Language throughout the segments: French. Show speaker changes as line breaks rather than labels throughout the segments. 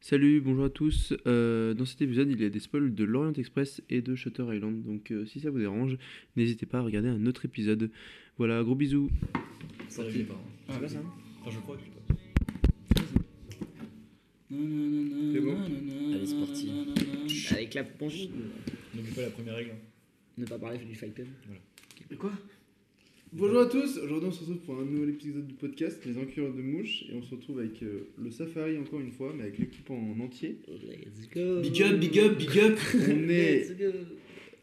Salut, bonjour à tous. Euh, dans cet épisode, il y a des spoils de L'Orient Express et de Shutter Island. Donc, euh, si ça vous dérange, n'hésitez pas à regarder un autre épisode. Voilà, gros bisous.
Ça
Parti.
l'ai pas. hein.
Ah,
C'est pas ça
Enfin, je crois que je l'ai pas.
C'est
bon
Euh,
Allez, c'est parti. Avec la plongée,
N'oublie pas la première règle. hein.
ne pas parler du 5
Quoi Bonjour à tous. Aujourd'hui, on se retrouve pour un nouvel épisode du podcast Les Enculeurs de Mouches. Et on se retrouve avec euh, le Safari encore une fois, mais avec l'équipe en entier.
Let's go.
Big up, big up, big up
On est
Let's go.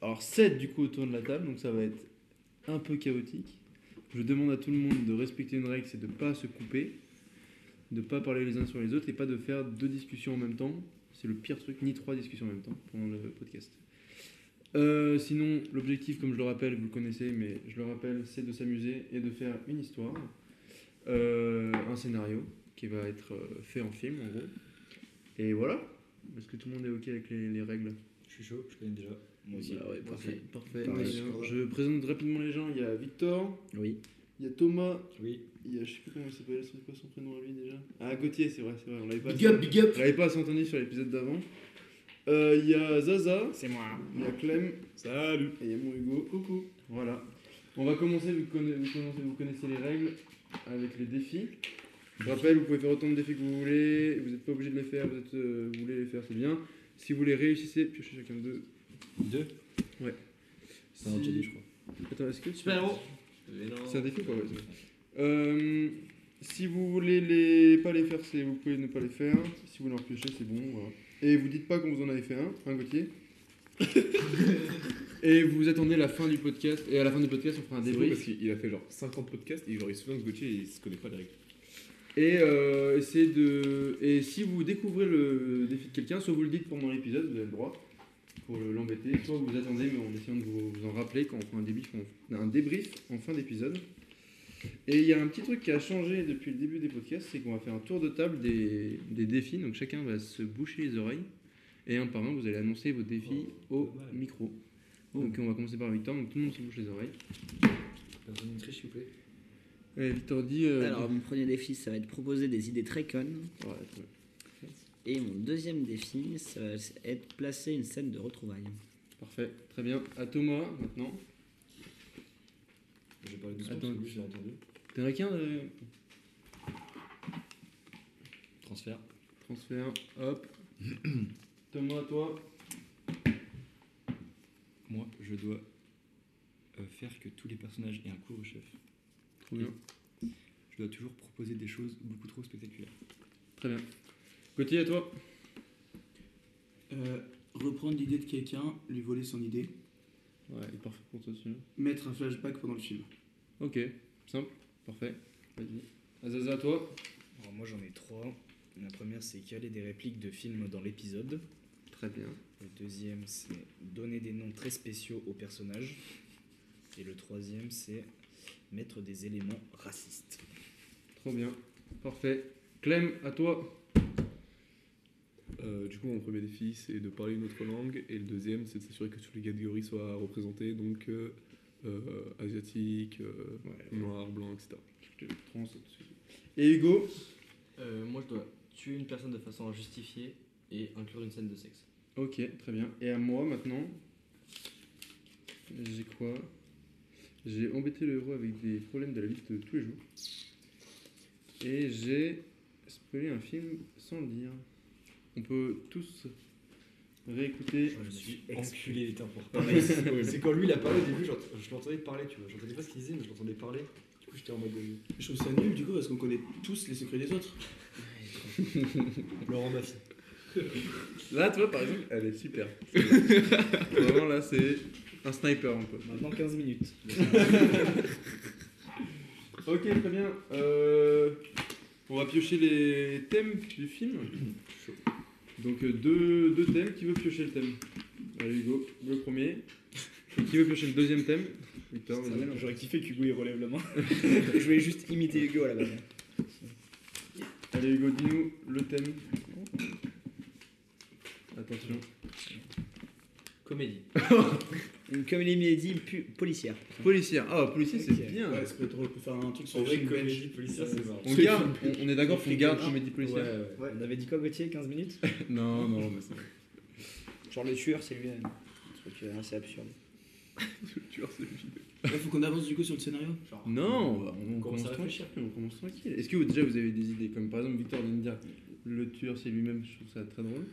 alors 7 du coup autour de la table, donc ça va être un peu chaotique. Je demande à tout le monde de respecter une règle, c'est de pas se couper, de pas parler les uns sur les autres et pas de faire deux discussions en même temps. C'est le pire truc, ni trois discussions en même temps pendant le podcast. Euh, sinon, l'objectif, comme je le rappelle, vous le connaissez, mais je le rappelle, c'est de s'amuser et de faire une histoire, euh, un scénario qui va être euh, fait en film en gros. Et voilà. Est-ce que tout le monde est ok avec les- les règles
Je suis chaud, je connais déjà.
Moi aussi.
bah ouais,
Moi
parfait,
aussi.
parfait.
Pareil,
Très
je
bien.
crois.
Je présente rapidement les gens. Il y a Victor,
Oui.
il y a Thomas,
Oui.
il y a je sais plus comment il s'appelle, c'est quoi son prénom à lui déjà Ah Gauthier, c'est vrai, c'est vrai, on l'avait pas.
Big up, big up
on l'avait pas entendu sur l'épisode d'avant. Euh, Il y a Zaza,
C'est moi.
il y a Clem
Salut
et il y a mon Hugo. Coucou. Voilà. On va commencer, vu que conna- vous connaissez, vous connaissez les règles, avec les défis. Je rappelle, vous pouvez faire autant de défis que vous voulez, vous n'êtes pas obligé de les faire, vous, êtes, euh, vous voulez les faire, c'est bien. Si vous les réussissez, piochez chacun deux.
Deux
Si...
C'est un Jedi, je crois.
Attends, est-ce que tu-
Mais non.
C'est un défi quoi, ouais. c'est vrai. Euh, si vous voulez les... pas les faire, c'est... vous pouvez ne pas les faire. Si vous voulez en piocher, c'est bon. voilà. Et vous dites pas quand vous en avez fait un, hein, Gauthier Et vous attendez la fin du podcast. Et à la fin du podcast, on fera un
C'est vrai
débrief.
parce qu'il a fait genre 50 podcasts et genre il se souvient que Gauthier il se connaît pas les règles.
Et euh, essayez de. Et si vous découvrez le défi de quelqu'un, soit vous le dites pendant l'épisode, vous avez le droit, pour le- l'embêter, soit vous attendez, mais en essayant de vous, vous en rappeler quand on fera un débrief, en- un débrief en fin d'épisode. Et il y a un petit truc qui a changé depuis le début des podcasts, c'est qu'on va faire un tour de table des, des défis, donc chacun va se boucher les oreilles, et un par un, vous allez annoncer vos défis au
pas mal.
micro. Donc on va commencer par Victor, donc tout le monde se bouche les oreilles.
Personne une triche, s'il vous plaît.
Et Victor dit. euh,
Alors, mon premier défi, ça va être proposer des idées très connes.
ouais, ouais.
Et mon deuxième défi, ça va être placer une scène de retrouvailles.
Parfait, très bien. À Thomas maintenant.
J'ai parlé doucement,
Attends.
parce que lui, j'ai entendu.
T'es requin euh, de
Transfert.
transfert, hop. Thomas, toi.
Moi, je dois euh, faire que tous les personnages aient un cours au chef.
Trop bien.
Je dois toujours proposer des choses beaucoup trop spectaculaires.
Très bien. Gauthier, à toi.
Euh, reprendre l'idée de quelqu'un, lui voler son idée,
Ouais, il est parfait pour toi celui-là.
mettre un flashback pendant le film.
Ok, simple, parfait. Vas-y. Azaza, à toi.
Alors, moi j'en ai trois. La première c'est caler des répliques de films dans l'épisode.
Très bien.
Le deuxième c'est donner des noms très spéciaux aux personnages. Et le troisième c'est mettre des éléments racistes.
Trop bien. Parfait. Clem, à toi.
Euh, du coup, mon premier défi c'est de parler une autre langue et le deuxième c'est de s'assurer que toutes les catégories soient représentées donc euh, euh, asiatique, euh, noir, blanc, etc.
Je te trans dessus. Et Hugo.
Euh, moi, je dois tuer une personne de façon injustifiée et inclure une scène de sexe.
Ok, très bien. Et à moi maintenant. J'ai quoi J'ai embêté le héros avec des problèmes de la vie de tous les jours. Et j'ai spoilé un film sans le dire. On peut tous réécouter.
Je suis
Enculé, putain, pour parler. C'est quand lui, il a parlé au début, j'ent- je l'entendais parler, tu vois. J'entendais pas ce qu'il disait, mais je l'entendais parler. Du coup, j'étais en mode. euh,
Je trouve ça nul du coup parce qu'on connaît tous les secrets des autres.
Laurent Baffy.
Là, toi par exemple, elle est super. Vraiment là, c'est un sniper un peu.
Maintenant 15 minutes.
Ok, très bien. Euh, on va piocher les thèmes du film. Donc euh, deux, deux thèmes. Qui veut piocher le thème Allez Hugo, le premier. Et qui veut piocher le deuxième thème Victor, vas-y.
J'aurais kiffé qu'Hugo il relève la main. je voulais juste imiter Hugo à la base.
Allez Hugo, dis-nous le thème. Attention.
Comédie.
Une comédie médie pu- policière.
Policière. Ah, policier, c'est
Ok.
bien.
Ouais, ça peut être drôle, on peut faire un truc sur
En
le
vrai,
film belge.
comédie policière, c'est marrant.
On, garde, on, on est d'accord qu'on garde comédie
Ouais,
policière
ouais. On avait dit quoi, Gauthier 15 minutes
Non, non, mais c'est
Genre le tueur, c'est lui-même. Un truc euh, assez absurde.
Tu vois, c'est le film.
Ouais, faut qu'on avance du coup sur le scénario.
Genre,
Non, on, va- on
On commence
commence
à
tranquille. On commence tranquille. Est-ce que vous, déjà vous avez des idées Comme par exemple, Victor vient de dire le tueur c'est lui-même, je trouve ça très drôle.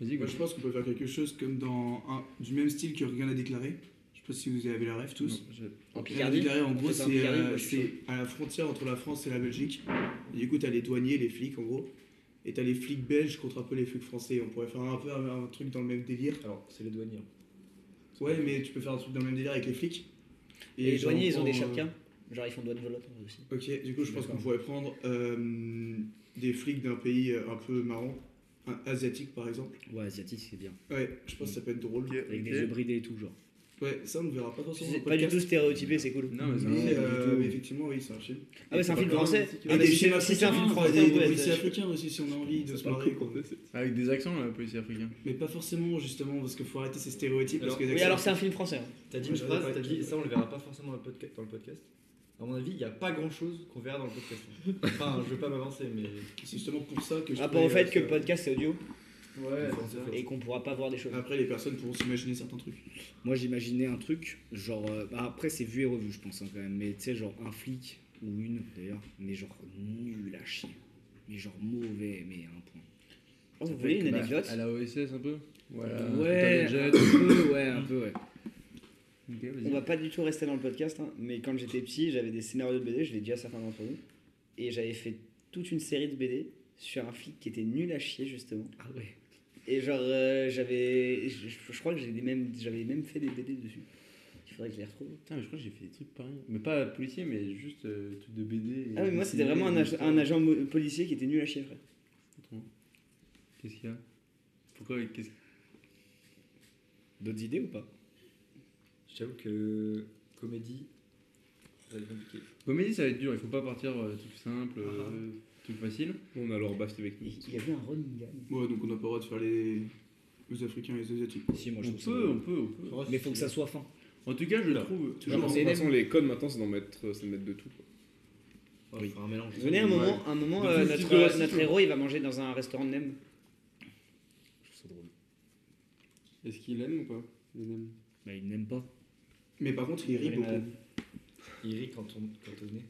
Vas-y,
Moi, je pense qu'on peut faire quelque chose comme dans un, du même style que Rien à déclarer. Je sais pas si vous avez la rêve tous.
Non, j'ai-
En
Rien à
Picardie.
déclarer, en gros,
Peut-être en
c'est
Picardie,
euh,
moi, je suis
c'est à la frontière entre la France et la Belgique. Et du coup, t'as les douaniers, les flics, en gros. Et t'as les flics belges contre un peu les flics français. On pourrait faire un peu un, un truc dans le même délire.
Alors, c'est les douaniers. hein.
Ouais, mais tu peux faire un truc dans le même délire avec les flics.
Et les
genre, euh,
douaniers, ils ont des
en- euh,
chacun. Genre, ils font douane volante aussi.
Ok, du coup, je pense qu'on
D'accord.
pourrait prendre euh, des flics d'un pays euh, un peu marrant, un- asiatique par exemple.
Ouais, asiatique, c'est bien.
Ouais, je pense que ça peut être drôle.
Ok,
Avec
ok.
des yeux bridés et tout, genre.
Ouais, ça on ne verra pas forcément.
C'est
dans le
pas du tout
podcast.
stéréotypé, c'est cool.
Non, mais c'est un-
Mais,
pas du
euh,
tout.
mais effectivement, oui, c'est un film.
Ah ouais, c'est un
pas
film
grave,
français.
c'est-
Ah, mais si
films
si c'est un film
africains,
français,
des, des
ouais,
policiers
c'est-
africains aussi, si on a envie de se marrer. quoi.
Avec des accents, là, policier africain.
Mais pas forcément, justement, parce qu'il faut arrêter ces stéréotypes.
Alors,
parce que les
Oui,
accents-
alors c'est un film français. hein.
T'as dit
Ouais,
une
j'avais
phrase,
pas
t'as
écrit.
dit, ça on le verra pas forcément dans le, podca- dans le podcast. À mon avis, il n'y a pas grand chose qu'on verra dans le podcast. Enfin, je veux pas m'avancer, mais.
C'est justement pour ça que je.
Rapport Ah, au
trouvais,
fait
euh,
que le
ça-
podcast c'est audio
Ouais, c'est
et qu'on pourra pas voir des choses.
Après, les personnes pourront s'imaginer certains trucs.
Moi, j'imaginais un truc, genre. euh, bah, après, c'est vu et revu, je pense, hein, quand même. Mais tu sais, genre, un flic, ou une, d'ailleurs, mais genre nul à chier. Mais genre mauvais, mais à un point.
Oh, Vous voulez une
Bah,
anecdote
À la OSS, un peu Voilà.
ouais,
Internet
un
Jet.
peu, ouais, un peu, ouais.
Ok,
On va
vas-y.
pas du tout rester dans le podcast, hein, mais quand j'étais petit, j'avais des scénarios de BD, je l'ai dit à certains d'entre vous, et j'avais fait toute une série de BD sur un flic qui était nul à chier justement.
Ah ouais.
Et genre euh, j'avais, je, je- je crois que j'ai des mêmes- j'avais même fait des BD dessus. Il faudrait que je les retrouve.
Putain, mais je crois que j'ai fait des trucs pareils. Mais pas policier, mais juste euh, trucs de BD. et
Ah mais moi c'était
dessiner,
vraiment un,
et
ag-
tout.
un agent mo- policier qui était nul à chier frère.
Qu'est-ce qu'il y a Pourquoi qu'est-ce-
D'autres idées ou pas
Je t'avoue que. Comédie. Ça va être compliqué.
Comédie, ça va être dur. Il faut pas partir euh, truc simple, euh, truc facile.
On a leur baffe avec nous.
Il, il avait un running gag.
Ouais, donc on n'a pas le droit de faire les, les Africains et les Asiatiques.
Si, moi, je
On
trouve ça.
peut, on peut, on peut.
drôle. Mais faut que ça soit fin.
En tout cas, je trouve.
Bah, De
Toujours.
toute façon, les codes maintenant, c'est d'en mettre, euh, c'est de mettre de tout. quoi.
Ouais, faut faire un mélange.
Venez un moment, un moment
Dans
euh,
une
notre,
situation.
notre héros il va manger dans un restaurant de Nem.
Je trouve ça drôle.
Est-ce qu'il aime ou pas Il aime.
Bah, il n'aime pas.
Mais par contre, il rit
Ouais,
beaucoup.
mais-
Il rit quand on, quand on est.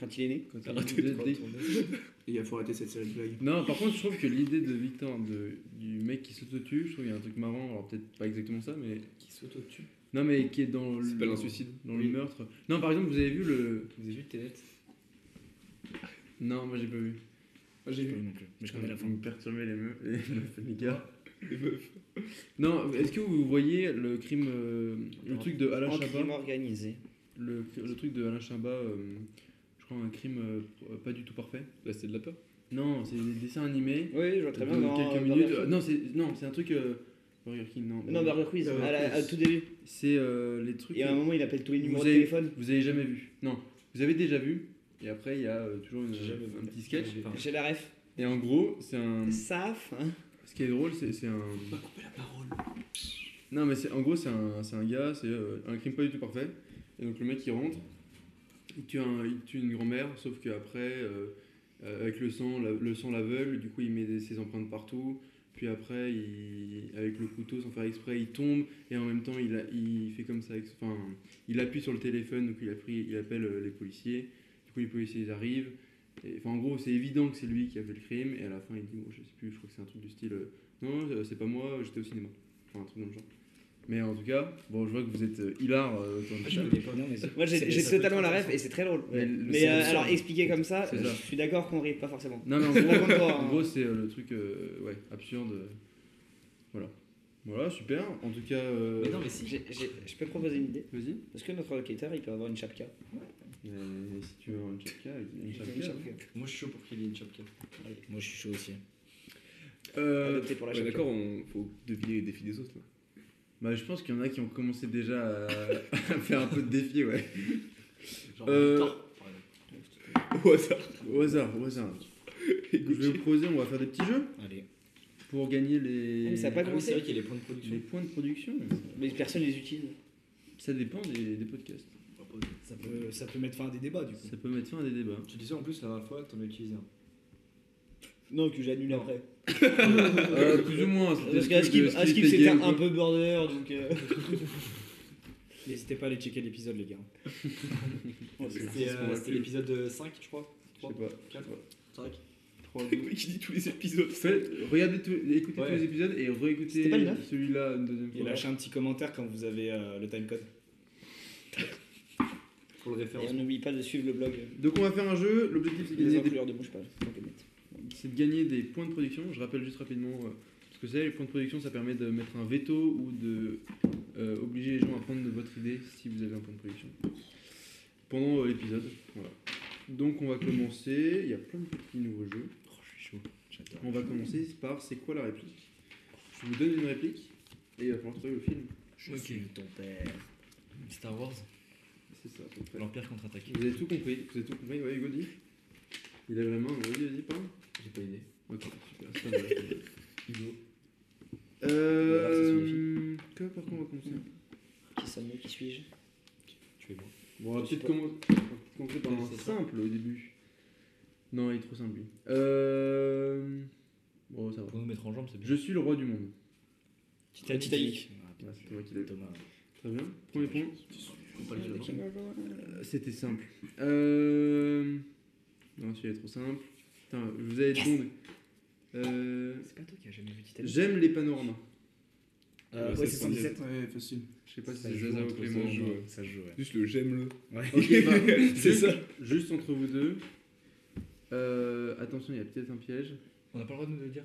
Quand il est né.
Quand il-
Quand
il- il-
on est.
Et il faut arrêter cette série de blagues.
Non, par contre, je trouve que l'idée de Victor, de, du mec qui s'autotue, je trouve qu'il y a un truc marrant. Alors, peut-être pas exactement ça, mais.
Qui s'auto-tue.
Non, mais qui est dans
C'est
le.
pas un suicide.
Dans le meurtre. Non, par exemple, vous avez vu le.
Vous avez vu Tenet
Non, moi j'ai pas vu.
Ah, j'ai
Pas
vu.
lui non plus. Mais je connais la fin.
Vous me perturbez les meufs, les, meufs, les gars. Non, est-ce que vous voyez le crime. euh, le truc de Alain
En
Chabat
crime organisé.
le, le truc de Alain Chabat, euh, je crois un crime euh, pas du tout parfait.
Là, c'est de la peur.
Non, c'est des dessins animés.
Oui, je vois très
de
bien. dans
quelques
Burger
minutes.
King.
Euh, non, c'est non, c'est un truc. euh, Burger King, non.
Non, Burger Quiz,
Burger
à, la-
Quiz.
à tout début.
C'est euh, les trucs
Et à un
que
moment, il appelle tous les
Vous
numéros
avez-
de téléphone.
vous avez jamais vu. Non, vous avez déjà vu. Et après, il y a euh, toujours une-
J'ai jamais vu.
un petit sketch.
Enfin,
J'ai la ref.
Et en gros, c'est un.
Saf. hein.
Ce qui est drôle, c'est c'est un. Non, mais c'est en gros, c'est un, c'est un gars, c'est euh, un crime pas du tout parfait. Et donc le mec, il rentre, il tue, un- il tue une grand-mère, sauf qu'après, euh, avec le sang, la- le sang l'aveugle, du coup, il met des- ses empreintes partout. Puis après, il, avec le couteau, sans faire exprès, il tombe. Et en même temps, il, a- il fait comme ça. avec- Enfin, il appuie sur le téléphone, donc il, a pris, il appelle euh, les policiers. Du coup, les policiers ils arrivent. Et, enfin, en gros, c'est évident que c'est lui qui a fait le crime. Et à la fin, il dit, bon, je sais plus, je crois que c'est un truc du style. euh, non, euh, c'est pas moi, j'étais au cinéma. Enfin, un truc dans le genre. Mais en tout cas, bon, je vois que vous êtes euh, hilar euh, autour
Ah,
de la
je
table.
connais pas.
Non, mais c'est-
Moi, j'ai
c'est-
j'ai
ça peut
totalement
être
la ref
intéressant.
et c'est très drôle.
Mais
Mais,
le-
euh, alors, expliqué comme ça,
C'est
je
ça.
suis d'accord qu'on rit pas forcément.
Non, mais en
Je
gros,
suis d'accord, hein.
en gros, c'est euh, le truc euh, ouais, absurde. euh, Voilà. Voilà, super. En tout cas. euh,
Mais non, mais si.
J'ai- j'ai- Je peux proposer une idée.
Vas-y.
Parce que notre locataire, il peut avoir une chapka.
Mais si tu veux un chapka, il y a un
Une
chapka. hein.
chapka.
Moi, je suis chaud pour qu'il y ait une chapka.
Moi, je suis chaud aussi.
Euh,
Adopté pour la
Ouais,
chapka.
Ah, d'accord, on faut deviner les défis des autres. Là.
bah, je pense qu'il y en a qui ont commencé déjà à, à faire un peu de défi, ouais.
Genre,
Euh,
Thor, par exemple.
Au hasard. Au hasard, au hasard. Je vais vous proposer, on va faire des petits jeux.
Allez.
pour gagner les,
Mais ça a pas
Ah oui, c'est
commencé.
vrai qu'il y a les points de production.
les points de production.
Mais personne les utilise.
Ça dépend des, des podcasts.
Ça peut, ça peut mettre fin à des débats du coup.
Ça peut mettre fin à des débats.
Ah, Tu disais en plus la dernière fois, t'en as utilisé un.
Non, que j'annule après.
Euh, plus ou moins. c'était
Parce
le truc de
qu'Askip,
Skip
Askip,
et
c'était
Game,
un
quoi.
peu border, donc. euh,
N'hésitez pas à aller checker l'épisode, les gars.
C'était
ça se voit
euh, c'était
plus.
l'épisode euh, 5, je crois.
Je sais pas.
4, 5.
Trois, deux. Faites- regardez tous, écoutez
Ouais.
tous les épisodes et réécoutez
C'était pas le neuf
celui-là une deuxième
Et
fois.
lâchez un petit commentaire quand vous avez euh, le timecode.
Pour le
Et on
référencement.
n'oublie pas de suivre le blog. euh,
Donc on va faire un jeu. L'objectif c'est de
Les
gagner des
enculeurs de bouche, pas. donc, euh, net.
c'est de gagner des points de production. Je rappelle juste rapidement euh, ce que c'est. Les points de production, ça permet de mettre un veto ou de euh, obliger les gens à prendre de votre idée si vous avez un point de production. Pendant euh, l'épisode, voilà. Donc on va commencer. Il y a plein de petits nouveaux jeux. On va commencer par c'est quoi la réplique Je vous donne une réplique et il va falloir trouver le film.
Je suis ton père.
Star Wars,
C'est ça. à peu près.
l'Empire contre-attaque.
Vous avez tout compris. Vous avez tout compris. Ouais, Hugo dit. Il a vraiment. Vas-y, vas-y, parle.
J'ai pas aidé.
Ok, super. c'est pas mal. Euh. Que, par quoi on va commencer
Qui sommes-nous Qui suis-je
Tu es bon.
Bon, on va
Je sais
peut-être
pas.
commen- on va peut-être commencer par un
C'est ça.
simple au début. Non, il est trop simple lui. Euh. Bon, ça va.
Pour nous mettre en jambe, c'est bien.
Je suis le roi du monde.
Titanic.
Ah,
Ouais,
bien
c'est
joué,
toi qui l'as eu.
Thomas.
Très bien. Premier point.
Qui-
Euh, C'était simple. Euh. Non, celui-là est trop simple. Putain, je vous avais être bon. Euh.
C'est pas toi qui a jamais vu Titanic.
J'aime les panoramas.
Euh, ouais, c'est 117.
Ouais, facile.
Je sais pas si
Ça
c'est
joue
Zaza ou
entre-
Clément.
ça joue, ouais, Ça joue, ouais.
Juste le j'aime le.
Ok, bah,
C'est
juste-
ça.
Juste entre vous deux. Euh, attention, il y a peut-être un piège.
On n'a pas le droit de nous le dire.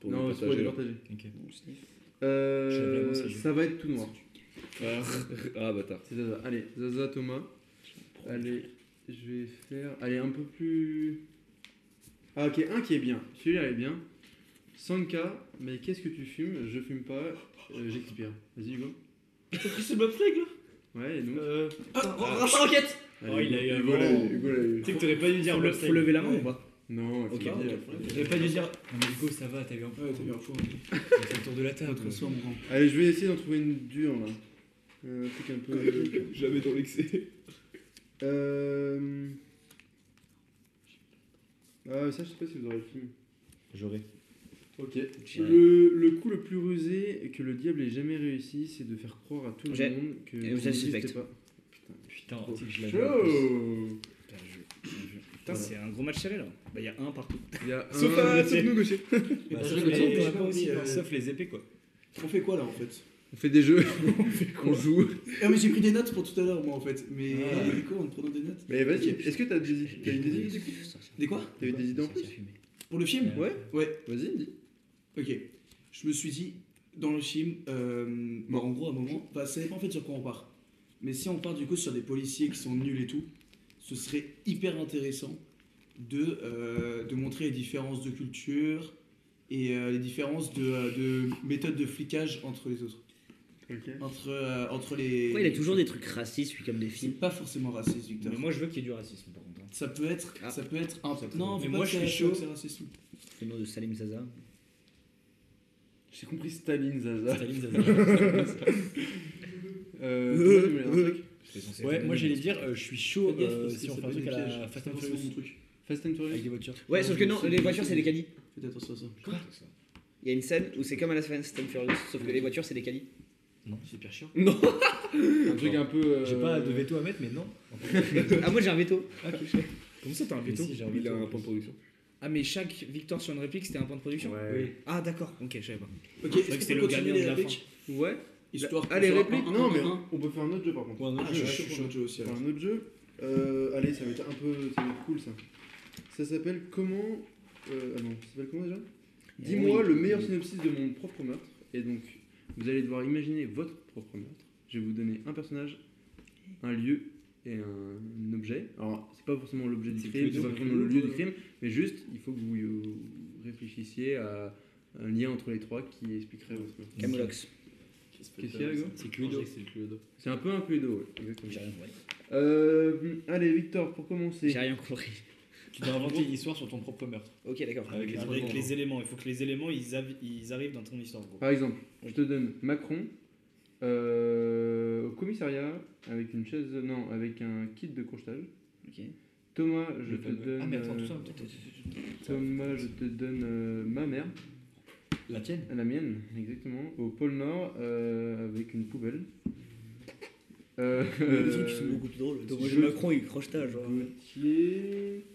Pour
non,
le
c'est pour les
partager, là.
partager.
Ok.
Euh,
Je vais vraiment essayer.
ça va être tout noir.
Ah bâtard.
C'est Zaza. Allez, Zaza, Thomas. Allez, je vais faire. Allez, un peu plus. Ah, ok, un qui est bien. Celui-là est bien. Sanka, mais qu'est-ce que tu fumes Je fume pas, euh, j'expire. Vas-y, Hugo.
C'est ma flag là
Ouais, et nous
Euh.
Ah,
Rachat enquête
Oh, il a eu un
Hugo l'a
moment.
eu, Hugo l'a eu.
Tu sais que t'aurais pas dû dire.
Faut
le-
le-
Faut lever la main ou pas
Non,
Ok, bah,
il faut
ok.
le dire.
J'avais pas dû dire.
Non, mais Hugo, ça va, t'as eu un peu
Ouais, t'as bien fou.
le tour de la table.
Notre soir, mon grand.
Allez, je vais essayer d'en trouver une dure là. Un truc un peu.
Jamais dans l'excès.
Euh... Ah, ça, je sais pas si vous aurez le film.
J'aurais.
Ok. Le, le coup le plus rusé et que le diable ait jamais réussi, c'est de faire croire à tout
J'ai-
le monde que
Et
vous
vous êtes
n'existez
suspect.
pas.
Putain,
Oh,
tu sais que je l'avais. en plus.
Chaud Bah,
Bien joué, bien joué. Putain, c'est un gros match serré là. Bah, y a un partout.
Il y a
Sauf
un...
à- sauf nous gaucher.
Bah,
Sauf les-
je l'ai-
j'ai pas oublié,
non,
euh,
Sauf les épées quoi.
On fait quoi là en fait
On fait des jeux, on joue.
Ah, mais j'ai pris des notes pour tout à l'heure, moi en fait. Mais du coup, en prenant des notes.
Mais vas-y, est-ce que t'as des, t'as eu des idées du coup
Des quoi
T'as eu des idées en
Ça
plus
s'est fumé.
Pour le film
Ouais
Ouais.
Vas-y, dis.
Ok. Je me suis dit, dans le film, euh, bah, en gros, à un moment, bah, ça dépend en fait sur quoi on part. Mais si on part du coup sur des policiers qui sont nuls et tout, ce serait hyper intéressant de, euh, de montrer les différences de culture et euh, les différences de, euh, de méthodes de flicage entre les autres.
Ok.
Entre, euh, entre les.
Pourquoi il a toujours des trucs racistes, lui, comme des films
C'est pas forcément raciste, Victor.
Mais moi je veux qu'il y ait du racisme par contre. hein.
Ça peut être,
Ah.
ça peut être un. Non,
Mais
faut pas
moi,
que
je
ça-
suis
faut
chaud.
que ça raciste.
C'est le nom de Salim Zaza.
J'ai compris Staline, Zaza.
Staline, Zaza.
Euh, toi, tu voulais un truc
C'était censé
Ouais,
être
moi
une
j'allais
idée.
dire, euh, je suis chaud
Faites gaffe,
euh,
parce que
si on
ça
fait un
peut
truc à
être
la
piège.
Fast and
Faites attention à
Furious
mon truc.
Fast and
avec
Furious
des voitures.
Ouais, sauf que non, les voitures, c'est des caddies.
Faites attention à ça.
C'est ça.
Il y a une scène où c'est comme à la Fast and Furious, sauf que les voitures, c'est des caddies.
Non, c'est hyper chiant.
Un truc un peu. euh,
J'ai pas de veto à mettre, mais non.
Ah, moi, j'ai un veto.
Comment ça t'as un
Mais
veto
si, j'ai un
Il a
veto.
un point de production.
Ah, mais chaque victoire sur une réplique c'était un point de production
Ouais.
Ah, d'accord, ok, je savais pas.
Ok,
que
est-ce
c'était
qu'on
le
peut continuer
gagnant de
les
la
répliques
Ouais.
Histoire
Ah, les
qu'on fasse un-
répliques
un-
Non,
un-
mais
un-
on- on peut faire un autre jeu par contre.
Ou un autre
Ah,
jeu,
je
ouais.
suis chaud pour notre jeu aussi.
Faire
alors.
un autre jeu. Euh, allez, ça va être un peu, ça va être cool ça. Ça s'appelle comment euh, Ah non, ça s'appelle comment déjà
Eh
Dis-moi le meilleur synopsis de mon propre meurtre. Et donc, vous allez devoir imaginer votre propre meurtre. Je vais vous donner un personnage, un lieu et un objet. Alors, c'est pas forcément l'objet du crime, c'est pas forcément le lieu du crime, mais juste, il faut que vous euh, réfléchissiez à un lien entre les trois qui expliquerait votre meurtre.
Camolox.
Qu'est-ce qu'il y a, Hugo
C'est Cluedo.
C'est le Cluedo.
C'est un peu un Cluedo, ouais, exactement.
J'ai rien compris.
Euh, allez, Victor, pour commencer.
J'ai rien compris.
Tu dois inventer une histoire sur ton propre meurtre.
Ok, d'accord.
Avec les,
Avec les
éléments. Il faut que les éléments ils, avi- ils arrivent dans ton histoire. Gros.
Par exemple, je te donne Macron euh, au commissariat avec une chaise. Non, avec un kit de crochetage.
Ok.
Thomas, je
Le
te
fameux.
donne.
Ah, mais attends,
euh,
tout ça.
Thomas, je te donne euh, ma mère,
La tienne
la mienne, exactement, au pôle Nord euh, avec une poubelle. Euh,
plus drôles.
Thomas
Thomas Macron, il crochetage. genre.
Gauthier.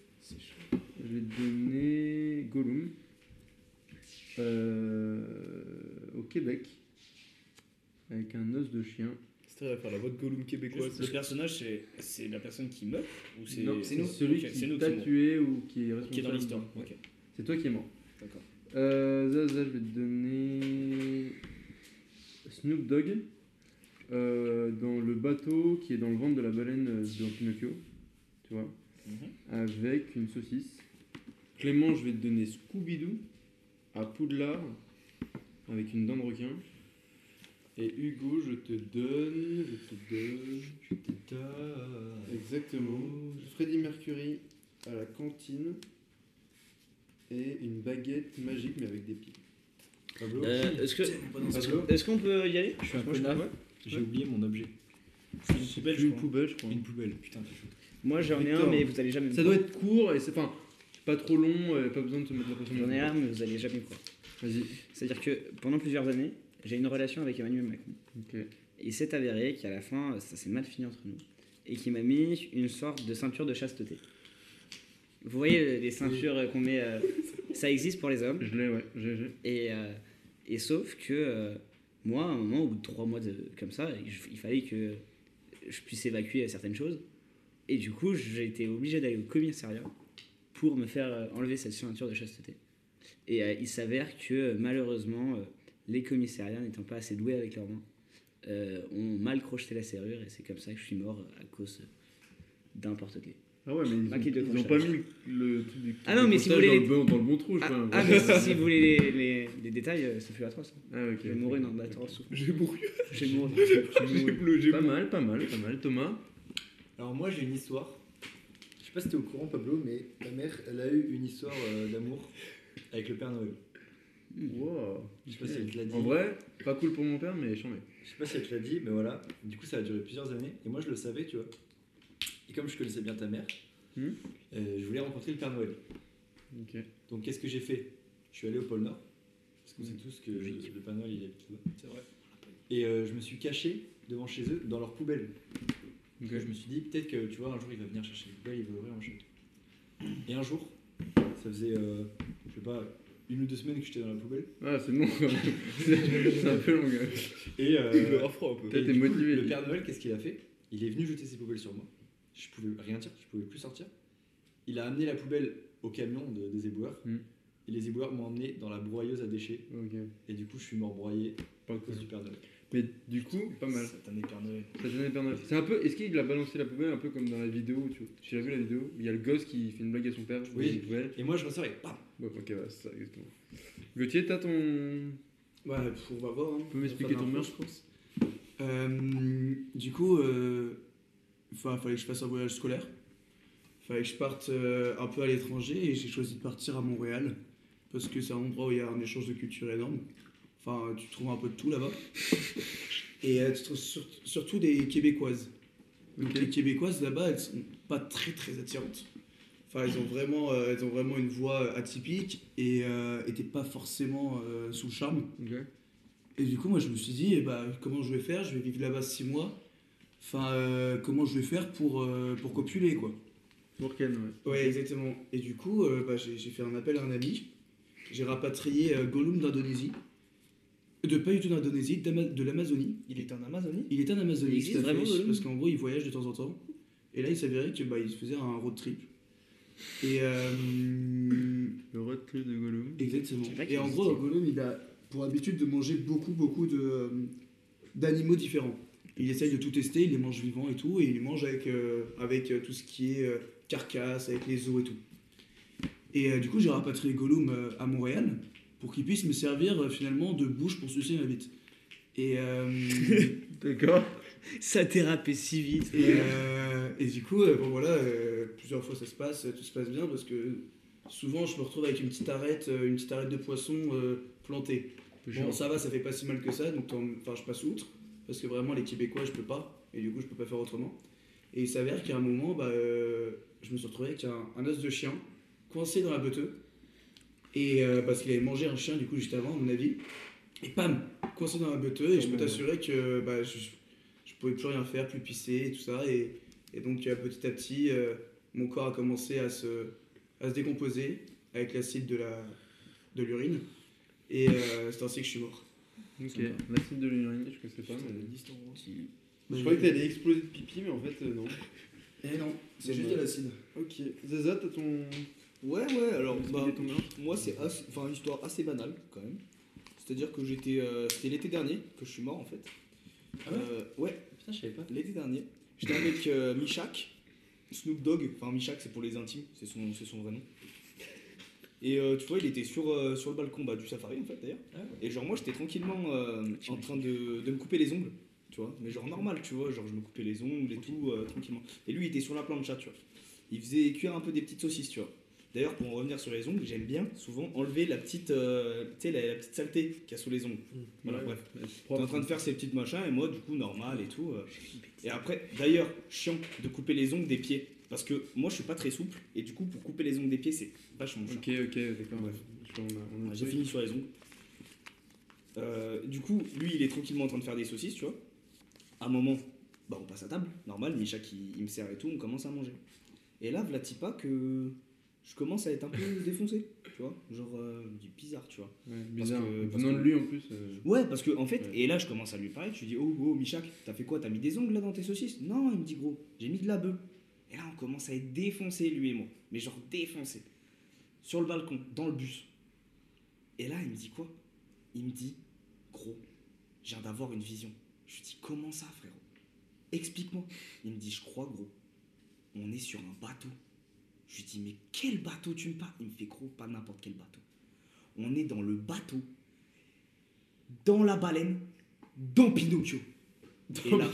Je vais te donner Gollum. Euh, au Québec. Avec un os de chien.
C'est à faire la voix de Gollum québécoise. Le personnage, c'est- c'est la personne qui meurt ou c'est
Non,
c'est
Celui
Ok,
qui
c'est nous
t'a
qui mourons.
tué ou qui est responsable.
Qui est dans l'histoire. Ok.
C'est toi qui es mort.
D'accord.
Euh, Zaza, je vais te donner Snoop Dogg euh, dans le bateau qui est dans le ventre de la baleine euh, dans Pinocchio, tu vois,
Mhm.
avec une saucisse. Clément, je vais te donner Scooby-Doo à Poudlard avec une dent de requin. Et Hugo, je te donne, je te donne,
Euh,
exactement, Freddie Mercury à la cantine et une baguette magique mais avec des pieds.
Pablo
Euh, Est-ce que- est-ce que- est-ce qu'on peut y aller
Je suis un
Moi,
peu
je-
naze.
ouais.
J'ai oublié mon objet. Une poubelle,
Une poubelle, je crois.
Une poubelle, putain, c'est chaud.
Moi j'en ai un,
Victor.
mais vous allez jamais me
Ça doit être court et c'est enfin c'est pas trop long, euh, pas besoin de se mettre la pression.
J'en ai un, mais vous allez jamais me croire.
Vas-y.
C'est-à-dire que pendant plusieurs années, j'ai eu une relation avec Emmanuel Macron.
Ok.
Et il s'est avéré qu'à la fin, ça s'est mal fini entre nous. Et qu'il m'a mis une sorte de ceinture de chasteté. Vous voyez euh, les ceintures euh, qu'on met. euh, ça existe pour les hommes.
Je l'ai, ouais. J'ai, j'ai.
Et, euh, et sauf que euh, moi, à un moment, au bout de trois mois de, comme ça, je- il fallait que je puisse évacuer certaines choses. Et du coup, j'ai été obligé d'aller au commissariat pour me faire euh, enlever cette ceinture de chasteté. Et euh, il s'avère que euh, malheureusement, euh, les commissariats n'étant pas assez doués avec leurs mains, euh, ont mal crocheté la serrure et c'est comme ça que je suis mort euh, à cause d'un porte-clés.
Ah ouais, mais ils,
Ah,
ont,
qui est de
ils ont pas
crochage.
mis le truc du
Ah non, mais si vous
crochage
voulez
dans, le bon, dans le bon trou, je
Ah,
crois.
ah, mais si, si vous voulez les, les- les détails, euh, ça fut atroce. hein.
Ah, ok.
Je vais mourir dans atroce souffrance.
J'ai mouru.
Je vais mourir.
Pas mal, pas mal, pas mal. Thomas.
Alors moi j'ai une histoire. Je sais pas si t'es au courant Pablo, mais ta mère, elle a eu une histoire euh, d'amour avec le Père Noël.
Wow.
Je sais pas si elle te l'a dit.
En vrai, pas cool pour mon père, mais j'en ai.
Je sais pas si elle te l'a dit, mais voilà. Du coup, ça a duré plusieurs années. Et moi, je le savais, tu vois. Et comme je connaissais bien ta mère,
Hmm.
euh, je voulais rencontrer le Père Noël.
Ok.
Donc, qu'est-ce que j'ai fait Je suis allé au pôle Nord. Parce qu'on sait
Hmm.
tous que le Père Noël, il habite là-bas. C'est vrai. Et euh, je me suis caché devant chez eux, dans leur poubelle.
Ok.
Je me suis dit, peut-être que tu vois, un jour il va venir chercher une poubelle, il va ouvrir un château. Et un jour, ça faisait, euh, je sais pas, une ou deux semaines que j'étais dans la poubelle.
Ah, c'est long quand même. c'est, c'est un peu long. quand même.
Et euh,
froid un peu.
Toi,
Et
t'es
du coup,
motivé,
Le
lui.
Père Noël, qu'est-ce qu'il a fait Il est venu jeter ses poubelles sur moi. Je pouvais rien dire, je pouvais plus sortir. Il a amené la poubelle au camion de- des éboueurs.
Mm.
Et les éboueurs m'ont emmené dans la broyeuse à déchets.
Ok.
Et du coup, je suis mort broyé
Pas
à cause
cool.
du Père Noël.
Mais du coup, pas mal.
Satané Père Noël.
Ça gênait Père Noël. C'est un peu. Est-ce qu'il a balancé la poubelle un peu comme dans la vidéo tu vois Tu l'as vu la vidéo où Il y a le gosse qui fait une blague à son père.
Oui.
Une poubelle.
Et moi, je ressors et pam
Bon, ok, bah, c'est ça, exactement. Gauthier, t'as ton.
Bah, on va voir. hein.
Tu peux m'expliquer ton meurtre
Euh, du coup, euh, enfin, fallait que je fasse un voyage scolaire. Fallait que je parte euh, un peu à l'étranger et j'ai choisi de partir à Montréal parce que c'est un endroit où il y a un échange de culture énorme. Enfin, euh, tu trouves un peu de tout là-bas. Et euh, tu trouves sur- surtout des Québécoises. Donc
Ok.
les Québécoises là-bas, elles sont pas très très attirantes. Enfin, elles ont vraiment, euh, elles ont vraiment une voix euh, atypique et euh, et t'es pas forcément euh, sous le charme.
Ok.
Et du coup, moi, je me suis dit, eh bah, comment je vais faire Je vais vivre là-bas six mois. Enfin, euh, comment je vais faire pour, euh, pour copuler, quoi
Bourken, ouais.
Ouais, exactement. Et du coup, euh, bah, j'ai j'ai fait un appel à un ami. J'ai rapatrié euh, Gollum d'Indonésie. De pas du tout d'Indonésie, d'Ama- de l'Amazonie.
Il est en Amazonie
Il était en Amazonie,
Il existe
tout à fait,
vraiment, Gollum
parce qu'en gros, il voyage de temps en temps. Et là, il s'avérait que bah, il se faisait un road trip. Et euh,
Le road trip de Gollum.
Exactement.
Je savais pas
Et en
qu'il
gros,
existait.
Gollum, il a pour habitude de manger beaucoup, beaucoup de, euh, d'animaux différents. Il essaye de tout tester, il les mange vivants et tout, et il les mange avec, euh, avec euh, tout ce qui est euh, carcasse, avec les os et tout. Et euh, du coup, j'ai rapatrié Gollum euh, à Montréal pour qu'il puisse me servir euh, finalement de bouche pour sucer ma bite. Et euh,
D'accord.
Ça dérapait si vite.
Et, euh, et du coup, euh, bon voilà, euh, plusieurs fois ça se passe, tout se passe bien parce que souvent je me retrouve avec une petite arête, euh, une petite arête de poisson euh, plantée. Bon, ça va, ça fait pas si mal que ça, donc t'en- enfin, je passe outre parce que vraiment les Québécois je peux pas et du coup je peux pas faire autrement. Et il s'avère qu'à un moment, bah, euh, je me suis retrouvé avec un, un os de chien coincé dans la beuteuse et euh, parce qu'il avait mangé un chien du coup juste avant, à mon avis, et pam, coincé dans la beuteuse et je peux t'assurer que bah, je, je pouvais plus rien faire, plus pisser, et tout ça. Et, et donc euh, petit à petit, euh, mon corps a commencé à se, à se décomposer avec l'acide de la de l'urine. Et euh, c'est ainsi que je suis mort.
Ok, l'acide de l'urine, je sais pas. mais- Je
hein.
Mais-
croyais que t'allais exploser de pipi, mais en fait, euh, non.
Eh non,
C'est juste de
l'acide.
Ok, Zaza, t'as ton.
Ouais, ouais, alors,
Est-ce qu'il
bah,
est tombé
moi, c'est assez- enfin, une histoire assez banale, quand même. C'est-à-dire que j'étais... euh, C'était l'été dernier que je suis mort, en fait.
Ah ouais
Euh, ouais,
Putain, je savais pas.
l'été dernier. J'étais avec euh, Michak, Snoop Dogg. Enfin, Michak, c'est pour les intimes, c'est son, c'est son vrai nom. Et euh, tu vois, il était sur, euh, sur le balcon bah, du safari, en fait, d'ailleurs.
Ah
Et genre, moi, j'étais tranquillement euh, en train de, de me couper les ongles, tu vois. Mais genre, normal, tu vois. Genre, je me coupais les ongles et tout, euh, tranquillement. Et lui, il était sur la plancha, tu vois. Il faisait cuire un peu des petites saucisses, tu vois. D'ailleurs, pour en revenir sur les ongles, j'aime bien souvent enlever la petite, euh, tu sais, la, la petite saleté qu'il y a sous les ongles. Voilà, bref. T'es en train de faire ces petites machins et moi du coup normal et tout. euh. Et après, d'ailleurs, chiant de couper les ongles des pieds. Parce que moi je suis pas très souple et du coup pour couper les ongles des pieds c'est vachement chiant.
Ok, ok, d'accord. Je crois qu'on a- on a- J'ai
Ouais, Ah, J'ai fini sur les ongles. Euh, du coup, lui il est tranquillement en train de faire des saucisses, tu vois. À un moment, bah on passe à table, normal, Micha qui il me sert et tout, on commence à manger. Et là, v'là-t-il pas que je commence à être un peu défoncé, tu vois. Genre, euh, je me dis bizarre, tu vois.
Ouais, bizarre.
que- parce
Venant
que-
de lui en plus. euh,
Ouais, parce que en fait,
Ouais.
et là je commence à lui parler, je lui dis Oh, oh, Michak, t'as fait quoi T'as mis des ongles là dans tes saucisses Non, il me dit gros, j'ai mis de la bœuf. Et là on commence à être défoncé, lui et moi, mais genre défoncé. Sur le balcon, dans le bus. Et là il me dit quoi Il me dit Gros, je viens d'avoir une vision. Je lui dis Comment ça, frérot Explique-moi. Il me dit Je crois, gros, on est sur un bateau. Je lui dis Mais quel bateau tu me parles Il me fait Gros, pas n'importe quel bateau. On est dans le bateau dans la baleine, dans Pinocchio. Et là,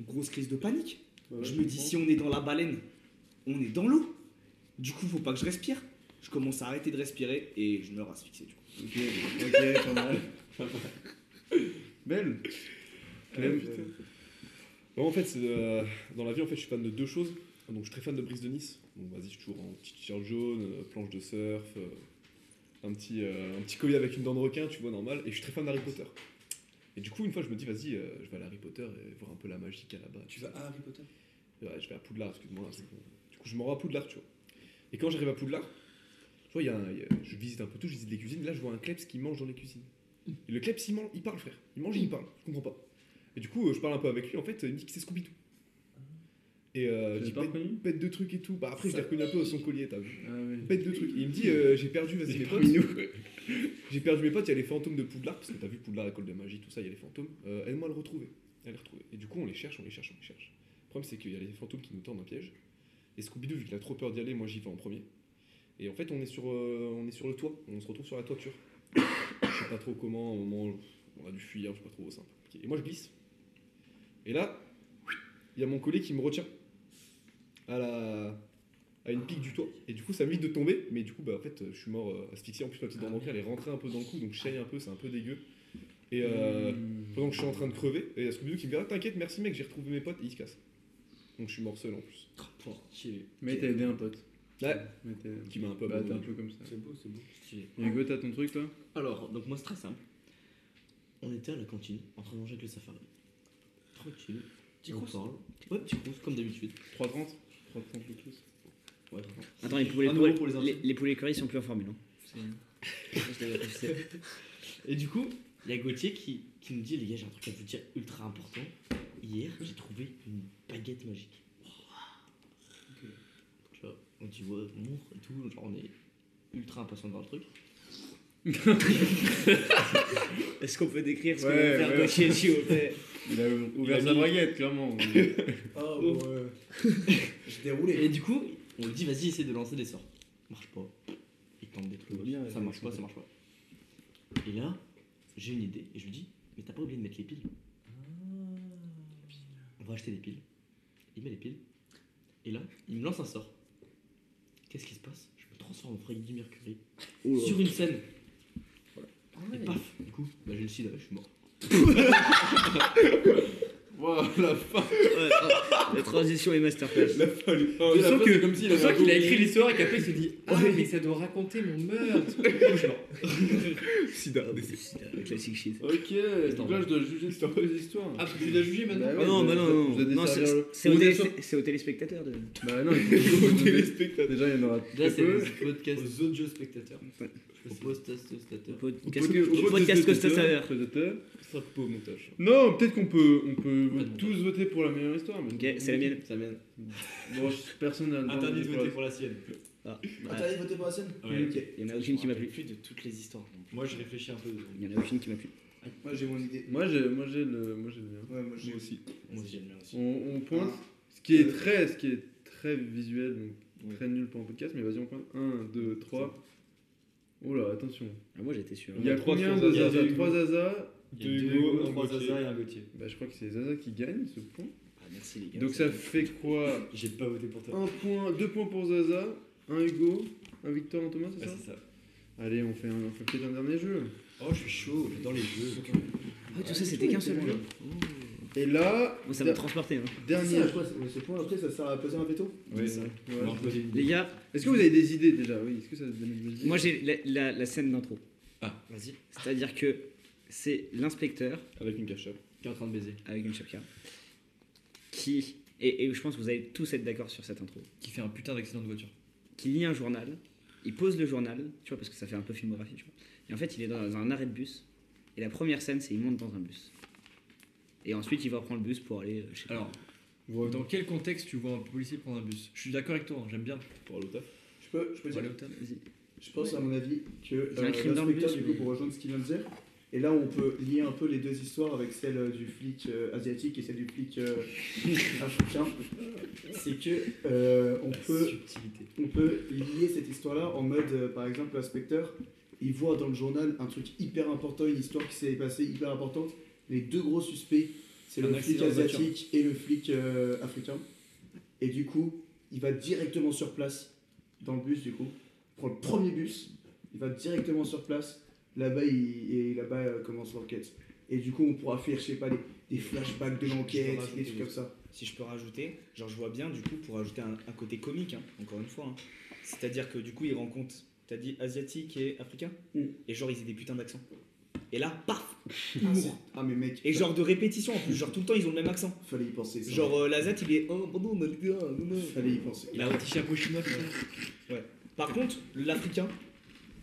grosse crise de panique. je me dis, si on est dans la baleine, on est dans l'eau. Du coup, faut pas que je respire. Je commence à arrêter de respirer et je meurs asphyxié. Du coup.
Ok, ok, pas mal. Belle. Euh, Clem.
Non, en fait, c'est, euh, dans la vie, en fait, je suis fan de deux choses. Donc, je suis très fan de Brise de Nice. Donc, vas-y, je suis toujours en petite t-shirt jaune, euh, planche de surf, euh, un, petit, euh, un petit collier avec une dent de requin, tu vois, normal. Et je suis très fan d'Harry Potter. Et du coup, une fois, je me dis, vas-y, euh, je vais aller à Harry Potter et voir un peu la magie qu'il y a là-bas.
Tu vas à Harry Potter
Ouais, je vais à Poudlard, excuse-moi. c'est bon. Du coup, je m'en rends à Poudlard, tu vois. Et quand j'arrive à Poudlard, tu vois, il y a un- il y a- je visite un peu tout, je visite les cuisines. Là, je vois un kleps qui mange dans les cuisines. Et le kleps, il, mange, il parle, frère. Il mange et il parle. Je comprends pas. Et du coup, euh, je parle un peu avec lui. En fait, il me dit que c'est Scooby-Doo. Et euh,
Tu
je
l'as
dis,
pas
pète,
reconnu
pète de trucs et tout. Bah, après, je l'ai reconnu un peu à son collier, t'as vu.
Ah oui.
Pète de trucs. Et il me dit, euh, j'ai perdu, vas-y, mes potes. J'ai perdu mes potes, il y a les fantômes de Poudlard, parce que t'as vu Poudlard, l'école de magie, tout ça, il y a les fantômes. Euh, Aide-moi à le retrouver. À les retrouver. Et du coup, on les cherche, on les cherche, on les cherche. Le problème, c'est qu'il y a les fantômes qui nous tendent un piège. Et Scooby-Doo, vu qu'il a trop peur d'y aller, moi j'y vais en premier. Et en fait, on est, sur, euh, on est sur le toit, on se retrouve sur la toiture. je sais pas trop comment, au moment, on a dû fuir, je sais pas trop, c'est un peu compliqué. Et moi, je glisse. Et là, il y a mon collier qui me retient à la. À une pique du toit, et du coup ça m'évite de tomber, mais du coup, bah en fait, je suis mort euh, asphyxié. En plus, ma petite dent bancaire elle est rentrée un peu dans le cou, donc je chaille un peu, c'est un peu dégueu. Et euh, pendant que je suis en train de crever, et il y a Scooby-Doo qui me dit Ah, T'inquiète, merci mec, j'ai retrouvé mes potes, et il se casse. Donc je suis mort seul en plus.
Oh,
Mais t'as aidé un pote.
Ouais.
Mais t'as-
Qui m'a un peu
Bah, t'es un
abandonné.
peu comme ça.
beau, c'est beau.
Hugo, t'as ton truc, toi
Alors, donc moi c'est très simple. On était à la cantine, en train de manger avec le safari. Tranquille. Petit on parle. Ouais, petit croûte, comme d'habitude.
3,30 3,30 le plus.
Ouais,
Attends, les poulets,
Un euro
curry-
pour les intimes.
les, les poulets curry sont plus en formule. hein. Je l'avais précisé.
Et du coup, il y a Gauthier qui, qui nous dit les gars, j'ai un truc à vous dire ultra important. Hier, j'ai trouvé une baguette magique. Donc là, on dit ouais, amour et tout, genre on est ultra impatient dans le truc.
Est-ce qu'on peut décrire ce que
Ouais,
va faire
ouais.
Gauthier s'il vous plaît
Il a ouvert sa braguette, clairement.
Oh, bon, euh, j'ai déroulé.
Et du coup, on lui dit vas-y, essaie de lancer des sorts. Marche pas. Il tente des trucs. ça marche pas, ça marche pas. Et là, j'ai une idée. Et je lui dis, mais t'as pas oublié de mettre les piles
Ah.
va acheter des piles. Il met les piles. Et là, il me lance un sort. Qu'est-ce qui se passe Je me transforme en Freddy Mercury.
Oh
Sur une scène. Voilà. Et paf, du coup, bah, j'ai le sida, je suis mort.
Waouh, la fin
La transition est masterclass.
La fin du-
Je
la
sens
fin,
que-
c'est comme s'il
je sens
avait
qu'il a
un
écrit l'histoire et qu'après il se dit Ah, mais ça doit raconter mon meurtre Je m'en-
sida.
Ah, putain, le classic shit.
Ok, donc là je dois juger cette mauvaise histoire.
Ah, tu l'as jugé maintenant
Bah
Bah
ouais,
non,
vous
bah
êtes-
non,
vous
non,
êtes des
non, c'est-
sérieux.
c'est
Vous
au
êtes
télé-
sûr-
c'est- c'est aux téléspectateurs de.
Bah non, il faut
Aux téléspectateurs.
Déjà, il y en aura
Là,
très
c'est
peu.
le podcast
Aux autres jeux spectateurs.
au
Au
post-testateur.
podcast- au Podcast Costa Saver.
Ça peut au montage.
Non, peut-être qu'on peut, on peut tous voter pour la meilleure histoire. mais-
Ok, c'est la mienne.
Ça mène.
Bon, je- personne n'a le droit de
Interdit de
voter
voter
pour
pour la sienne.
Ah, bah,
Attendez, votez pour la scène
Ouais.
Il y en a aucune qui m'a plu.
de toutes les histoires.
Moi, je réfléchis un peu.
Il y en a aucune qui m'a plu.
Moi j'ai mon idée.
la- Moi, j'ai, moi, j'ai le, moi, j'ai le mien.
Ouais, moi j'ai aussi.
Moi aussi, j'aime bien aussi.
On, on pointe, ce qui est très, ce qui est très visuel, donc très nul pour un podcast, mais vas-y, on pointe. 1, 2, 3. Oh là, attention.
Ah, moi j'étais sûr.
Il y a
trois
combien
sur
de
Zaza.
Zaza 3 Zaza.
Il y a deux
Hugo,
Hugo,
un
trois
Gauthier.
Zaza et un Gauthier.
Bah, je crois que c'est Zaza qui gagne ce point.
Ah, merci les gars.
Donc ça fait quoi
J'ai pas voté pour toi.
Un point, deux points pour Zaza, un Hugo, un Victor, un Thomas, c'est
Ouais,
Ah,
ça
c'est ça.
Allez, on fait, un- on fait peut-être un dernier jeu.
Oh, je suis chaud dans les jeux.
Ah, tout ça c'était qu'un seul jeu.
Et là,
Bon, Ça m'a transporté. hein.
dernier.
ce point après ça sert à poser un veto
Ouais, ça.
Ouais.
On va reposer une
Les gars,
Est-ce que vous avez des idées déjà Oui, est-ce que ça vous donne des idées
moi j'ai la, la- la scène d'intro.
Ah,
vas-y. C'est-à-dire que c'est l'inspecteur
Avec une cache-up.
qui est en train de baiser.
avec une chapka qui, et, et je pense que vous allez tous être d'accord sur cette intro,
Qui fait un putain d'accident de voiture.
qui lit un journal, il pose le journal, tu vois, parce que ça fait un peu filmographie, tu vois. Et en fait, il est dans un arrêt de bus, et la première scène, c'est il monte dans un bus. Et ensuite, il va prendre le bus pour aller, euh, je sais pas.
Alors,
Ouais.
dans quel contexte tu vois un policier prendre un bus Je suis d'accord avec toi, hein, j'aime bien.
Pour aller au taf.
Je peux, je
Pour
peux dire
aller au taf.
Vas-y.
Je pense à mon avis que
y a un
euh,
crime dans le
l'inspecteur
bus,
du coup
mais-
pour rejoindre ce qu'il vient de dire. Et là on peut lier un peu les deux histoires avec celle euh, du flic euh, asiatique et celle du flic euh, africain. C'est que euh, on peut
Subtilité.
on peut lier cette histoire-là en mode, euh, par exemple, l'inspecteur, il voit dans le journal un truc hyper important, une histoire qui s'est passée hyper importante. Les deux gros suspects, c'est
Un
le flic
accident de voiture.
asiatique et le flic euh, africain. Et du coup, il va directement sur place, dans le bus du coup. Il prend le premier bus, il va directement sur place. Là-bas, il, et là-bas euh, commence l'enquête. Et du coup, on pourra faire, je sais pas, des, des flashbacks de
Je peux
l'enquête,
rajouter
des trucs
des-
comme ça.
Si je peux rajouter, genre je vois bien du coup pour rajouter un, un côté comique, hein, encore une fois. hein. C'est-à-dire que du coup ils rencontrent, t'as dit asiatique et africain
Mm.
Et genre ils ont des putains d'accents. Et là, paf
Ah,
Humour.
c'est- ah mais mec,
Et genre de répétition en plus, genre tout le temps ils ont le même accent.
fallait y penser. ça.
Genre euh, l'Azat il est. Oh, bon, bon, bon, bon, bon.
fallait y penser.
Il a un petit chapeau chinois. Ouais. Par contre, l'Africain,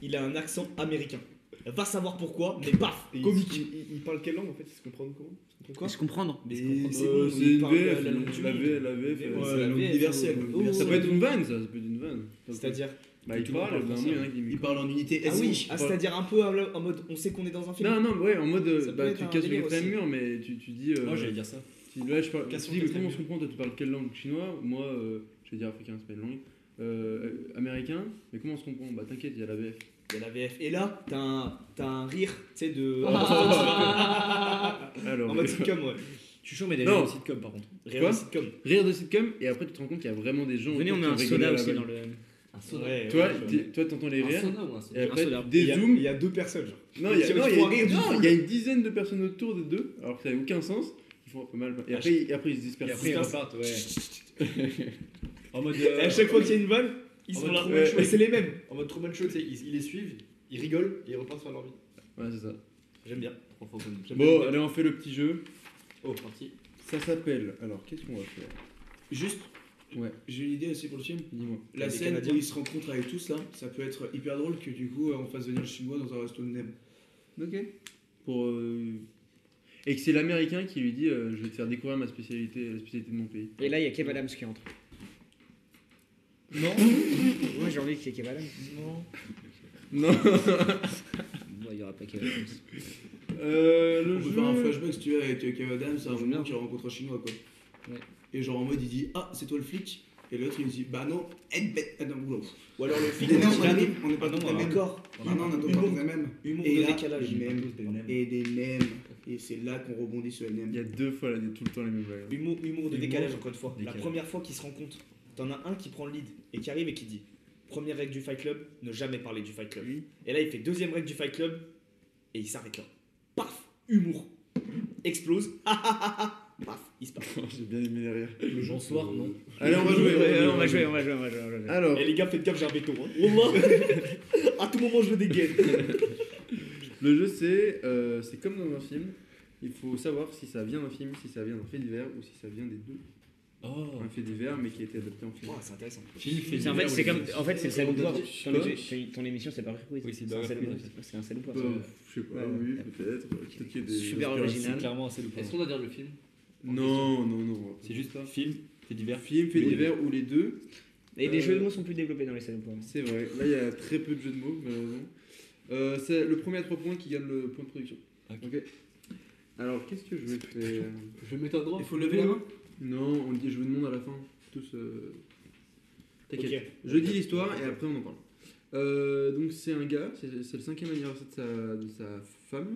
il a un accent américain. Va savoir pourquoi, mais paf,
Et
comique.
Il, il- il parle quelle langue en fait Ils se comprennent comment Ils se comprennent
Quoi se comprendre.
Mais
Euh,
bon,
c'est
il
une
parle
VF,
la langue du
la,
monde.
V- la VF.
Ouais,
euh,
c'est
c'est
la
la langue
VF,
universelle.
ouais.
Ça
Oh.
peut être une vanne, ça, ça peut être une vanne.
C'est-à-dire,
Bah, il
tout le monde
parle, ben
parle français.
oui, il y en a qui
Il parle en unité.
ah oui,
SVJ.
ah, c'est-à-dire un peu en en mode on sait qu'on est dans un film.
Non, non, ouais, en mode, euh,
Ça peut
bah,
être
tu
un
casses le
délire
quatrième
aussi.
mur, mais tu, tu dis. euh,
Moi, j'allais dire ça.
tu- là, je parle. Tu
Cassons
dis,
le
mais comment on
quatrième mur.
se comprend Toi, tu parles quelle langue Chinois Moi, euh, je vais dire africain, c'est pas une langue. Euh, euh, américain, mais comment on se comprend Bah, t'inquiète, il y a la VF.
Il y a la VF. Et là, t'as un, t'as un rire, tu sais, de.
Alors,
en mode sitcom, ouais.
Je suis chaud, mais des
Non.
réels sitcom par contre.
Rire
Quoi
de sitcom.
rire de sitcom, et après, tu te rends compte qu'il y a vraiment des gens.
Venez, on met un
qui rigolent à
soda
la
aussi
vanne.
dans le.
Un sauna.
Ouais,
Toi,
ouais,
t'es- toi, t'entends les
Un
rires,
sauna ou un
et
sauna
après,
soda.
Il y a-
dézooms,
Il y a deux personnes, genre.
Non, il y, a-
Qui
non,
arrivent
il y a-
pour rire du
non,
fou.
il y a une dizaine de personnes autour des deux, alors que ça n'avait aucun sens. Ils font pas mal. Et après, ils- et après ils se dispersent.
Et après, ils
Ils se
repartent, ouais. En mode.
Et
euh,
à chaque fois qu'il y a une balle, ils
En
sont
mode
là.
Truman
Ouais.
Show.
Et c'est les mêmes.
En mode Truman Show, tu sais, ils, ils les suivent, ils rigolent et ils repartent sur leur vie.
dispersent. Ouais, c'est ça.
J'aime bien.
Trois fois comme ça.
Bon, euh, allez, on fait le petit jeu.
Oh, parti.
Ça s'appelle. Alors, qu'est-ce qu'on va faire
Juste,
Ouais.
j'ai une idée aussi pour le film.
Dis-moi.
La
Avec les
scène
Canadiens.
où ils se rencontrent avec tous là, ça peut être hyper drôle que du coup euh, on fasse venir le chinois dans un resto de nem.
Ok. Pour. euh, Et que c'est l'américain qui lui dit euh, Je vais te faire découvrir ma spécialité, la spécialité de mon pays.
Et là, il y a Kev Adams qui entre.
Non,
Moi, j'ai envie qu'il y ait Kev Adams.
non.
Non
Moi, il y aura pas Kev Adams.
euh,
On
Le
peut
jeu.
faire un flashback si tu veux avec euh, Kev Adams, c'est un
bien.
moment qui rencontre un chinois quoi.
Ouais.
Et genre en mode il dit Ah, c'est toi le flic Et l'autre, il me dit, bah non, être bête. Ah non, oula. Ou alors le flic, on est même, on n'est pas
Ah non,
dans
on
le
a
même
un-
corps.
on a
Non, non,
un
on est
humour-
pas dans le même.
humour
Et
de
là,
décalage.
des mèmes,
On aime.
Et des mèmes. Et c'est là qu'on rebondit sur les mèmes.
Il y a deux fois, là, il y a tout le temps les mêmes blagues.
Humour, humour de
Humour,
décalage, encore une fois.
décalage.
La première fois qu'ils se rencontrent, t'en as un qui prend le lead et qui arrive et qui dit Première règle du Fight Club, ne jamais parler du Fight Club. Et là, il fait deuxième règle du Fight Club et il s'arrête là. Paf Humour Explose Ah, Paf Il se passe.
J'ai bien aimé les rires.
Le bonsoir, non.
Allez, on va jouer.
Ouais, on va jouer, on va jouer, on va jouer. on va jouer.
Alors,
Et Eh, les gars, faites gaffe, j'ai un veto. Hein. Wallah. à tout moment, je le dégaine.
le jeu, c'est euh, c'est comme dans un film. Il faut savoir si ça vient d'un film, si ça vient d'un fait divers ou si ça vient des deux.
Oh.
Un fait divers, mais qui a été adapté en film.
Oh, c'est intéressant.
C'est- En fait, c'est comme, en fait, c'est le salon de
Je sais pas.
Ton émission, c'est pas reprise.
Oui, c'est
un
pas
salon
reprise.
de- C'est un salon de
Bah, je sais pas, oui, peut-être. Peut-être qu'il y a des
Super
inspirations.
original.
clairement assez loupé.
Est-ce qu'on doit dire le film
Non, non, non.
C'est juste film, fait divers.
Film, fait
Oui.
divers ou les deux.
Et les
Euh,
jeux de mots sont plus développés dans les hein. salons de points.
C'est vrai, là il y a très peu de jeux de mots, malheureusement. Euh, c'est le premier à 3 points qui gagne le point de production.
Ok.
Ok. Alors qu'est-ce que je vais faire
Je vais mettre un droit.
Il faut lever la main
Non, on le dit, je vous demande à la fin. Tous. euh, T'inquiète.
Ok.
Je dis l'histoire et après on en parle. Euh, donc c'est un gars, c'est c'est le cinquième anniversaire de sa, de sa femme.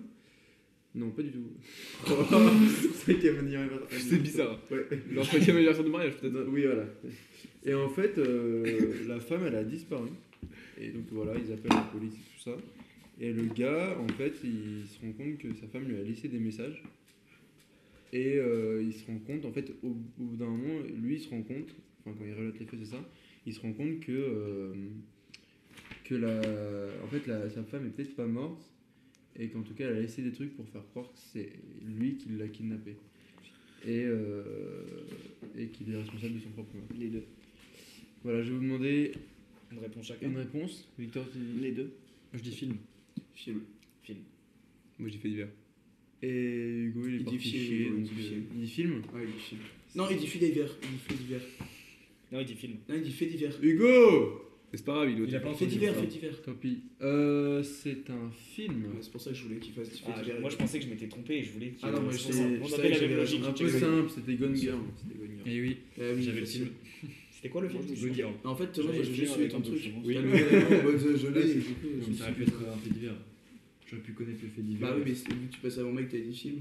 Non, pas du tout. cinquième anniversaire.
C'est bizarre.
Ouais.
Leur cinquième anniversaire de mariage, peut-être.
Oui, voilà. Et en fait, euh, la femme, elle a disparu. Et donc voilà, ils appellent la police et tout ça. Et le gars, en fait, il se rend compte que sa femme lui a laissé des messages. Et euh, il se rend compte, en fait, au, au bout d'un moment, lui, il se rend compte, enfin, quand il relate les faits, c'est ça, il se rend compte que, euh, que la, en fait, la, sa femme est peut-être pas morte. Et qu'en tout cas, elle a laissé des trucs pour faire croire que c'est lui qui l'a kidnappée. Et, euh, et qu'il est responsable de son propre meurtre.
Les deux.
Voilà, je vais vous demander
On répond chacun.
une réponse. Victor, tu-
Les deux.
Je dis film.
Film.
Moi, j'ai fait divers.
et Hugo, il est
Il dit
parti
film,
chier,
Hugo, il
donc,
dit
euh,
film.
il dit film.
Ouais, il dit film. Non, il dit fait divers. Il dit fait divers.
Non, il dit film.
Non, il dit fait divers.
Hugo
Mais c'est pas grave, il est au
Il a pas
Fait
entendu.
divers, fait divers.
Tant pis. Euh, c'est un film.
Ouais, C'est pour ça que je voulais qu'il fasse fait
Ah,
divers.
moi, je pensais que je m'étais trompé et je voulais qu'il.
Ah non, moi,
c'est
je
pour
sais-
ça.
je
On
savais
avait
que
la même
j'avais
logique.
raison.
Un peu
Check.
simple, c'était Gone Girl. C'était Gone Girl.
Et Eh oui,
Ah oui,
j'avais le
bien
film.
C'était quoi le film
sûr. En fait, moi, j'ai
J'avais
juste
fait
lu ton
avec un
truc.
document.
Oui, je je l'ai.
Ouais,
du coup, je me
ça aurait pu
suis-
être un fait divers. J'aurais pu connaître le fait divers.
Bah oui, mais c'est- vu que tu passes avant mec, t'as dit film.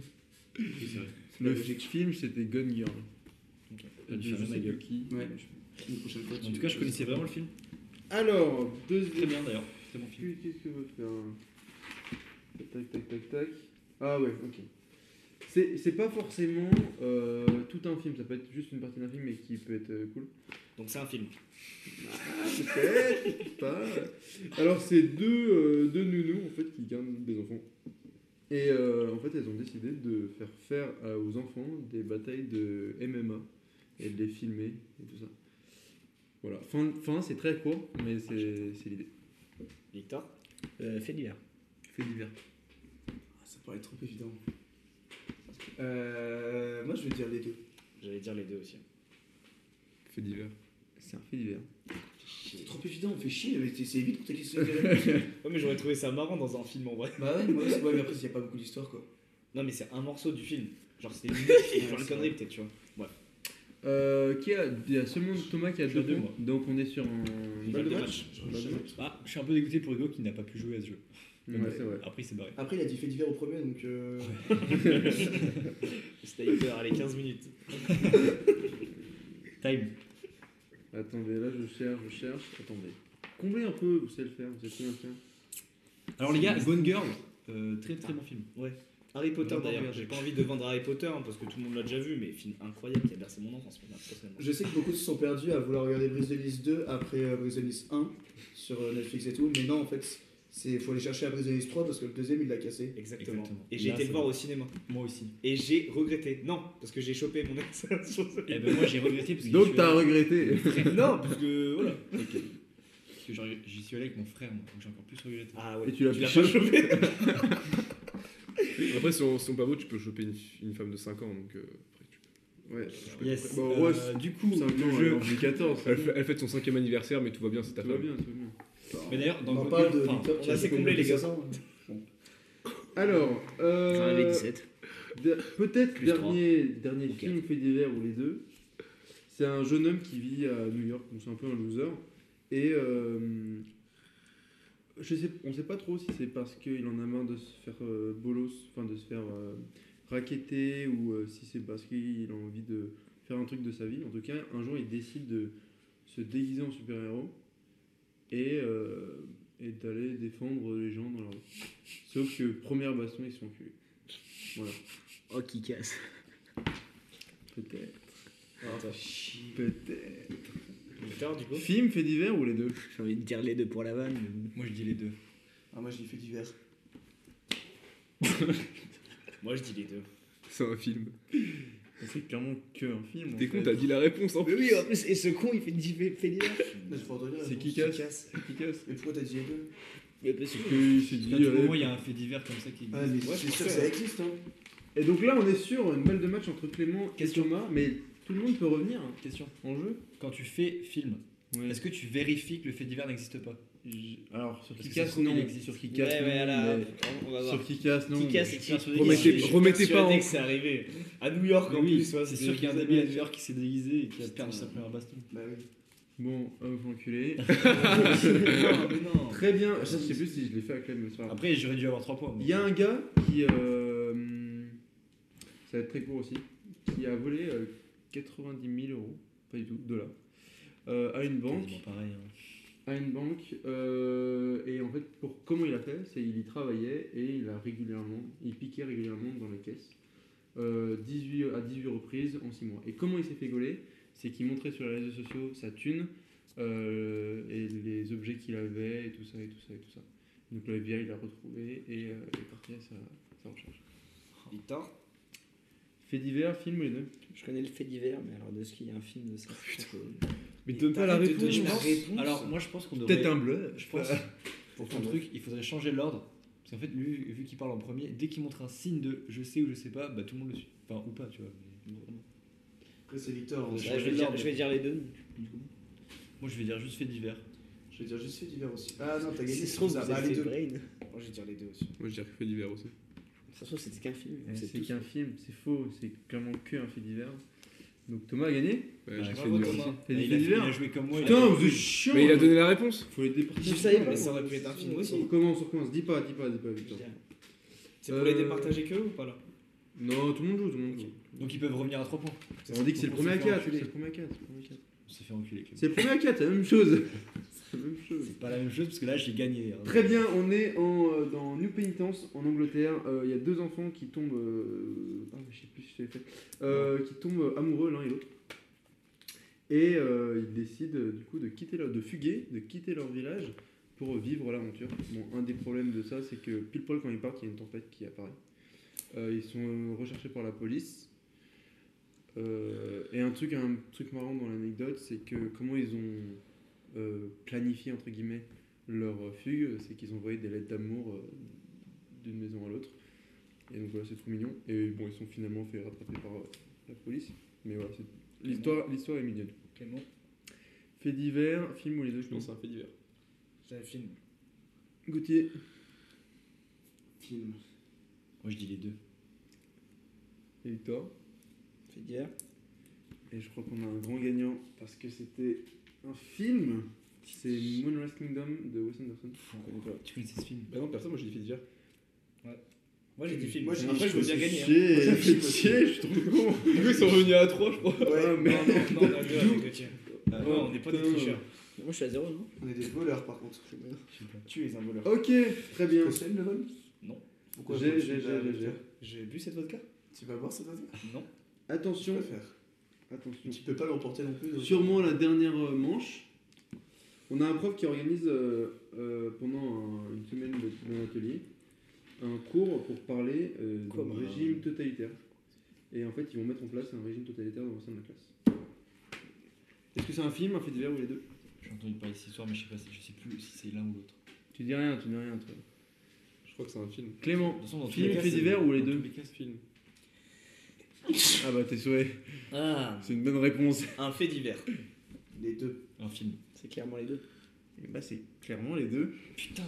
Oui, c'est vrai.
Le film, c'était Gone Girl.
Ah, du
Je
film,
sais
ma
plus
gueule.
qui.
Ouais. Une prochaine fois.
En tout cas, je connaissais vraiment le film.
Alors,
Très
deuxième.
bien d'ailleurs. C'est mon film.
Qu'est-ce que je veux faire Tac, tac, tac, tac. Ah ouais, ok. C'est c'est pas forcément euh, tout un film, ça peut être juste une partie d'un film, mais qui peut être euh, cool.
Donc, c'est un film.
Peut-être pas. Alors, c'est deux, euh, deux nounous en fait qui gardent des enfants. Et euh, en fait, elles ont décidé de faire faire à- aux enfants des batailles de MMA et de les filmer et tout ça. Voilà. Fin, fin c'est très court, mais c'est c'est l'idée.
Victor
Euh, Fait divers.
Fait divers.
Ah, Ça paraît trop évident. Euh, moi, je vais dire les deux.
J'allais dire les deux aussi.
Fait divers.
C'est un fait divers.
C'est trop évident, on fait chier, mais c'est c'est vite pour tes questions.
Ouais, mais j'aurais trouvé ça marrant dans un film en vrai.
bah ouais, moi, c'est- ouais, mais après, il n'y a pas beaucoup d'histoire quoi.
Non, mais c'est un morceau du film. Genre, c'était une genre une connerie peut-être, tu vois.
Euh, qui a, il y a seulement Thomas qui a
Je suis
deux
à deux,
points.
moi.
Donc on est sur un.
Balle de
Ouais,
match.
Ah, je suis un peu dégoûté pour Hugo qui n'a pas pu jouer à ce jeu.
c'est vrai.
Après, il s'est barré.
Après, il a dit fait divers au premier, donc. Euh...
Sniper, allez, 15 minutes.
Time.
Attendez, là je cherche, je cherche. Attendez. Comblez un peu, vous savez le faire, vous savez très bien le faire.
Alors, les gars, Gone Girl, euh, très très bon film.
Harry Potter
Vraiment bien.
d'ailleurs, j'ai pas envie de vendre Harry Potter hein, parce que tout le monde l'a déjà vu, mais film incroyable qui a bercé mon enfance pour moi, personnellement.
Je sais que beaucoup se sont perdus à vouloir regarder Brise de Nice 2 après euh, Brise de Nice 1 sur euh, Netflix et tout, mais non, en fait, il faut aller chercher à Brise de Nice 3 parce que le deuxième, il l'a cassé.
Exactement.
Exactement.
Et j'ai
Là,
été le
c'est
voir
bon.
au cinéma.
Moi aussi.
Et j'ai regretté. Non, parce que j'ai chopé mon ex. sur ce-
Eh ben, moi, j'ai regretté parce que. j'y
Donc
suis
t'as
allé-
regretté.
non, parce que voilà.
Parce que j'aurais- j'y suis allé avec mon frère, moi. Donc, j'ai encore plus regretté.
Ah ouais.
Et tu l'as
pas
piché
chopé.
Après, si on, si on pas beau, tu peux choper une, une femme de 5 ans, donc euh, après, tu peux-
Ouais.
Yes.
Bon, Bah, ouais,
Euh, du coup,
C'est un
le
jeu.
jeu.
en 2014.
Elle, fait- elle fête son cinquième anniversaire, mais tout va bien, c'est ta
Tout va
femme.
bien, tout va bien.
Mais d'ailleurs, dans
On
Gone
parle
Girl,
de
enfin,
Victor
on a assez comblé, les gars.
Alors,
Enfin, avec
euh,
17.
de- peut-être
Plus trois.
dernier, dernier
Ou
film fait divers ou les deux. C'est un jeune homme qui vit à New York, donc c'est un peu un loser. Et euh, je sais, on sait pas trop si c'est parce qu'il en a marre de se faire euh, bolos, enfin de se faire euh, racketter, ou euh, si c'est parce qu'il a envie de faire un truc de sa vie. En tout cas, un jour, il décide de se déguiser en super-héros et, euh, et d'aller défendre les gens dans la rue. Sauf que première baston, ils se font enculer. Voilà.
Oh, qui casse.
Peut-être.
Ah,
Peut-être.
Victor, du coup
Film, fait divers ou les deux
J'ai envie de dire les deux pour la vanne. mais
Moi je dis les deux.
Ah, moi, je l'ai fait divers.
Moi, je dis les deux.
C'est un film.
C'est clairement qu'un film. en
T'es con,
fait.
t'as dit la réponse en
bon. Mais
plus.
oui, en plus, et ce con, il fait du fédéral.
Là, je peux redonner la
Ah, C'est
réponse.
qui casse C'est qui casse
Mais pourquoi t'as dit les deux
Il s'est dit,
Là, du
allez,
moment, il y a un fait divers comme ça qui.
Ah, mais
Ouais,
c'est
pour
sûr
ça.
que ça existe, hein.
Et donc là, on est sur une balle de match entre Clément et
Question.
Thomas, mais tout le monde peut revenir hein,
Question.
en jeu.
Quand tu fais film,
Ouais.
est-ce que tu vérifies que le fait divers n'existe pas
J- Alors, sur
Parce
qui
que ça se
casse,
trouve,
non.
il existe.
Sur qui casse,
ouais,
non.
ouais, là,
euh,
mais-
on va voir.
Sur qui casse, non.
Qui casse
mais-
et qui casse
Remettez-
Je suis
remettez pas
persuadé
en-
que c'est arrivé. À New York en
Oui,
plus, ouais,
c'est sûr qu'il y a un
des
ami à New York qui s'est déguisé et qui a
Ah, Putain.
perdu sa première baston.
Bah oui.
Bon, ah, vous enculé.
Ah,
non, mais non.
Très bien. Je sais plus si je l'ai fait avec Clem, mais c'est pas grave.
Après, j'aurais dû avoir 3 points. mais-
Il y a un gars qui. euh, ça va être très court aussi. Qui a volé euh, 90 000 euros, pas du tout, dollars, euh, à une banque.
Quasiment pareil. hein.
à une banque euh, et en fait pour comment il a fait c'est il y travaillait et il a régulièrement il piquait régulièrement dans les caisses euh, 18 à 18 reprises en 6 mois et comment il s'est fait gauler c'est qu'il montrait sur les réseaux sociaux sa thune euh, et les objets qu'il avait et tout ça et tout ça et tout ça donc le FBI l'a retrouvé et euh, il est parti à sa, sa recherche
Victor
fait divers film ou les deux
Je connais le fait divers, mais alors de ce qu'il y a un film de
Oh,
ça. je pense que-
mais donne pas la
t'arrêtes de
réponse
donner la
peut-être
réponse.
Alors, moi, je pense qu'on devrait.
un bleu
Je pense, pour ton truc, il faudrait changer l'ordre. Parce qu'en fait, lui, vu qu'il parle en premier, dès qu'il montre un signe de je sais ou je sais pas, bah tout le monde le suit. Enfin, ou pas, tu vois. mais-
Après, c'est Victor. hein.
Ouais,
Ouais, je, vais dire, je vais dire les deux.
Moi, je vais dire juste fait divers.
Je vais dire juste fait divers aussi. Ah non, t'as gagné.
Si ça se trouve,
Ah,
vous
bah,
avez
les
fait
deux.
Brain.
Moi, je vais dire les deux aussi.
Moi je dirais fait divers aussi.
Ça se trouve, c'était qu'un film.
Eh,
C'est
C'est
tout.
qu'un film, c'est faux, c'est clairement qu'un fait divers. Donc Thomas a gagné
Ouais, j'ai
Bah,
fait
bravo,
divers.
Thomas.
T'as
Ah, il,
dit fait
a fait-
divers
il a joué comme moi. il a
Putain,
fait-
vous êtes chiant
Mais il a donné la réponse.
Faut les départager.
Je savais pas.
Mais ça aurait pu être un film
On
aussi.
recommence, on recommence. Dis pas, dis pas, dis pas, Victor.
C'est pour les
Euh,
départager que eux ou pas là
Non, tout le monde joue, tout le monde joue.
Donc ils peuvent revenir à 3 points.
On dit que c'est le
on
premier
s'est fait
à 4. C'est
enculer.
le premier à 4.
On s'est fait enculer. Clément.
C'est le premier à 4, c'est la même chose. C'est la même chose.
C'est pas la même chose parce que là, j'ai gagné. hein.
Très bien, on est en, euh, dans New Penitence en Angleterre. Euh, Il y a deux enfants qui tombent. euh, ah, je sais plus si je l'avais fait. Euh, qui tombent amoureux l'un et l'autre. Et euh, ils décident euh, du coup de quitter leur, de fuguer, de quitter leur village pour vivre l'aventure. Bon, un des problèmes de ça, c'est que pile poil quand ils partent, il y a une tempête qui apparaît. Euh, ils sont euh, recherchés par la police. Euh, et un truc, un truc marrant dans l'anecdote, c'est que comment ils ont euh, planifié entre guillemets leur euh, fugue, c'est qu'ils envoyaient des lettres d'amour euh, d'une maison à l'autre. Et donc voilà, c'est trop mignon. Et bon, ils sont finalement fait rattraper par euh, la police. Mais voilà, c'est- l'histoire, l'histoire est mignonne.
Clément.
Fait divers, film ou les deux, je
Non,
pense.
c'est un fait divers.
J'avais film.
Gauthier,
Film.
Moi, je dis les deux.
et Victor.
Fait divers.
Et je crois qu'on a un grand gagnant parce que c'était un film. C'est Moonrise Kingdom de Wes Anderson. Je connais pas.
Tu connais ce film
Bah non, personne, moi j'ai dit fait divers.
Moi, j'ai dit film.
Moi, j'ai dit
Après, je veux bien gagner. hein.
Chier, fais chier, je suis trop con.
Du coup, ils sont revenus à 3, je crois.
Ah,
Non,
merde.
non, non, on a deux avec le tien.
Ah,
Non, on n'est pas des
putain.
tricheurs.
Moi, je suis à zéro, non
On est des voleurs par contre.
Tu es un voleur.
Ok, très bien.
Tu aimes le vol
Non.
Pourquoi
J'ai-
faut que
j'ai-
tu vas-
j'ai- j'ai-
J'ai bu cette vodka
Tu vas boire cette année
Non.
Tu
Attention,
peux faire.
attention.
Tu peux pas l'emporter non plus. donc-
Sûrement la dernière euh, manche. On a un prof qui organise euh, euh, pendant un- une semaine de- d'un atelier un cours pour parler euh,
Comme
d'un
un-
régime totalitaire. Et en fait, ils vont mettre en place un régime totalitaire dans le sein de la classe. Est-ce que c'est un film, un fait divers ou les deux
J'ai entendu parler de cette histoire, mais je sais, pas, si- je sais plus si c'est l'un ou l'autre.
Tu dis rien, tu dis rien, toi.
Je crois que c'est un film.
Clément,
De toute façon, dans tous
film,
les cas,
fait
c'est-
divers ou les
dans
deux
tous cas, c'est film.
Ah bah, t'es souhait.
Ah,
C'est une bonne réponse.
un fait divers.
Les deux.
Un film.
C'est clairement les deux.
Et bah, c'est clairement les deux.
Putain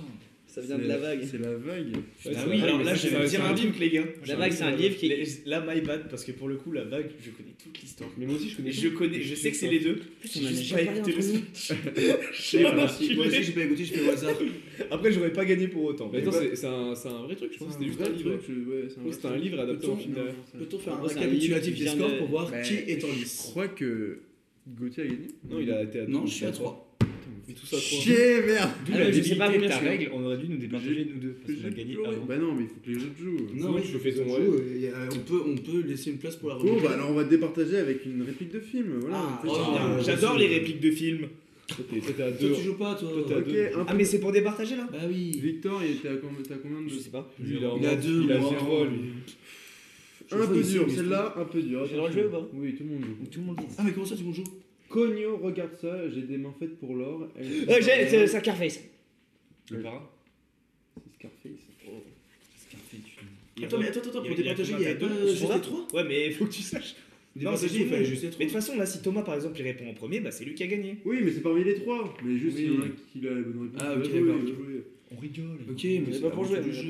Ça vient de la vague.
C'est la vague.
Ah oui, alors là, je vais dire un livre, les gars.
La vague, c'est un livre qui est.
Les- Là, my bad, parce que pour le coup, la vague, je connais toute l'histoire.
Mais moi aussi, je connais.
Je connais, je sais que c'est les deux. J'ai
en a
juste pas
jamais parlé
écouté le
entre
J'ai pas suivi.
Ah, Moi aussi, j'ai pas écouté, je fais au hasard.
Après, j'aurais pas gagné pour autant.
Mais attends, c'est c'est un, c'est un vrai truc, je pense que c'était juste un livre. Je pense que c'était un livre adapté en film d'ailleurs.
Peut-on faire un
Moi, c'est un livre
récapitulatif
qui
des
vient
scores
de-
pour voir
Bah,
qui est en
Je
lice
crois que Gauthier a gagné.
Non, il a été
Ah
à
Non, je suis à 3.
Mais tout ça,
Chier, merde
Ah ouais, je sais pas combien je suis.
on aurait dû nous départager nous deux, parce qu'on a gagné avant.
Oh,
Bah non, mais il faut que les autres jouent.
Non,
je fais ton
on
ouais.
joue, et, euh, on peut, on peut laisser une place pour la
Bon,
remontada.
bah alors on va départager avec une réplique de film. Voilà. On
oh,
Ah,
fait ça.
bien.
J'adore les répliques de films.
Toi, t'es- toi, t'es à
Toi,
2.
tu joues pas, toi.
t'es à
Ok,
deux.
un peu-
Ah, mais c'est pour départager là
Bah oui.
Victor, il était à combien, t'as combien de
Je sais pas. Lui,
Il a
en-
deux,
Il a
moi.
0, lui.
Un peu dur, celle-là, un peu dur.
J'ai le droit de jouer ou pas
Oui, tout le monde joue.
Tout le monde dit.
Ah, mais comment ça, tu m'en joues
Cogno, regarde ça, j'ai des mains faites pour l'or. Elles-
Euh, j'ai- c'est- c'est un Carface.
Le
parrain
C'est Scarface.
Attends,
Il
mais attends, attends,
y
Oh, pour
avait- il y
départager, il y a
avait combien,
deux.
t'as deux
C'était 3
Ouais, mais faut que tu saches. Non, c'est
Départager, il fallait juste les
Mais de
trois.
toute façon, là, si Thomas par exemple il répond en premier, bah c'est lui qui a gagné.
Oui, mais c'est parmi les trois. Mais juste,
Oui.
il y en a un qui a la bonne réponse.
Ah, ok,
il va
d'accord,
jouer, il
ok.
va jouer.
On rigole.
Ok, mais
c'est
c'est
pas pour jouer.
le
mais
jeu.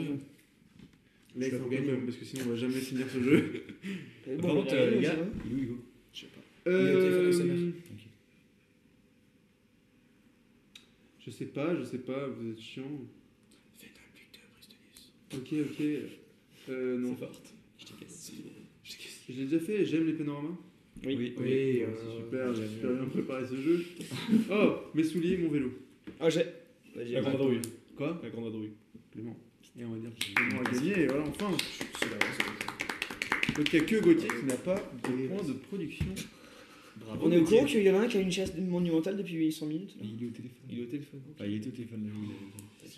bon.
Là, il faut gagner même, parce que sinon, on va jamais finir ce jeu.
bah,
Par contre, euh, les gars, il est où Hugo
téléphone avec sa
Euh...
mère.
Je sais pas, je sais pas, vous êtes chiant. Ok, ok. Euh, non.
Je te casse.
Je l'ai déjà fait, j'aime les panoramas.
Oui.
Oui,
euh,
c'est super, j'ai super bien préparé ce jeu. Oh, mes souliers, mon vélo.
Ah, j'ai.
La grande adrouille.
Quoi
La grande adrouille.
Clément. Et on va dire que Clément a gagné, et voilà, enfin. Donc il n'y a que Gauthier qui n'a pas de points de production.
Bravo.
On est au courant qu'il y en a un qui a une chasse monumentale depuis 800 minutes
Mais il est au téléphone.
Il est au téléphone.
Enfin, il était au téléphone là.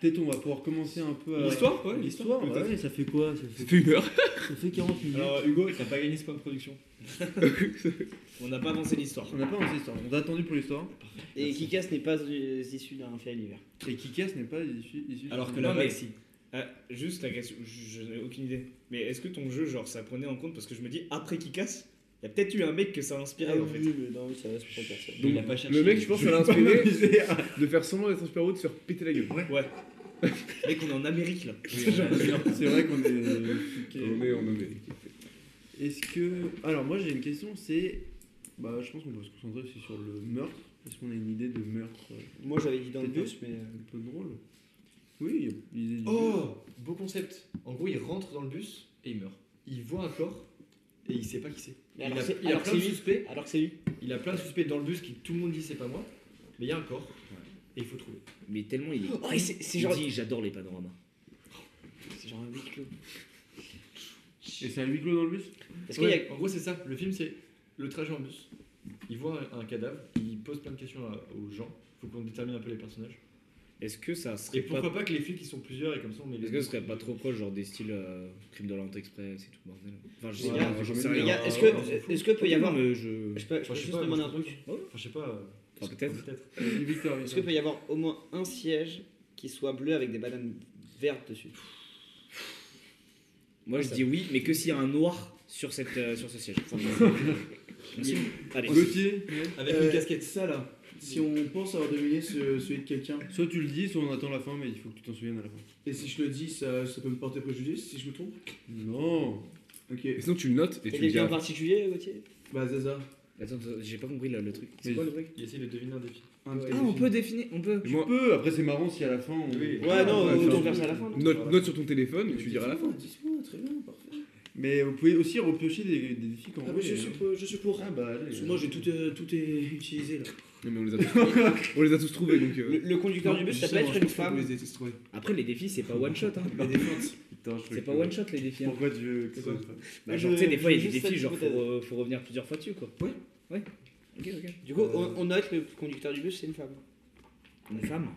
Peut-être on va pouvoir commencer un
Euh,
peu à.
L'histoire Ouais,
L'histoire, bah
peut-être.
ouais, ça fait quoi ça fait,
fait une heure.
ça fait 40 minutes.
Alors, euh, Hugo, t'as pas gagné ce point de production.
On n'a pas avancé l'histoire.
on n'a pas lancé l'histoire, on a attendu pour l'histoire.
et Kikas n'est pas euh, issu d'un fait à l'hiver.
Et Kikas n'est pas issu. issu
Alors que
la
la
vague,
vague, si.
Ah, juste la question, je, je n'ai aucune idée. Mais est-ce que ton jeu, genre, ça prenait en compte Parce que je me dis, après qui casse, il y a peut-être eu un mec que ça a inspiré Ah,
Ah
en fait.
non, oui, ça reste pour personne.
Il a pas cherché.
Le mec, je pense, ça l'a inspiré de faire semblant d'être un super de se faire péter la gueule.
Mec, on est en Amérique là.
C'est vrai qu'on est.
On est, on est.
Est-ce que. Alors, moi j'ai une question, c'est. Bah, je pense qu'on peut se concentrer aussi sur le meurtre. Est-ce qu'on a une idée de meurtre euh,
Moi j'avais dit dans le
Peut-être
bus, mais. euh,
un peu drôle Oui, il est.
Oh Beau concept. En gros, il rentre dans le bus,
Et il meurt.
il voit un corps et il sait pas qui c'est.
mais
Il
alors
a,
que c'est-
il a
alors que
plein de
c'est lui.
suspects.
Alors que c'est lui.
Il a plein de suspects dans le bus qui tout le monde dit c'est pas moi, mais il y a un corps et il faut trouver.
Mais tellement il est.
Oh, et c'est c'est
Il
genre.
dit j'adore les panoramas.
C'est genre un huis clos.
Et c'est un huis clos dans le bus
Est-ce qu'il y
Ouais, En gros, c'est ça. Le film, c'est le trajet en bus. Il voit un, un cadavre, il pose plein de questions à- aux gens. Faut qu'on détermine un peu les personnages.
Est-ce que ça serait
Et
pas.
pourquoi pas que les flics ils sont plusieurs et comme ça on met les.
Est-ce que ce serait pas trop proche, genre des styles euh, crime de l'Orient Express et tout bordel Enfin, je sais
Ouais,
pas,
ouais,
j'en
ouais,
sais
ouais.
rien.
a. Les gars,
euh,
est-ce
on s'en
que.
fout.
Est-ce que peut y avoir.
mais je.
Je peux, je peux
Enfin, je sais
juste
pas,
demander
moi,
un truc.
Enfin, je sais pas. euh,
Enfin, peut-être.
Peut-être.
Euh, Victor,
Est-ce que peut y avoir au moins un siège qui soit bleu avec des bananes vertes dessus
Moi, je dis oui, mais que s'il y a un noir sur, cette, euh, sur ce siège. On signe Allez.
Gauthier,
Avec
Euh,
une casquette.
Ça là, si on pense avoir deviné ce- celui de quelqu'un,
soit tu le dis, soit on attend la fin, mais il faut que tu t'en souviennes à la fin.
et si je le dis, ça, ça peut me porter préjudice si je me trompe
Non
Ok,
Et sinon, tu le notes
T'as
et tu le dis.
quelqu'un en
à-
particulier, Gauthier
bah Zaza,
Attends, attends, j'ai pas compris là, le truc.
Mais-
C'est quoi le truc
Il essaie de deviner un défi.
un petit
Ah, on peut définir, on peut.
Et moi,
Peu, après c'est marrant si à la fin on.
Oui.
Ah,
Ouais, non,
euh,
ouais,
autant
ça-
faire ça à la fin. non
note, note sur ton téléphone et tu diras à la fin.
Dis-moi, très bien, parfait.
Mais vous pouvez aussi repiocher des, des défis quand
Ah,
vous
bah, je,
voulez.
suis
hein.
pour, je suis pour.
Ah bah allez.
Parce que moi, j'ai tout, euh, tout est utilisé là.
Non, mais on les a tous, on les a tous trouvés donc.
Le,
euh,
le conducteur du bus, ça peut être une femme.
Après, les défis, c'est pas one shot. Hein.
Les défenses.
Putain, je
C'est
crois
pas
que-
one shot les défis. hein.
Pourquoi tu veux que
C'est
ça
quoi
soit-
Bah,
Moi,
genre,
je-
tu sais, des fois, il y
je
a des
juste
défis,
cette
genre, faut,
hypothèse.
re- faut revenir plusieurs fois dessus, quoi.
Ouais.
Ouais. Ok, ok.
Du
Euh.
coup, on, on note le conducteur du bus, c'est une femme.
Une femme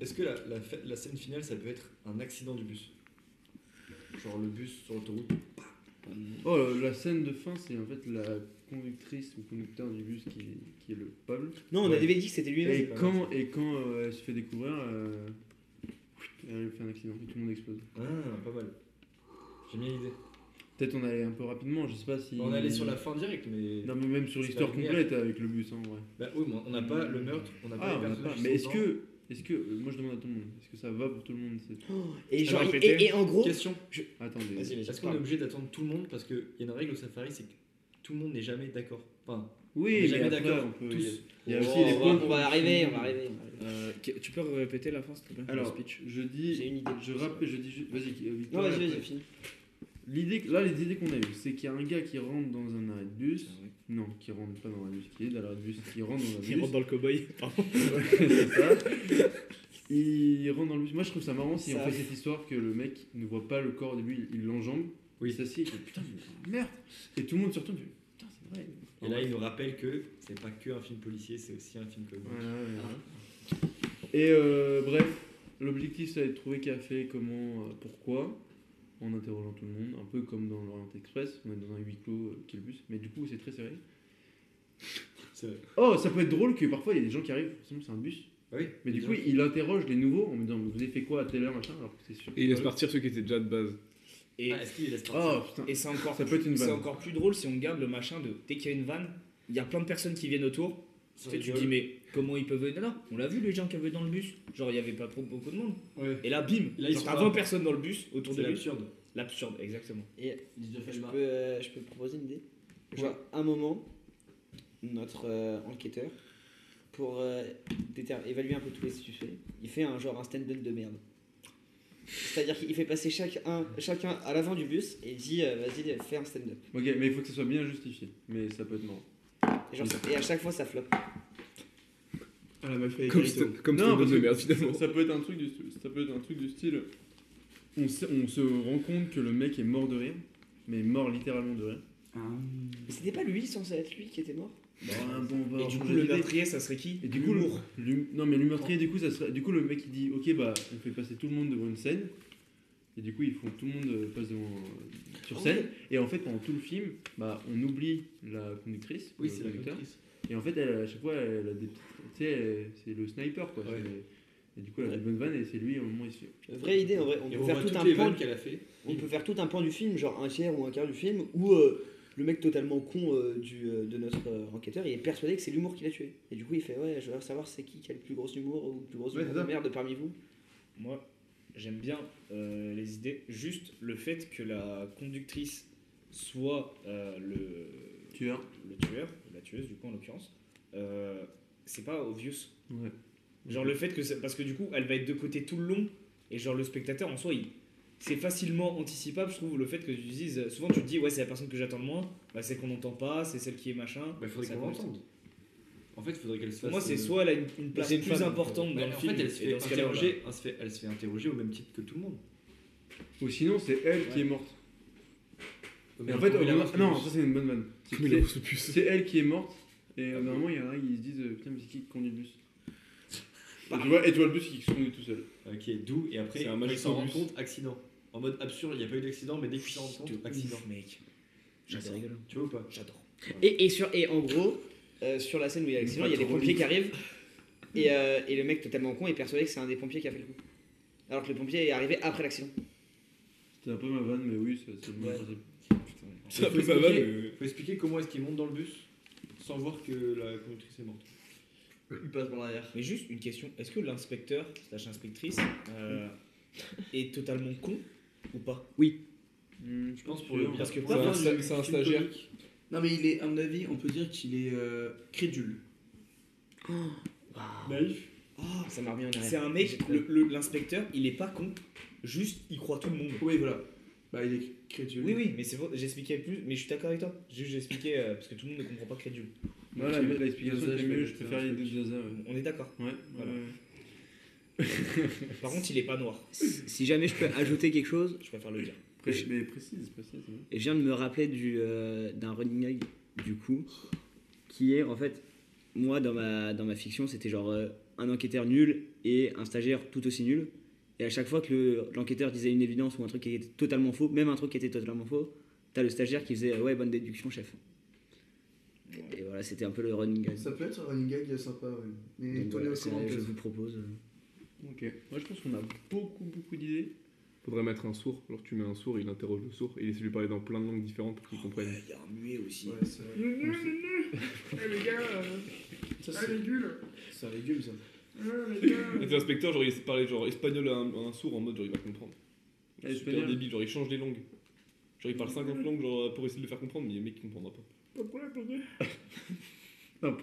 Est-ce que la, la, fa- la scène finale ça peut être un accident du bus Genre le bus sur l'autoroute.
Oh, la, la scène de fin, c'est en fait la conductrice ou conducteur du bus qui, qui est le coupable.
Non, on
Ouais.
avait dit que c'était lui-même.
Et quand, et quand euh, elle se fait découvrir, euh, elle fait un accident et tout le monde explose.
Ah, pas mal. J'aime bien l'idée.
Peut-être on allait un peu rapidement, je sais pas si.
On allait sur la fin direct, mais.
Non, mais même sur
C'est
l'histoire
pas le
complète avec le bus, hein, ouais.
Bah oui, mais on n'a pas le meurtre, on n'a pas
Ah,
les
on a
personnages
pas.
qui
Mais
sont
est-ce que Est-ce que. euh, moi, je demande à tout le monde. Est-ce que ça va pour tout le monde cette-
Et, genre,
Alors, je vais
et,
péter.
et en gros,
Question
Attendez.
Vas-y, vas-y. Est-ce qu'on est obligé d'attendre tout le monde Parce qu'il y a une règle au safari, c'est que tout le monde n'est jamais d'accord. Enfin, on
Oui,
n'est
mais
jamais
après,
d'accord.
on peut- Il
Tous.
y a- il y a
Oh,
aussi les
on,
points.
va, on va arriver, on va arriver.
euh, que- tu peux répéter la fin, s'il te plaît le
Alors,
speech.
je
J'ai
dis.
une idée.
Je rappelle, je dis. ju- Vas-y, euh,
Non,
Victor,
vas-y,
et
vas-y,
après.
fini.
L'idée, là, les idées qu'on a eues, c'est qu'il y a un gars qui rentre dans un arrêt de bus. Non, qui rentre pas dans un bus, qui est dans l'arrêt de bus, qui rentre dans un bus.
dans le cowboy.
Ouais, c'est ça. Il rentre dans le bus. Moi, je trouve ça marrant si on fait cette histoire que le mec ne voit pas le corps au début, il il l'enjambe. Oui, ça si. Putain, mais merde. Et tout le monde se retourne. il fait, Putain, c'est vrai.
Et là, il nous rappelle que c'est pas que un film policier, c'est aussi un film comme.
Ouais, ouais, ouais. Et euh, bref, l'objectif, ça va être de trouver qui a fait, comment, euh, pourquoi, en interrogeant tout le monde, un peu comme dans l'Orient Express. On est dans un huis clos, euh, qui est le bus. Mais du coup, c'est très serré.
C'est vrai.
Oh, ça peut être drôle que parfois il y a des gens qui arrivent, forcément c'est un bus.
Ah oui,
Mais du
bien
coup, il interroge les nouveaux en me disant Vous avez fait quoi à telle heure machin Alors que c'est sûr.
Et il laisse partir ceux qui étaient déjà de base.
Et,
Ah, est-ce qu'il laisse partir
Oh putain.
et c'est encore,
Ça peut être une
c'est
vanne.
encore plus drôle si on garde le machin de dès qu'il y a une vanne, il y a plein de personnes qui viennent autour. Tu sais, tu dis, mais comment ils peuvent venir là On l'a vu les gens qui avaient dans le bus. Genre, il n'y avait pas trop- beaucoup de monde.
Ouais.
Et là, bim,
Là, ils
genre,
sont
t'as
là.
20 personnes dans le bus autour de
C'est
lui.
l'absurde.
L'absurde, exactement.
Et
L'idée de
Je
Felma.
peux, euh, je peux proposer une idée Genre, un moment, notre euh, enquêteur, pour euh, déter- évaluer un peu tous les suspects, il fait un genre un stand-up de merde. C'est-à-dire qu'il fait passer chacun, chacun à l'avant du bus et il dit euh, vas-y, fais un stand-up.
Ok, mais il faut que ça soit bien justifié. Mais ça peut être marrant.
Et, genre, ça- et à chaque fois, ça floppe.
Ah, la mafia
Comme
italienne.
c'était- comme
Non,
c'était
parce
de
que
merde finalement.
Ça peut être un truc du, ça peut être un truc du style on, sait- on se rend compte que le mec est mort de rire, mais mort littéralement de rire.
Mais c'était pas lui censé être lui qui était mort
Bah,
Et du coup, le meurtrier, ça serait qui
Et du coup, le, l'hum- non mais le meurtrier, du coup, ça serait, du coup, le mec il dit, ok, bah, on fait passer tout le monde devant une scène, et du coup, ils font tout le monde euh, passe devant euh,
Ah
sur scène, et en fait, pendant tout le film, bah, on oublie la conductrice,
Oui,
le
c'est la
conducteur.
conductrice.
et en fait, elle, à chaque fois, elle a des petites, tu sais, elle- c'est le sniper quoi.
Ouais.
c'est- Et du coup, elle a des bonnes vannes, et c'est lui, au moment, il se fait.
Vraie idée en vrai, on
Et
peut
on
faire
voit
tout
toutes
un
les
pan
vannes qu'elle a fait.
On peut faire tout un pan du film, genre un tiers ou un quart du film, où euh, le mec totalement con euh, du, euh, de notre euh, enquêteur, il est persuadé que c'est l'humour qui l'a tué. Et du coup, il fait Ouais, je veux savoir c'est qui qui a le plus gros humour ou le plus gros
Ouais,
humour
c'est
de
ça.
merde parmi vous.
Moi, j'aime bien euh, les idées. Juste le fait que la conductrice soit euh, le,
Tueur.
le tueur, ou la tueuse du coup en l'occurrence, euh, c'est pas obvious.
Ouais.
Genre le fait que ça- parce que du coup elle va être de côté tout le long et genre le spectateur en soi il c'est facilement anticipable je trouve le fait que tu dises souvent tu te dis ouais c'est la personne que j'attends le moins bah c'est qu'on n'entend pas c'est celle qui est machin
Bah, il faudrait
Ça
qu'on
commence.
l'entende. En fait, il faudrait qu'elle se
pour
fasse.
moi c'est
euh,
soit elle a une, une place
c'est une
plus
femme,
importante
bah,
dans le
en
film
fait, elle se
et
fait
dans ce cas-là,
interroger- elle se fait- elle se fait interroger au même titre que tout le monde.
Ou sinon, c'est elle qui
Ouais.
est morte.
Mais
Et en fait,
on
au
la
moment-
marque
non,
plus.
ça c'est une bonne vanne. C'est
Mais
que
la
c'est-
grosse puce.
C'est elle qui est morte. Et au bout d'un moment, il y en a qui se disent euh, Putain, mais c'est qui qui conduit le bus et tu, vois, et tu vois le bus qui se conduit tout seul.
Ok, d'où et après
C'est un
quand
match
il s'en rend
bonus.
compte, accident. En mode absurde, il n'y a pas eu d'accident, mais dès qu'il s'en rend compte, accident.
mec
c'est
j'adore
Tu vois ou pas
j'adore
Et, et, sur, et en gros, euh, sur la scène où il y a l'accident, il y a des pompiers qui arrivent, et, euh, et le mec totalement con est persuadé que c'est un des pompiers qui a fait le coup. Alors que le pompier est arrivé après l'accident.
C'était un peu ma vanne, mais oui, ça- c'est le même principe.
C'est un
faut
peu ma vanne,
expliquer,
mais-
faut expliquer comment est-ce qu'il monte dans le bus sans voir que la conductrice est morte.
Il passe par l'arrière.
mais juste une question est-ce que l'inspecteur slash inspectrice euh, est totalement con ou pas
Hmm,
Mm, Je pense pour le
parce que
C'est
pas
un
forcément-
sta- c'est un stagiaire.
Non, mais il est, à mon avis, on peut dire qu'il est euh, crédule.
Oh.
Bah
Naïf.
Oh,
Ça m'a remis en arrière.
C'est un mec, le- le- l'inspecteur, il est pas con, juste il croit tout le monde.
Oui, voilà. Bah, il est crédule.
Oui, oui, mais c'est vrai, j'expliquais plus, mais je suis d'accord avec toi. Juste j'expliquais, euh, parce que tout le monde ne comprend pas crédule.
Voilà, mais l'explication était
Zaza,
mieux,
je
je
vais
préfère
faire
l'idée de Zaza.
Euh,
Ouais,
On est d'accord.
ouais.
Voilà.
ouais.
Par contre, il est pas noir,
Si jamais je peux ajouter quelque chose,
je préfère le dire.
Pré- mais précise, précise. hein. ouais.
Et je viens de me rappeler du, euh, d'un running gag, du coup, qui est en fait, moi dans ma, dans ma fiction, c'était genre euh, un enquêteur nul et un stagiaire tout aussi nul. Et à chaque fois que le- l'enquêteur disait une évidence ou un truc qui était totalement faux, même un truc qui était totalement faux, t'as le stagiaire qui faisait euh, ouais, bonne déduction, chef. Et voilà, c'était un peu le running gag.
Ça peut être un running gag sympa, ouais. Mais tournez
Donc, voilà,
aux
c'est-
commandes.
je vous propose. euh,
Ok. Moi, je pense qu'on a beaucoup, beaucoup d'idées.
Faudrait mettre un sourd. Alors tu mets un sourd, il interroge le sourd et il essaie de lui parler dans plein de langues différentes pour qu'il comprenne.
Il y a un muet aussi.
Ouais, c'est vrai.
les gars,
Ça, c'est
légume
c'est un légume, ça.
Et puis l'inspecteur, genre, il parlait genre espagnol à un, à un sourd en mode genre il va comprendre.
Ah,
Super
espagnol.
débile, genre il change les langues. Genre il parle 50 langues genre pour essayer de le faire comprendre, mais le mec il comprendra pas.
Non, pourquoi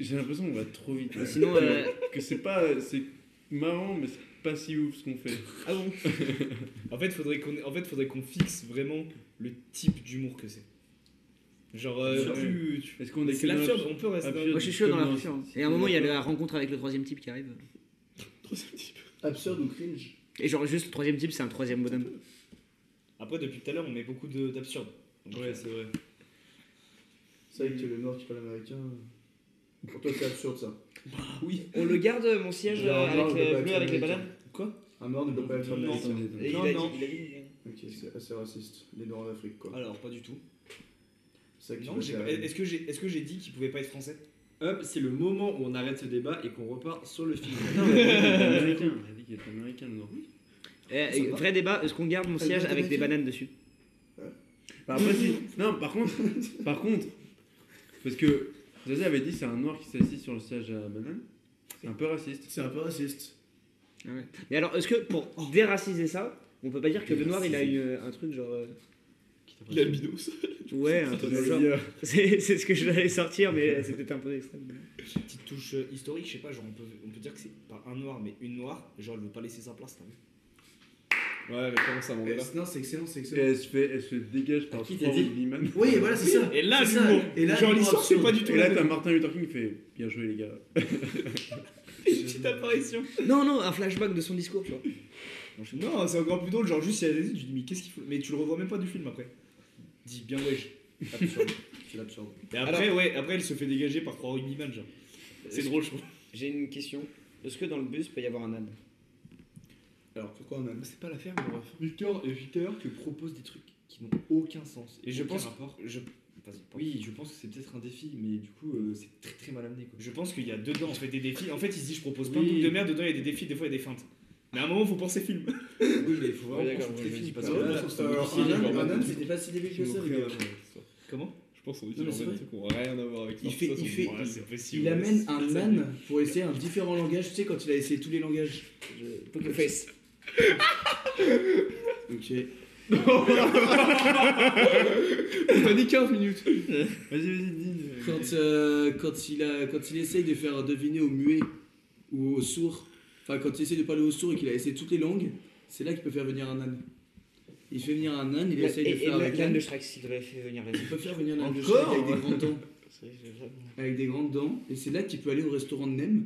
J'ai l'impression qu'on va trop vite. là.
Sinon, euh,
que c'est pas, c'est marrant, mais c'est pas si ouf ce qu'on fait.
Ah bon En fait, faudrait qu'on en fait, faudrait qu'on fixe vraiment le type d'humour que c'est. Genre, euh,
Absurde.
plus- tu-
Est-ce qu'on est
c'est
que dans
l'absurde, on peut rester dans-
absurde
moi je suis chaud dans la
comme
fiction. hein. Et à un moment, il y a la rencontre avec le troisième type qui arrive.
Absurde ou cringe
Et genre, juste le troisième type, c'est un troisième bonhomme.
Après, depuis tout à l'heure, on met beaucoup de- d'absurde. Donc, euh,
Ouais, c'est vrai.
C'est vrai que le noir qui parle américain. Pour toi, c'est absurde ça.
On le garde, mon siège,
Genre,
euh,
non, on
avec
peut pas
le
être
bleu, avec les
américain.
bananes
Un noir ne peut pas être américain.
Attendez, attendez.
Et
Non,
il a
non.
dit- il a dit-
Ok, c'est assez raciste. Les noirs en Afrique quoi.
Alors, pas du tout.
C'est ça qui
Non,
va
j'ai
faire-
pas- Est-ce que j'ai est-ce que j'ai dit qu'il pouvait pas être français
Hop, c'est le moment où on arrête ce débat et qu'on repart sur le film.
Américain, on a dit qu'il était américain, le Nord.
Eh, eh, vrai débat, est-ce qu'on garde mon siège
doit
avec des
être
bananes dessus
Bah, après, si. Non, par contre, par contre, parce que Zaza avait dit c'est un noir qui s'assit sur le siège à banane. C'est un peu raciste.
C'est un peu raciste.
Mais alors, est-ce que pour déraciser ça, on peut pas dire que le noir il a eu un truc genre. euh,
Il a le binos.
Ouais, un truc dans le genre. C'est c'est ce que je voulais sortir, mais c'était un peu extrême.
Petite touche euh, historique, je sais pas, genre on peut, on peut dire que c'est pas un noir mais une noire, genre elle veut pas laisser sa place, t'as vu
Ouais, référence à Mandela.
non, c'est excellent, c'est
Et
excellent.
elle se, fait, elle se dégage par
qui t'a
Frank
dit
Liemann.
Oui, voilà, c'est ça.
Et là,
C'est ça.
l'humour
Et là,
Genre
l'humour
l'histoire, c'est
absurde.
pas du tout
Et là,
la
t'as
même
Martin Luther King qui fait Bien joué, les gars.
petite apparition.
Non, non, un flashback de son discours, tu vois.
Non, c'est encore plus drôle, genre juste il y a des tu dis mais qu'est-ce qu'il faut Mais tu le revois même pas du film après. Dis bien wesh. Absurde.
C'est l'absurde.
Et après, ouais, après elle se fait dégager par trois rugbyman, genre. C'est drôle, je trouve.
J'ai une question. Est-ce que dans le bus peut y avoir un âne
Alors, pourquoi on a.
C'est pas l'affaire, mon ref.
Victor et Victor te proposent des trucs qui n'ont aucun sens.
Et je
aucun
pense-
rapport.
Je,
Oui, je pense que c'est peut-être un défi, mais du coup, euh, c'est très très mal amené. Quoi.
je pense qu'il y a dedans, on fait des défis. En fait, il se dit je propose plein de
Oui.
trucs de merde, dedans il y a des défis, des fois il y a des feintes. Mais à un moment, faut penser film.
oui, mais il faut vraiment
Ouais, d'accord,
qu'on se
ouais,
définisse,
je
parce
sais
que
pas.
là,
Euh,
Ouais,
c'est
ouais,
un
ouais,
film,
ouais,
genre,
ouais,
bah,
ouais,
tout-
ouais,
c'était pas si débile que ça, les gars.
Je
Comment
pense qu'on dit
Non, mais
genre
c'est
des
vrai.
trucs qui ont rien à voir avec
Il
ça,
fait-
ça,
il
on
fait-
voit, Ah, c'est-
Il amène un âne pour essayer un différent langage, tu sais, quand il a essayé tous les langages.
Face.
Ok.
T'as dit 15 minutes.
Vas-y, vas-y, dis.
Quand, euh, quand, il a, quand il essaye de faire deviner au muet ou au sourd, enfin quand il essaye de parler au sourd et qu'il a essayé toutes les langues, c'est là qu'il peut faire venir un âne. Il fait venir un âne, il essaye de faire avec l'âne.
Shrek, s'il devait faire venir les
Il peut faire venir un âne de
Encore
Shrek avec des grandes dents. Avec des grandes dents, et c'est là qu'il peut aller au restaurant de Nem.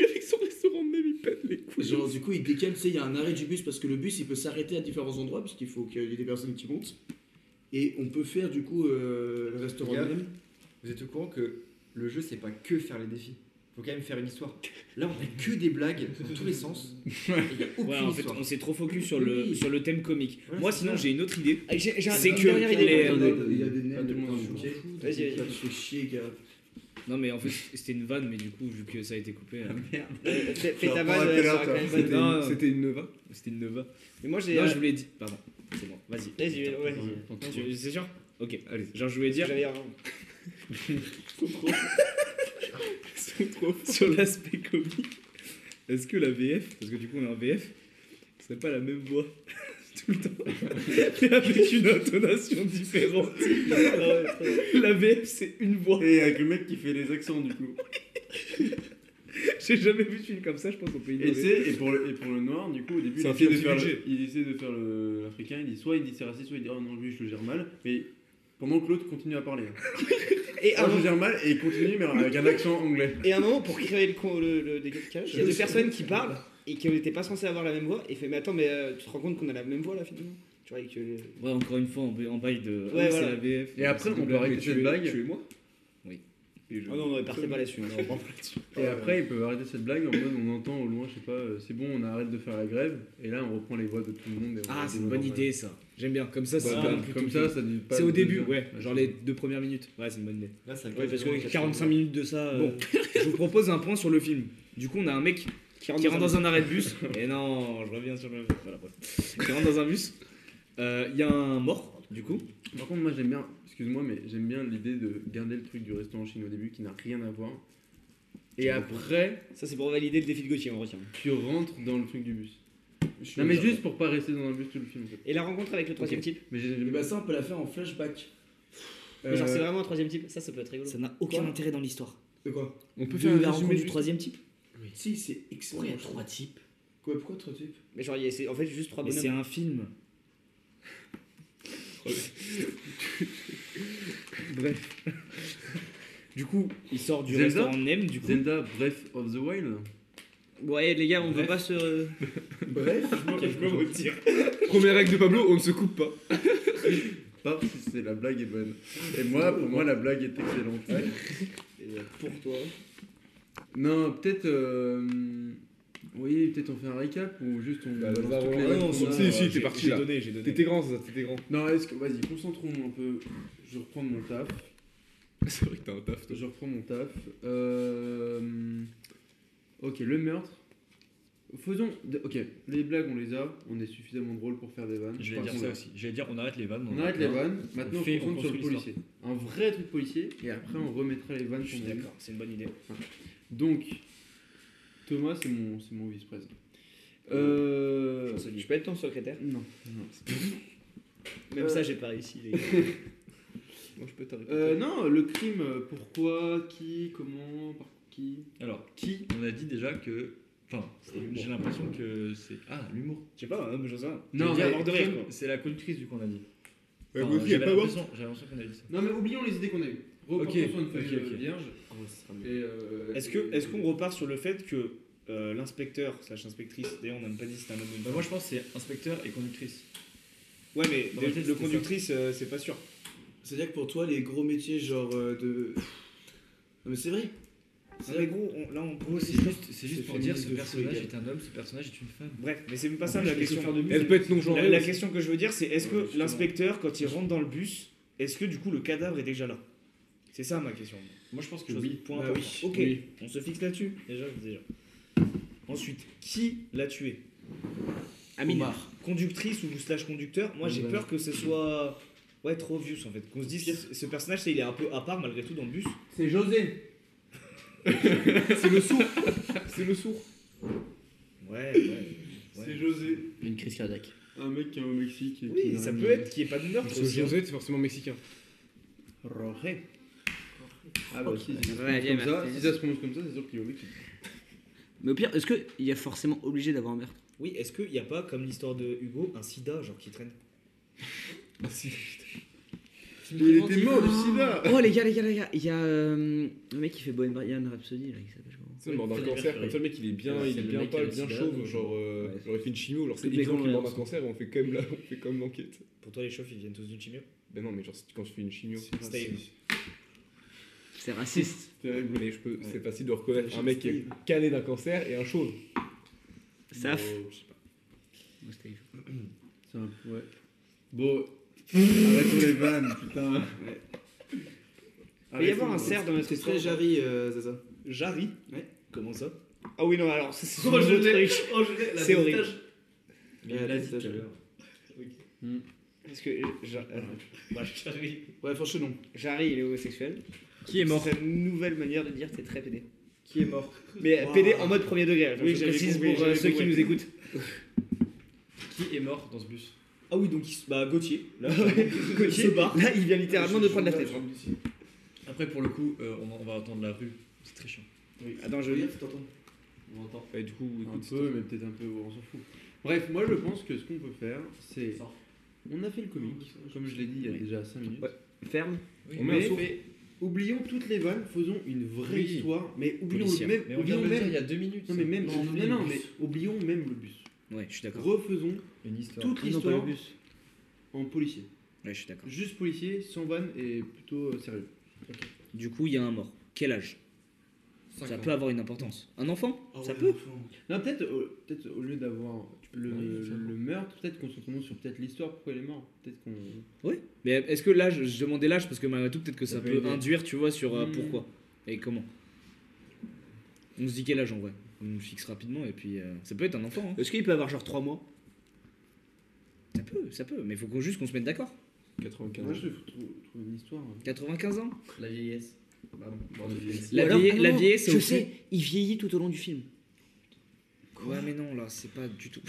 Avec son restaurant de même, il pète les couilles.
Genre, du coup, il décale, tu sais, il y a un arrêt du bus parce que le bus il peut s'arrêter à différents endroits parce qu'il faut qu'il y ait des personnes qui montent. Et on peut faire du coup euh, le restaurant de
Regarde.
Nem.
Vous êtes au courant que le jeu, c'est pas que faire les défis. Faut quand même faire une histoire. Là, on fait que des blagues dans tous les sens. et Il n'y a aucune
Ouais, en fait,
histoire.
on s'est trop focus sur le, sur le thème comique. Moi, sinon, j'ai une autre idée.
Ah, J'ai j'ai un-
C'est
Ah,
une
que
dernière idée.
les-
attendez,
Il y a des
pas
nains,
tout
de
le monde
monde
en
Vas-y,
Ça te fait chier, gars.
Non, mais en fait, c'était une vanne, mais du coup, vu que ça a été coupé, euh,
Euh, Fais fais
Ça
ta
va pas
vanne,
arrêter là,
ça sera quand même bonne.
C'était une-
C'était- C'était une Nova.
c'était une neva.
Mais moi j'ai.
Non,
euh,
je vous l'ai dit. Pardon, c'est bon. Vas-y.
Vas-y,
Attends.
ouais.
Tu- C'est sûr Ok, allez. Genre, je voulais dire.
J'avais un-
sur l'aspect comique, est-ce que la VF, parce que du coup on est en VF, ce serait pas la même voix tout le temps, mais avec une intonation différente
Ah
La VF c'est une voix.
Et avec le mec qui fait les accents, du coup.
J'ai jamais vu de film comme ça, je pense qu'on peut
Et,
ignorer.
c'est- et, pour le, et pour le noir, du coup, au début,
C'est
il
un
essaie, de
film
faire
anti-budget.
le- il essaie de faire le- l'africain. Il dit soit il dit c'est raciste, soit il dit oh non, lui je le gère mal. Mais pendant que l'autre continue à parler.
Et
Ah,
un
je le gère mal et il continue, mais avec un accent anglais.
Et à un moment, pour créer le, con- le, le décalage, il y a deux personnes qui parlent et qui n'étaient pas censées avoir la même voix. Et fait, mais attends, mais euh, tu te rends compte qu'on a la même voix là finalement Tu vois, et que.
Ouais, encore une fois, on, peut- on baille de. ah,
Ouais,
c'est
voilà.
la VF.
Et après,
c'est
on peut
double A,
arrêter
mais
cette
tu es-
blague.
Tu es moi Oui. Et je-
Ah non, non, partez pas là-dessus. on reprend.
Et
Euh,
après, ils peuvent arrêter cette blague en mode on entend au loin, je sais pas, euh, c'est bon, on arrête de faire la grève. Et là, on reprend les voix de tout le monde. et on
Ah, c'est
redevient
une bonne
normal.
idée ça. J'aime bien. Comme ça, c'est
Bah,
pas
comme-
plus
comme
tout-
ça, ça dit pas.
C'est au
de
début,
dire.
ouais. Genre les deux premières minutes. Ouais, c'est une bonne idée.
Là, ça
Ouais, parce que 45 minutes de ça.
Bon, euh, je vous propose un point sur le film. Du coup, on a un mec qui rentre dans un arrêt de bus. Et non, je reviens sur le. Voilà, bref. Qui rentre dans un bus. Euh, Il y a un mort.
Du coup,
Par contre, moi j'aime bien, excuse-moi, mais j'aime bien l'idée de garder le truc du restaurant chinois au début qui n'a rien à voir. Et après,
ça c'est pour valider le défi de Gauthier, on retient.
tu rentres dans le truc du bus. Non, mais juste pour pas rester dans un bus tout le film. en fait.
Et la rencontre avec le troisième type
Mais j'ai-
Et bah ça, on peut la faire en flashback.
Mais Genre, c'est
Euh,
vraiment un troisième type Ça, ça peut être rigolo.
Ça n'a aucun
Quoi
intérêt dans l'histoire.
De quoi
on peut
De
faire un
la
résumé
rencontre du
juste
troisième type
Si, c'est excellent.
Pourquoi il y a trois types
Quoi, pourquoi trois types
Mais genre, il y a- c'est en fait juste trois
Mais c'est
bonhommes.
un film.
Bref,
Du coup, il sort du
Zelda
restaurant Nem, du coup.
Zelda Breath of the Wild.
Ouais, les gars, on peut pas se.
Bref,
Première règle de Pablo, on ne se coupe pas.
Pas si c'est la blague est bonne. Et moi, pour moi, la blague est excellente. euh,
Pour toi.
Non, peut-être. euh, Oui, peut-être on fait un récap ou juste on.
Bah,
balance
Lazare,
toutes les hein.
on-
règles
ah non,
qu'on a.
si, si, t'es
J'ai-
parti,
J'ai
là.
donné, j'ai donné.
T'étais grand, ça, t'étais grand.
Non, est-ce que. Vas-y, concentrons-nous un peu. Je reprends mon taf.
C'est vrai que t'as un taf, toi.
Je reprends mon taf. Euh, Ok, le meurtre. Faisons. Ok, les blagues, on les a. On est suffisamment drôle pour faire des vannes.
Je vais
Enfin,
dire
on-
ça aussi. Je vais dire, on arrête les vannes.
On arrête les vannes. Maintenant, on se
fait- on
concentre sur le
construit
policier. Un vrai truc policier. Et après, on remettra les vannes.
Je suis
qu'on a eues.
d'accord, c'est une bonne idée.
Donc, Thomas, c'est mon, c'est mon vice-président. Euh...
Je peux être ton secrétaire
Non, non.
Même
Euh,
ça, j'ai pas réussi, les gars.
Moi, je peux t'arrêter.
Euh, non, le crime, euh, pourquoi, qui, comment, par qui
Alors, qui On a dit déjà que. Enfin, j'ai l'impression que c'est. Ah, l'humour.
Je sais pas, hein, Josin.
Non,
J'ai
mais-
mort de rire, quoi.
C'est la conductrice, du coup, on a dit.
Ouais,
Enfin,
Gauthier,
j'avais
pas mort.
l'impression- J'avais l'impression qu'on a dit ça.
Non, mais oublions les idées qu'on a eues. Reportons
Ok,
sur une feuille
ok, ok.
euh, vierge.
Ah
Et, euh,
Est-ce que-
et-
est-ce qu'on repart sur le fait que euh, l'inspecteur slash inspectrice, d'ailleurs on n'a même pas dit si c'était un homme ou une
Bah,
femme.
moi, Bah, je pense que c'est inspecteur et conductrice.
Ouais mais
Dans ma
le,
tête,
le
c'était
conductrice euh, c'est pas sûr.
C'est-à-dire que pour toi, les gros métiers, genre euh, de. Non, mais c'est vrai.
Non, Ah, mais gros, on- là on
Gros, c'est juste, c'est juste
C'est
pour dire
féministe
ce
de
personnage
fou, les
est un homme, ce personnage est une femme.
Bref, mais c'est même pas ça la question.
Elle peut être non-genrée.
La, la question que je veux dire c'est est-ce
Ouais,
que
justement.
l'inspecteur quand il rentre dans le bus, est-ce que du coup le cadavre est déjà là C'est ça ma question.
Moi, je pense que
Chose-
oui.
point
Bah
important.
oui.
Ok, on se fixe là-dessus déjà déjà. Ensuite, qui l'a tué
Amine.
Conductrice ou slash conducteur Moi
bah
j'ai peur que ce soit ouais trop obvious en fait. Qu'on se dise ce- ce personnage c'est il est un peu à part malgré tout dans le bus.
C'est José
C'est le sourd.
Ouais, ouais.
C'est José.
Une crise cardiaque.
Un mec qui est au Mexique. et qui
Oui,
n'a
ça
rien
peut
à-
être qu'il n'y ait pas de meurtre
Parce que
aussi. hein.
José, c'est forcément mexicain.
Roré. Ah bah si, si, ça se
Ouais,
prononce
bien,
comme ça,
merci.
si ça se prononce comme ça, c'est sûr qu'il est au Mexique.
Mais au pire, est-ce qu'il y a forcément obligé d'avoir un meurtre
Oui, est-ce qu'il n'y a pas, comme l'histoire de Hugo, un sida genre qui traîne
Il était mort du sida
Oh les gars, les gars, les gars, il y a euh, le mec qui fait Bohemian Rhapsody là, il s'appelle, je crois.
C'est mort d'un
c'est
cancer. Comme ça, le mec, il est bien,
Ouais,
il
c'est
est
le
bien
mec qui a
pâle,
le
bien
sida,
chauve.
donc,
Genre, euh,
ouais.
genre, il fait une chimio. Genre, c'est
Toutes les
évident qu'il est mort d'un
convenances.
cancer et on fait quand même la- on fait quand même l'enquête.
Pour toi, les chauffes, ils viennent tous d'une chimio
Ben non, mais genre, quand je fais une chimio.
Steve.
C'est raciste.
Terrible, mais je peux, c'est facile de reconnaître un mec qui est cané d'un cancer et un chauve.
Saf. Oh, c'était-
C'est un... Ouais. Bon, arrêtons les vannes, putain.
Il peut y avoir un cerf dans notre
C'est
histoire.
très Jarry, euh, Zaza.
Jarry
Ouais.
Comment ça Ah oui, non, alors, c'est c'est son
Oh, je
autre
l'ai.
truc.
Oh, je l'ai, la
C'est horrible.
moustache.
Mais
Ouais,
il l'a
c'est
dit tout
ça.
à l'heure.
Parce que Jar- euh, bah, Jarry,
Ouais, franchement, non.
Jarry, il est homosexuel.
Qui est mort
C'est une nouvelle manière de dire t'es très pédé.
Qui est mort
Mais
Wow.
pédé en mode premier degré.
Oui,
Oui, je
j'avais
précise
compris,
pour euh,
j'avais
ceux qui
compris.
nous écoutent.
Qui est mort dans ce bus
Ah oui, donc il se- bah, Gauthier. Là, Gauthier, là, il vient littéralement de prendre la tête.
Après, pour le coup, euh, on, on va entendre la rue. C'est très chiant.
Attends, je lis.
On entend.
Et du coup,
Un
écoute,
peu, mais peut-être un peu, on s'en fout. Bref, moi je pense que ce qu'on peut faire, c'est. On a fait le comique, comme je l'ai dit il y a déjà 5 minutes.
Ouais. Ferme.
on met un
mais-
sourd.
Oublions toutes les vannes, faisons une vraie
Oui.
histoire, mais oublions
Policière.
même.
Mais on
oublions
vient de le dire il
même
y a deux minutes.
non,
ça.
mais même.
On oublie
Non,
le
non,
bus.
mais oublions même le bus.
Ouais, je suis d'accord.
Refaisons
Une histoire.
toute
Ah non, pas
l'histoire
le bus.
en policier.
Ouais, je suis d'accord.
Juste policier, sans vanne et plutôt euh, sérieux.
Du coup, il y a un mort. Quel âge Ça peut avoir une importance. Un enfant
Ah
Ça peut
Non, peut-être euh, peut-être au lieu d'avoir le,
oui, ça va.
le meurtre, peut-être qu'on se prononce sur peut-être l'histoire, pourquoi il est mort. Peut-être qu'on.
Oui. Mais est-ce que l'âge, je demandais l'âge parce que malgré tout, peut-être que ça,
Ça peut
peut
aider.
induire, tu vois, sur euh,
Mmh.
Mm.
pourquoi et comment. On se dit quel âge en vrai. On fixe rapidement et puis euh, ça peut être un enfant. hein.
Est-ce qu'il peut avoir genre 3 mois
Ça peut, ça peut. Mais faut qu'on juste qu'on se mette d'accord.
95.
Moi, je trouve trouver une histoire. hein.
95 ans
La vieillesse.
La,
La
vieille- la non, vieillesse, c'est Je au sais, il vieillit tout au long du film. ouais, mais non, là, c'est pas du tout.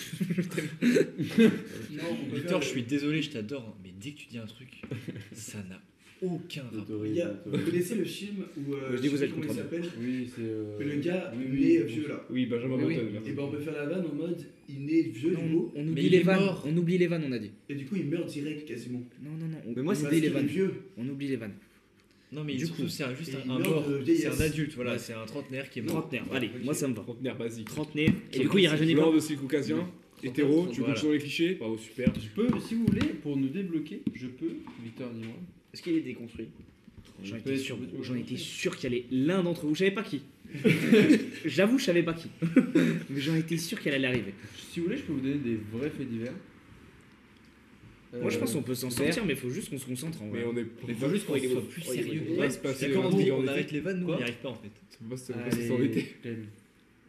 Victor, je suis désolé, je t'adore, hein, mais dès que tu dis un truc, ça n'a aucun rapport.
Il y a- Vous connaissez le film où. euh,
Je dis
sais
vous
plus
êtes
comment il
contre
s'appelle
Oui, c'est. euh,
Mais le gars,
oui,
il est
oui,
vieux là.
Oui, Benjamin
Oui, oui.
Button, merci.
Et ben on peut faire la vanne en mode il est vieux
Non,
du coup,
on
Mais
oublie
il
les
est
vannes.
mort.
On oublie les vannes, on a dit.
et du coup il meurt direct quasiment.
Non, non, non. on- Mais moi,
Parce
c'était les
qu'il est
vannes.
vieux.
On oublie les vannes.
Non, mais
Du
surtout,
coup,
c'est un- juste
et
un,
il
un
meurt
mort.
de
C'est
vieillesse.
un adulte, voilà,
Ouais.
c'est un trentenaire qui est mort.
Trentenaire, allez, moi ça me va.
Trentenaire basique.
Trentenaire. Et du coup, il
Joueur
rajeunit pas.
Joueur de style caucasien, hétéro, tu joues toujours les clichés, bravo, super.
Je peux, si vous voulez, pour nous débloquer, je peux, Victor, dis-moi.
Est-ce qu'il est déconstruit
J'en
peut
étais
être
sûr,
complètement
j'en étais
convaincu.
sûr qu'il y allait l'un d'entre vous. Je savais pas qui. J'avoue, je savais pas qui. Mais j'en étais sûr qu'elle allait arriver.
Si vous voulez, je peux vous donner des vrais faits divers. Euh,
Moi, je
Euh,
pense qu'on peut s'en
faire.
sortir, mais faut juste qu'on se concentre en
Mais
vrai.
on est
Il faut juste qu'on soit plus
Ouais,
sérieux.
on va se passer
D'accord,
euh,
on dit,
en
on
été.
arrête les vannes, nous, hein. on
Quoi
n'y arrive pas en fait.
Ça peut pas se- on peut pas
Allez,
s'embêter.
Glenn.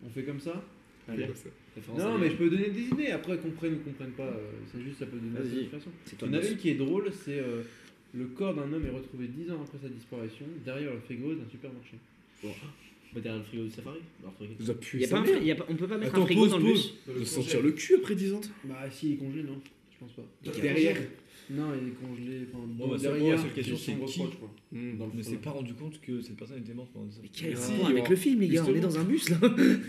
On fait comme ça
C'est comme ça.
Non, mais je peux donner des idées, après qu'on prenne ou qu'on prenne pas, euh, c'est juste ça peut donner
Vas-y.
des inspirations.
C'est toi
Il y en
le
a
boss.
une qui est drôle, c'est euh, le corps d'un homme est retrouvé 10 ans après sa disparition, derrière le frigo d'un supermarché.
Bah, derrière le frigo du safari. Alors, frigo.
Ça
Y
pue
a pas
sa
un
mère.
fri- y a pas- on peut pas mettre
Attends,
un frigo
pause,
dans le bus.
De sortir le cul après 10 ans
Bah, si, il est congelé, non Je pense pas.
Derrière.
Non, il est congelé. Enfin,
Bon, bah, c'est-
derrière,
bon, la seule question,
qui
c'est
s'en
qui
reproche, quoi. Dans le
On ne s'est
fond,
pas rendu compte que cette personne était morte pendant des
Mais
années.
quel
Si,
rapport
il y
avec
aura-
le film, les gars On est
Justement.
dans un bus là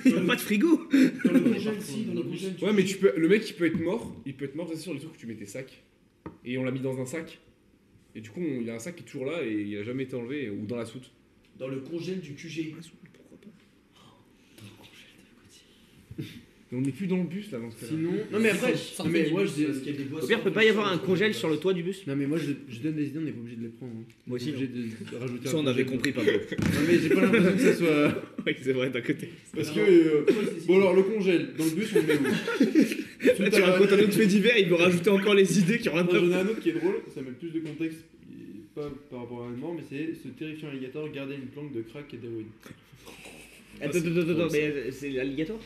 Y a pas de frigo
Dans le
Ouais,
congèle,
par
si,
contre,
dans le
dans le
congèle.
Ouais, mais tu peux, le mec il peut être mort, il peut être mort, ça, c'est sur les trucs où tu mets tes sacs. Et on l'a mis dans un sac. Et du coup, on- il y a un sac qui est toujours là et il a jamais été enlevé, ou dans la soute.
Dans le congèle du QG.
Mais on n'est plus dans le bus là dans ce
quoi.
cas-là.
Sinon, non mais après, non mais moi je
Parce qu'il y a des
Au
boissons
pire, peut pas y avoir un congèle sur le toit du bus
non mais moi je, je donne des idées, on n'est pas obligé de les prendre. hein.
Moi
On est obligé de rajouter.
Ça,
un
on avait
congèle.
compris, Pablo.
Non mais j'ai pas l'impression que ça soit.
Oui, c'est vrai, d'un côté.
Parce que euh, bon alors le congèle dans le bus on le met où
Là, Eh, tu racontes un autre fait divers, il veut rajouter encore les idées qui ont rien
Non,
à
J'en ai un autre qui est drôle, ça met plus de contexte, et pas par rapport à un mort, mais c'est ce terrifiant alligator garder une planque de crack et d'héroïne.
Attends, attends, attends, attends, mais euh, c'est l'alligator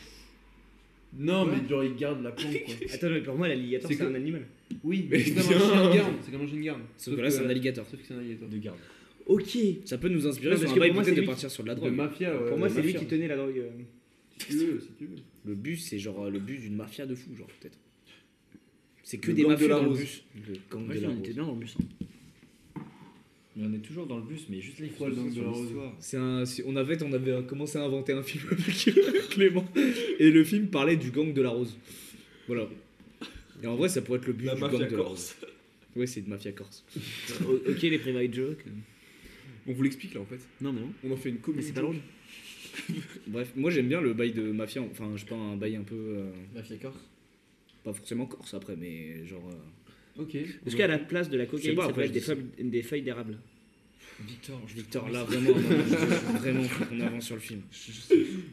Non, mais genre il garde la planque quoi.
Attends, mais pour moi, l'alligator,
C'est
c'est
quoi
un animal.
Oui, mais c'est comme un
bien.
chien de garde, c'est comme un chien de garde.
Sauf que là, c'est un alligator.
Sauf que c'est un alligator.
De garde.
Ok.
Ça peut nous inspirer
Non,
sur
parce
un
que
bail
pour moi,
peut-être
c'est
de
lui
partir sur de la
De
drogue.
mafia, ouais.
Pour moi,
de
c'est lui
mafia.
qui tenait la drogue. euh.
Si tu veux, si tu veux.
Le bus, c'est genre euh, le bus d'une mafia de fou, genre peut-être.
C'est que
Le
des
gang de
mafieux
la
dans le
Rose.
bus. Le gang
Ouais,
de la
on
Rose.
était bien dans le bus.
Mais on est toujours dans le bus, mais juste là, il faut
Pourquoi le
se
gang de la
concentrer sur
rose
l'histoire.
C'est un, c'est- on avait, on avait commencé à inventer un film avec Clément et le film parlait du gang de la rose. Voilà. Et en vrai, ça pourrait être le but
La
du
mafia
gang de la
corse.
rose. Ouais, c'est de mafia corse.
O- Ok, les private jokes.
On vous l'explique là en fait.
Non, mais non.
On en fait une
Mais
comédie.
c'est pas drôle.
Bref, moi j'aime bien le bail de mafia. Enfin, je sais pas un bail un peu, euh,
Mafia corse.
pas forcément corse après, mais genre. euh,
Ok.
Parce qu'à la place de la
Je sais
cocaïne,
pas,
ça
après,
peut être des
je
feuilles- des feuilles d'érable.
Victor, je
Victor, là vraiment, non, je- je- vraiment, faut qu'on avance sur le film.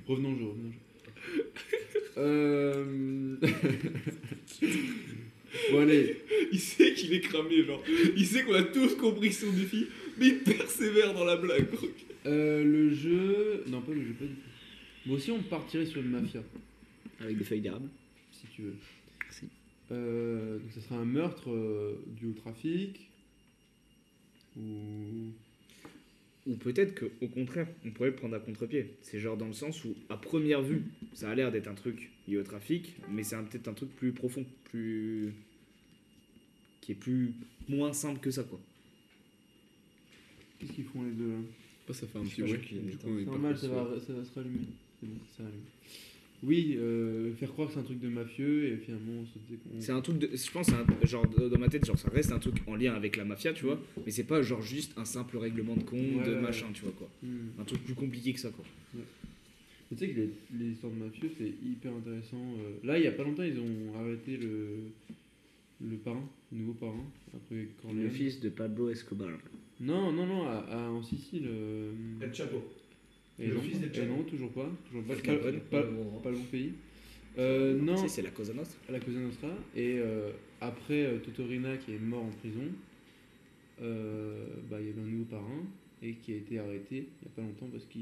Revenons au jeu, revenons au jeu. Euh... bon allez,
Il sait qu'il est cramé, genre. Il sait qu'on a tous compris son défi, mais il persévère dans la blague.
euh, le jeu... Non pas le jeu, pas du tout. Bon si on partirait sur une mafia,
Avec des feuilles d'érable.
si tu veux.
Merci.
Euh, donc ça serait un meurtre euh, dû au trafic. Ou...
Ou peut-être que, au contraire, on pourrait le prendre à contre-pied. C'est genre dans le sens où, à première vue, ça a l'air d'être un truc lié au trafic, mais c'est un- peut-être un truc plus profond, plus. qui est plus. moins simple que ça, quoi.
Qu'est-ce qu'ils font les deux là
ça fait un petit
pas,
bruit.
je crois qu'il y a
Du
des
coup, on est
C'est
pas
normal, ça
conscient.
va, ça va se rallumer. C'est bon, ça rallume. Oui, euh, faire croire que c'est un truc de mafieux et finalement on se dit qu'on-
C'est un truc de. Je pense, c'est un- genre, de- dans ma tête, genre, ça reste un truc en lien avec la mafia, tu vois, mais c'est pas genre juste un simple règlement de compte,
Ouais,
de
ouais,
machin, tu vois, quoi.
Hmm.
Un truc plus compliqué que ça, quoi.
Tu sais que les, les histoires de mafieux, c'est hyper intéressant. Euh, là, il y a pas longtemps, ils ont arrêté le, le parrain, le nouveau parrain, après
Le
Corleone.
fils de Pablo Escobar.
Non, non, non, à, à- en Sicile. euh,
El Chapo.
et
le
non,
fils d'El
et
Chapo.
non, toujours pas. Toujours pas,
Al
pas,
Capone.
pas- pas le bon pays. Euh, non,
Tu sais, c'est la cause à notre.
à la Cosa Nostra. Et euh, après euh, Totorina, qui est mort en prison, euh, bah, il y avait un nouveau parrain et qui a été arrêté il y a pas longtemps parce qu'il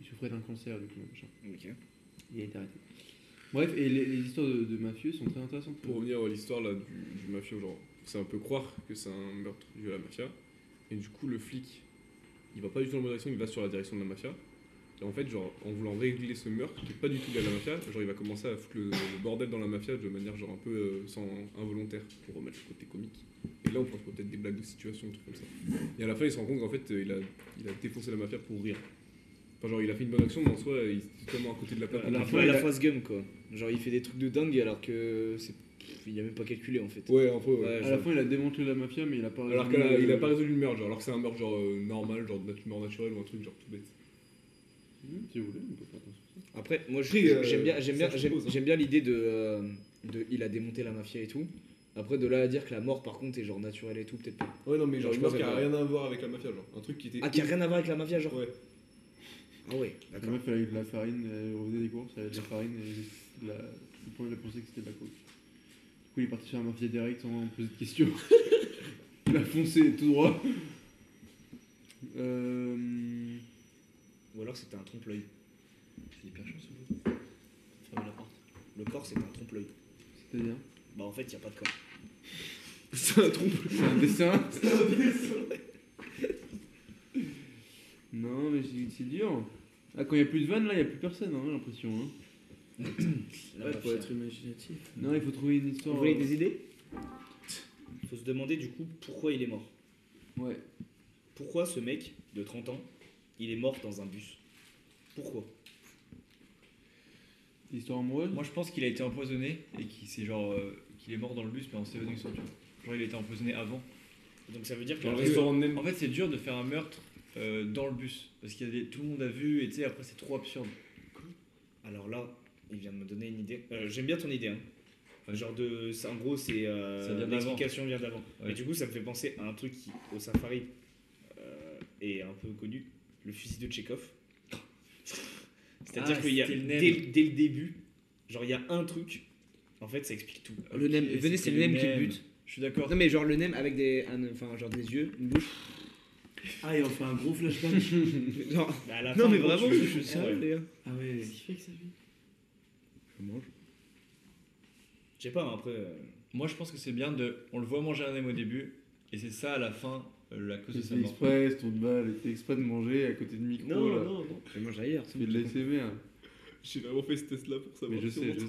il souffrait d'un cancer, du coup, machin.
Ok.
Il a été arrêté. Bref, et les, les histoires de, de mafieux sont très intéressantes.
Pour revenir à l'histoire là, du, du mafieux, genre, ça on peut croire que c'est un meurtre dû à la mafia. Et du coup, le flic, il va pas du tout dans la bonne direction, il va sur la direction de la mafia. Et en fait, genre, en voulant régler ce meurtre qui est pas du tout lié à la mafia, genre, il va commencer à foutre le, le bordel dans la mafia de manière genre un peu euh, sans involontaire pour remettre le côté comique. Et là, on prend peut-être des blagues de situation, des trucs comme ça. Et à la fin, il se rend compte qu'en fait, euh, il a, il a défoncé la mafia pour rire. Enfin, genre, il a fait une bonne action, mais en soi, il est totalement à côté de la
Euh,
plaque.
À Bah, la fois, la phrase gum quoi. Genre, il fait des trucs de dingue alors que c'est. pff, Il a même pas calculé en fait.
Ouais, un peu, ouais.
Ouais,
À la
genre-
fin, il a démantelé la mafia, mais il a pas
Alors qu'il
résolu euh,
a,
le-
il a pas résolu le meurtre, genre, alors que c'est un meurtre genre euh, normal, genre de nat- mort naturelle ou un truc genre tout bête.
Hmm, Si vous voulez, on peut faire attention.
Après, moi je-
Après, euh,
j'aime bien, j'aime
ça,
bien,
je
j'aime
propose, hein.
j'aime bien l'idée de, euh, de, il a démonté la mafia et tout. Après, de là à dire que la mort par contre est genre naturelle et tout, peut-être pas.
Ah Ouais, non, mais
Genre,
genre,
je
une meurtre
pense
qui
que-
a rien à voir avec la mafia, genre, un truc qui était.
Ah, qui a rien à voir avec la mafia, genre.
Ouais.
Ah ouais,
La
d'accord.
meuf, elle avait de la farine, elle revenait des courses, elle avait de la farine, et de la... le point, elle a pensé que c'était de la coke. Du coup, il est parti sur un mafia direct sans poser de questions. il a foncé tout droit. Euh...
Ou alors c'était un trompe-l'œil.
C'est hyper chanceux. Ferme la porte.
Le corps, c'est un trompe-l'œil.
C'est-à-dire
Bah en fait, il n'y a pas de corps.
C'est un dessin Non, mais c'est c'est dur. Ah, quand il n'y a plus de vannes, là, il n'y a plus personne, hein, j'ai l'impression. hein.
La
Ouais,
mafia.
faut être imaginatif.
Non, il faut trouver une
Vous
histoire.
voulez des idées Faut se demander du coup pourquoi il est mort.
euh, Ouais.
Pourquoi ce mec de 30 ans, il est mort dans un bus Pourquoi
Histoire amoureuse
Moi je pense qu'il a été empoisonné et qu'il c'est genre euh, qu'il est mort dans le bus mais en s'évanouissant. tu vois. Genre il était empoisonné avant.
Donc ça veut dire que
Dans le
la-
restaurant de En fait c'est dur de faire un meurtre euh, dans le bus parce qu'il y a des- tout le monde a vu et tu sais après c'est trop absurde.
Alors là, il vient de me donner une idée. Euh, J'aime bien ton idée. Hein. Enfin, genre de. ça, En gros, c'est. euh,
Ça vient d'avant.
L'explication vient d'avant.
Ouais.
Et du coup, ça me fait penser à un truc qui, au safari, euh, est un peu connu le fusil de Tchekhov. C'est-à-dire
Ah,
qu'il y a.
c'était le
Dès,
nem.
dès le début, genre, il y a un truc. En fait, ça explique tout.
Le nem,
Ok,
venez, c'est le
c'était
nem qui le bute.
Je suis d'accord.
Non, mais genre le nem avec des. un- Enfin, genre des yeux, une bouche.
Ah, il en fait un gros flashback.
Genre-
Bah, à la
non,
fin,
mais
gros,
vraiment,
tu-
je suis sérieux, les gars.
ah ouais.
Je sais pas, hein, après. euh,
Moi je pense que c'est bien de. On le voit manger un nem au début et c'est ça à la fin euh, la cause de sa
C'était
mort.
exprès, c'est ton de balle, c'était exprès de manger à côté de micro. là.
euh,
non. Je mange ailleurs.
Tu fais de l'ASMR.
J'ai vraiment fait ce test là pour savoir
hein. Mais je
si on
sais, je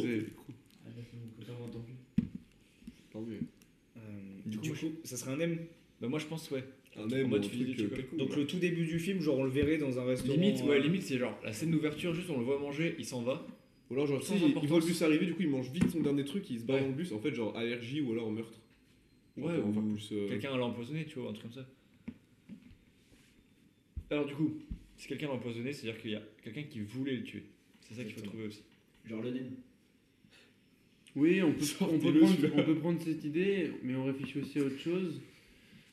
rentre en
sais.
micro.
euh,
Du
du
coup,
coup, ça serait un M.
Bah moi je pense ouais.
Un aime,
mode
un
fusil
truc,
de
euh,
Tchekhov.
quelconque,
Donc,
ouais.
le tout début du film, genre, on le verrait dans un restaurant.
Limite, ouais,
euh,
limite c'est genre la scène d'ouverture, juste on le voit manger, il s'en va.
Ou alors, genre,
Sans
si, il
importance.
voit le bus arriver, du coup, il mange vite son dernier truc, il se barre
Ouais.
dans le bus, en fait, genre allergie ou alors meurtre. Genre,
Ouais,
pour en
ou
faire plus, euh,
Quelqu'un l'a empoisonné, tu vois, un truc comme ça. Alors du coup, si quelqu'un l'a empoisonné, c'est-à-dire qu'il y a quelqu'un qui voulait le tuer. C'est ça qu'il faut trouver aussi.
Genre le nem.
Oui, on peut, on, peut
Sortez-le,
prendre,
celui-là.
on peut prendre cette idée, mais on réfléchit aussi à autre chose.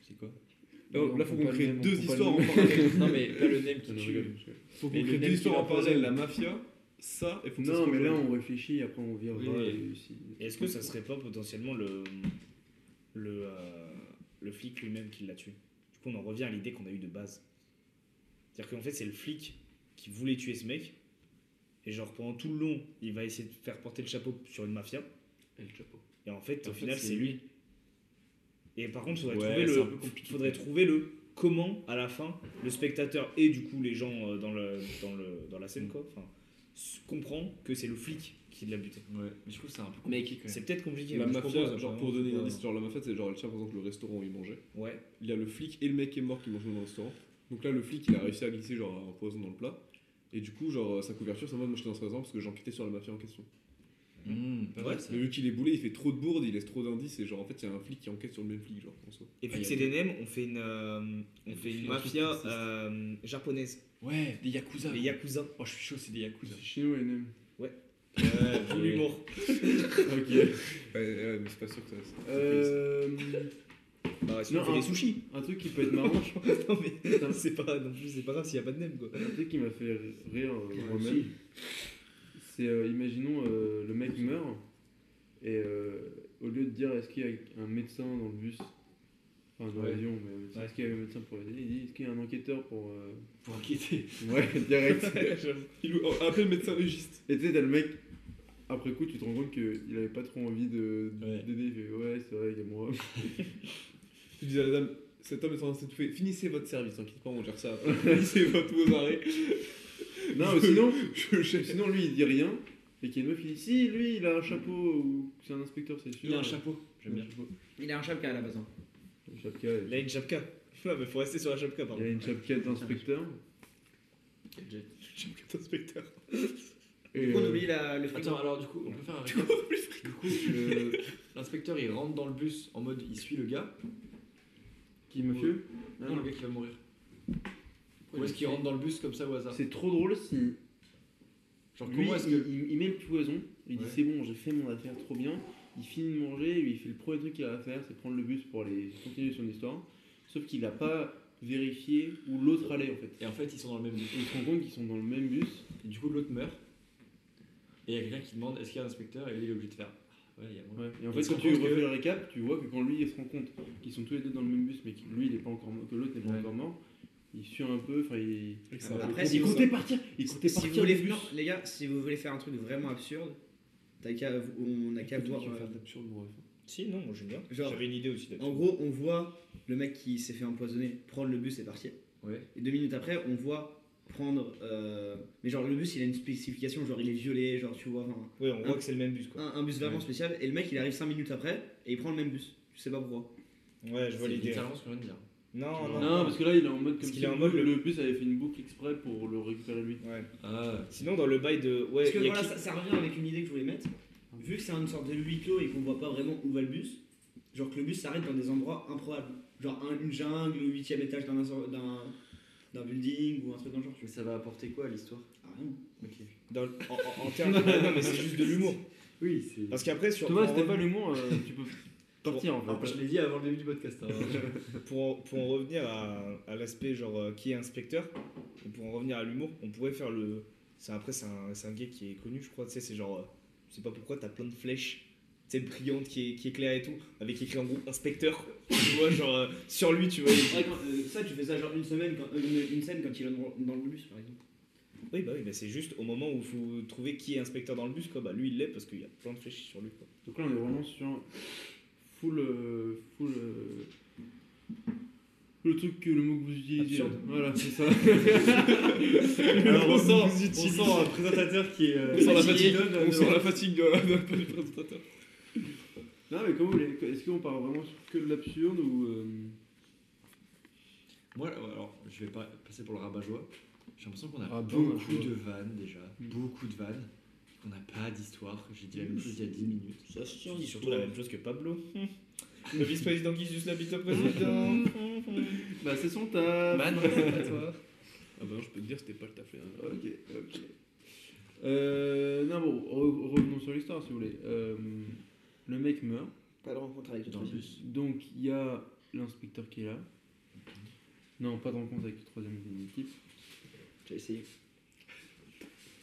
C'est quoi
Non,
Oh, là,
on
faut
prend
qu'on
pas
crée
le même, on
deux
prend pas
histoires hein. en
le même.
parallèle.
Non mais pas le nem qui
Non, je
tue.
rigole, je rigole.
Faut
Mais
qu'on
le
crée
même
deux
qui
histoires
va
en parallèle,
parler.
la mafia, ça, et faut que ça
Non,
se
mais là,
rejoigne.
on réfléchit, après on verra.
Oui.
euh, si-
Est-ce que ça serait pas potentiellement le le, euh, le flic lui-même qui l'a tué Du coup, on en revient à l'idée qu'on a eue de base. C'est-à-dire qu'en fait, c'est le flic qui voulait tuer ce mec. Et genre, pendant tout le long, il va essayer de faire porter le chapeau sur une mafia.
Et le chapeau.
Et en fait,
En
au
fait,
final,
c'est
c'est lui. Et par contre, faudrait
Ouais,
trouver
c'est un
le,
peu compliqué.
faudrait trouver le comment à la fin le spectateur et du coup les gens euh, dans le dans le dans la scène quoi, enfin, s- comprend que c'est le flic qui l'a buté.
Ouais, mais je trouve que c'est un peu
Mais
compliqué quand même.
C'est peut-être compliqué.
La
mais je
mafia,
propose,
genre,
apparemment,
pour donner
qu'on
un
peut-
indice, genre, la mafia, c'est genre, elle tient par exemple le restaurant où il mangeait.
Ouais.
il y a le flic et le mec qui est mort qui mange dans le restaurant. Donc là, le flic, il a réussi à glisser genre un poison dans le plat. Et du coup, genre, euh, sa couverture, c'est en mode, moi j'étais dans ce restaurant parce que j'enquêtais sur la mafia en question.
Mmh, pas mal, ça.
Mais vu qu'il est boulé, il fait trop de bourdes, il laisse trop d'indices, et genre, en fait, il y a un flic qui enquête sur le même flic, genre, en soi.
Et vu que c'est des nems, on fait une, euh, on fait une mafia euh, japonaise.
Ouais, des yakuza.
Les Yakuza.
Oh, je suis chaud, c'est des yakuza.
C'est chinois, les nems.
Tout l'humour.
Ok.
Ouais, ouais, mais c'est pas sûr que ça.
Euh,
Bah,
Non,
non, fait
un-
des sushis.
un truc qui peut être marrant, je pense.
non, mais
Putain.
c'est pas, non plus, c'est pas grave s'il y a pas de nems quoi.
Un truc qui m'a fait rire euh, moi-même, c'est euh, imaginons euh, le mec meurt et euh, au lieu de dire est-ce qu'il y a un médecin dans le bus, enfin dans
Ouais.
l'avion, mais euh,
Ouais.
est-ce qu'il y a un médecin pour l'aider, il dit est-ce qu'il y a un enquêteur pour. euh,
Pour enquêter.
Ouais, direct.
Il appelle le médecin légiste.
et tu sais, t'as le mec. après coup, tu te rends compte qu'il avait pas trop envie de- d'aider. Il fait ouais, c'est vrai, il y a moi.
Tu disais à la dame, cet homme est en train de s'étouffer. Finissez votre service, inquiète pas, on gère ça. après. Finissez votre vos arrêts.
non, mais sinon, sinon, lui, il dit rien. Et qu'il y a une meuf qui dit si, lui, il a un chapeau. Ou c'est un inspecteur, c'est sûr.
Il a un chapeau. J'aime
Il a
bien.
un chapeau.
Il a un chapka à la base. hein.
Un chapka, euh,
Il a une chapka. Ouais, mais faut rester sur la chapka,
Il
pardon.
a une chapka d'inspecteur.
Chapka d'inspecteur.
Et,
On
euh,
oublie la- le frigo.
Attends, alors du coup, on peut faire un récap. Du coup, le- l'inspecteur il rentre dans le bus en mode il suit le gars.
qui est mafieux
Non, le gars qui va mourir. Ou est-ce qu'il rentre dans le bus comme ça au hasard
C'est trop drôle si.
Genre,
lui,
comment est-ce que.
il, il- il met le poison, il
Ouais.
dit c'est bon, j'ai fait mon affaire trop bien. Il finit de manger, lui, il fait le premier truc qu'il a à faire, c'est prendre le bus pour aller continuer son histoire. Sauf qu'il n'a pas vérifié où l'autre allait en fait.
Et en fait, ils sont dans le même bus.
Et il se rend compte qu'ils sont dans le même bus.
Et du coup, l'autre meurt. Et il y a quelqu'un qui demande est-ce qu'il y a un inspecteur Et lui, il est obligé de faire. Ah, Ouais, il y a moi.
Et en
Il
fait,
se
quand
rend
tu
compte que-
refais le récap, tu vois que quand lui il se rend compte qu'ils sont tous les deux dans le même bus, mais que lui il est pas encore mort- que l'autre n'est pas
Ouais.
encore mort, il suit un peu, enfin il.
Après,
il
si vous-
comptait partir, il comptait
Si
partir
vous voulez,
du bus.
non, les gars, si vous voulez faire un truc vraiment absurde, t'as qu'à- on n'a qu'à voir. euh,
Si, non, moi j'aime bien.
Genre-
J'avais une idée aussi
En
là-dessus.
gros, on voit le mec qui s'est fait empoisonner prendre le bus et partir.
Ouais.
Et deux minutes après, on voit prendre. euh, Mais genre, le bus, il a une spécification, genre, il est violet, genre, tu vois, enfin,
Ouais, on voit
Ah.
que c'est le même bus, quoi.
un, un bus vraiment
Ouais.
spécial. Et le mec, il arrive cinq minutes après et il prend le même bus. Je sais pas pourquoi. Ah.
Ouais, je vois
C'est
l'idée.
littéralement ce qu'on vient de dire.
Non, non,
Non, parce que là il est en mode
Parce
comme
qu'il
si
est en mode
le,
le-
le bus avait fait une boucle exprès pour le récupérer lui.
Ouais.
Ah,
Sinon, dans le bail de. Ouais,
Parce que
il y a
voilà,
qui-
ça, ça revient avec une idée que je voulais mettre. Vu que c'est une sorte de huis clos et qu'on voit pas vraiment où va le bus, genre que le bus s'arrête dans des endroits improbables. Genre un- une jungle, le huitième étage d'un insor- d'un d'un building ou un truc dans le genre.
mais ça va apporter quoi à l'histoire
Ah, rien.
dans le- en, en- en termes. Ouais, non, mais c'est juste de l'humour.
Oui, c'est.
Parce qu'après, sur.
Thomas,
pour en
c'était pas l'humour, euh, tu peux partir en fait.
je l'ai dit avant le début du podcast. hein.
pour, en- pour en revenir à, à l'aspect genre euh, qui est inspecteur, et pour en revenir à l'humour, on pourrait faire le. c'est- Après, c'est un, c'est un gay qui est connu, je crois. Tu sais, c'est genre. euh, je sais pas pourquoi, t'as plein de flèches. Tu sais, brillante qui, est- qui éclaire et tout, avec écrit en gros inspecteur. tu vois, genre euh, sur lui, tu vois. il-
Ouais, quand, euh, ça, tu fais ça genre une semaine, quand, euh, une, une scène quand il est dans, dans le bus, par exemple.
Oui, bah oui, mais c'est juste au moment où il faut trouver qui est inspecteur dans le bus, quoi. Bah lui, il l'est parce qu'il y a plein de flèches sur lui, quoi.
Donc là, on est vraiment sur full. euh, full euh, le truc que le mot que vous utilisez.
Absurde.
Voilà, c'est ça.
Alors, on sent, on sent un présentateur qui est. euh,
On sent la
fatigué.
fatigue, on sent la fatigue
euh,
de- d'un peu du présentateur.
non, mais comment vous voulez Est-ce qu'on part vraiment sur que de l'absurde ou. euh,
Moi, alors, je vais pas passer pour le rabat-joie. J'ai l'impression qu'on a
Ah, bon,
beaucoup Mm.
rabat-joie.
de vannes déjà, beaucoup de vannes, qu'on n'a pas d'histoire. J'ai dit la même chose il y a 10 minutes.
Ça, je dis surtout la même chose que Pablo. le vice-président qui juste l'habite au président.
Bah, c'est son taf
Man,
Ah bah non, je peux te dire, c'était pas le taf. hein.
Ok, ok. Euh, non, bon, re- revenons sur l'histoire si vous voulez. Euh, le mec meurt.
Pas de rencontre avec
dans le bus.
Donc il y a l'inspecteur qui est là. Non, pas de rencontre avec le troisième de l'équipe.
J'ai essayé.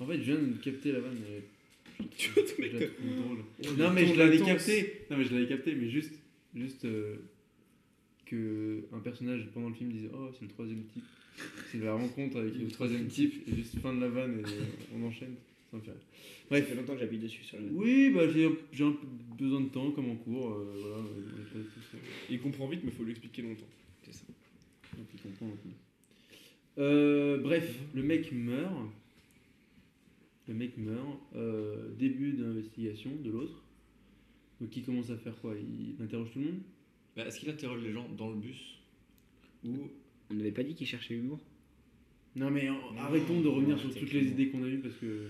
En fait, je viens de capter la vanne. mais
Tu vois,
je la trouve drôle. Non, mais je l'avais capté. Non, mais je l'avais capté, mais juste, juste euh, que un personnage pendant le film disait Oh, c'est le troisième type. C'est la rencontre avec le troisième type. Et juste fin de la vanne et euh, on enchaîne. Ça me fait rire.
Ouais, ça fait longtemps que j'appuie dessus sur le
Oui, bah j'ai un- j'ai un peu besoin de temps comme en cours. euh, voilà, on est pas tous, euh,
Il comprend vite, mais faut lui expliquer longtemps.
Donc, il comprend maintenant. Euh, bref, le mec meurt. Le mec meurt. Euh, début d'investigation de l'autre. Donc il commence à faire quoi Il interroge tout le monde
Bah, Est-ce qu'il interroge les gens dans le bus
Ou...
On n'avait pas dit qu'il cherchait l'humour
Non mais euh, arrêtons de revenir sur
arrêtez,
toutes les
clairement.
idées qu'on a eues parce que...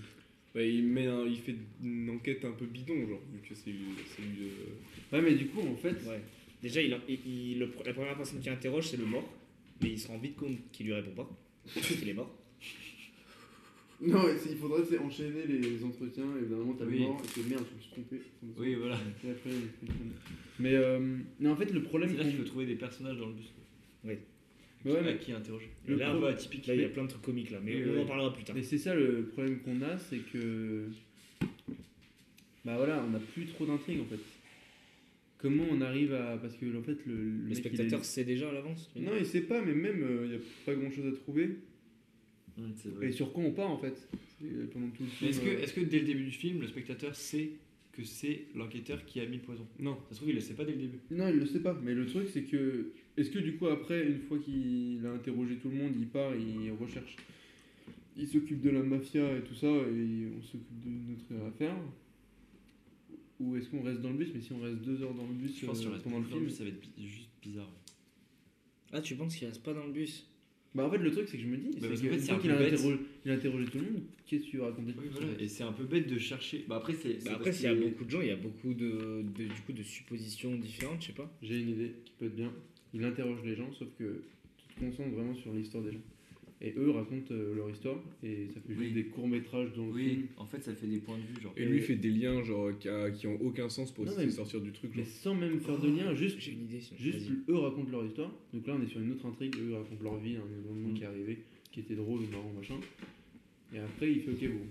Bah, il, met un- il fait une enquête un peu bidon, genre, vu que c'est c'est lui. euh,
Ouais mais du coup en fait...
Ouais. Déjà, il, il- il- le pr- la première personne qui interroge, c'est le mort. Mais il se rend vite compte qu'il lui répond pas. qu'il est mort.
Non, il faudrait enchaîner les entretiens et évidemment
t'as le Oui. mort,
et que merde, je me suis trompé.
Oui, voilà.
Mais, euh, mais en fait le problème...
C'est là
qu'on-
qu'il faut trouver des personnages dans le bus.
Mais ouais, mais-
À qui interroger
Le
Là, un
pro-
peu atypique.
Là, il y a plein de trucs comiques là, mais
Oui,
on
oui.
en parlera plus tard.
Mais c'est ça le problème qu'on a, c'est que. Bah voilà, on n'a plus trop d'intrigue en fait. Comment on arrive à. Parce que en fait, le. le
Le
mec, il a-
spectateur sait déjà à l'avance.
euh, Non, il sait pas, mais même, il n'y a pas grand chose à trouver.
c'est
Et
vrai.
sur quoi on part en fait Euh, Pendant tout le
Mais
film,
est-ce que,
euh,
est-ce que dès le début du film, le spectateur sait que c'est l'enquêteur qui a mis le poison
Non.
Ça se trouve, il le sait pas dès le début.
Non, il le sait pas. Mais le truc, c'est que. Est-ce que du coup, après, une fois qu'il a interrogé tout le monde, il part, il recherche. Il s'occupe de la mafia et tout ça, et on s'occupe de notre affaire Ou est-ce qu'on reste dans le bus Mais si on reste deux heures dans le bus
Je pense
euh,
que sur la
pendant le film.
ça va être bi- juste bizarre.
Ah, tu penses qu'il reste pas dans le bus
Bah, en fait, le truc, c'est que je me dis,
Bah, parce
c'est qu'une
qu'en fait, c'est
fois
un
qu'il a,
peu bête.
interro- il a interrogé tout le monde, qu'est-ce que tu racontais
Oui, voilà. Et c'est un peu bête de chercher. Bah après, c'est. c'est
Bah après,
parce
s'il y a
que-
beaucoup de gens, il y a beaucoup de, de- du coup, de suppositions différentes, je sais pas.
J'ai une idée qui peut être bien. Il interroge les gens, sauf que tu te concentres vraiment sur l'histoire des gens. Et eux racontent euh, leur histoire, et ça fait juste
Oui.
des courts-métrages dans le film.
Mm.
Oui, en fait, ça fait des points de vue, genre.
Et lui fait des liens genre qui, a- qui ont aucun sens pour
Non,
essayer
mais-
de sortir du truc.
Mais
Genre.
sans même faire de lien, juste,
J'ai une idée. sinon.
juste
Vas-y.
eux racontent leur histoire. Donc là, on est sur une autre intrigue, eux racontent leur vie, un événement qui est arrivé, qui était drôle, marrant, machin. Et après, il fait ok, bon,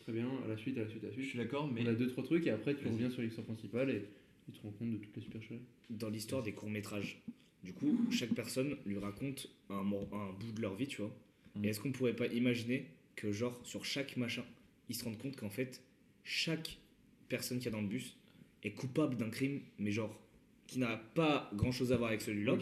très bien, à la suite, à la suite, à la
Je
suite.
suis d'accord, mais.
On a deux, trois trucs, et après, tu
Vas-y.
reviens sur l'histoire principale et tu te rends compte de toutes les supercheries.
Dans l'histoire des courts-métrages, du coup, chaque personne lui raconte un, mor- un bout de leur vie, tu vois.
Mm.
Et est-ce qu'on pourrait pas imaginer que, genre, sur chaque machin, ils se rendent compte qu'en fait, chaque personne qui est dans le bus est coupable d'un crime, mais genre, qui n'a pas grand chose à voir avec celui-là.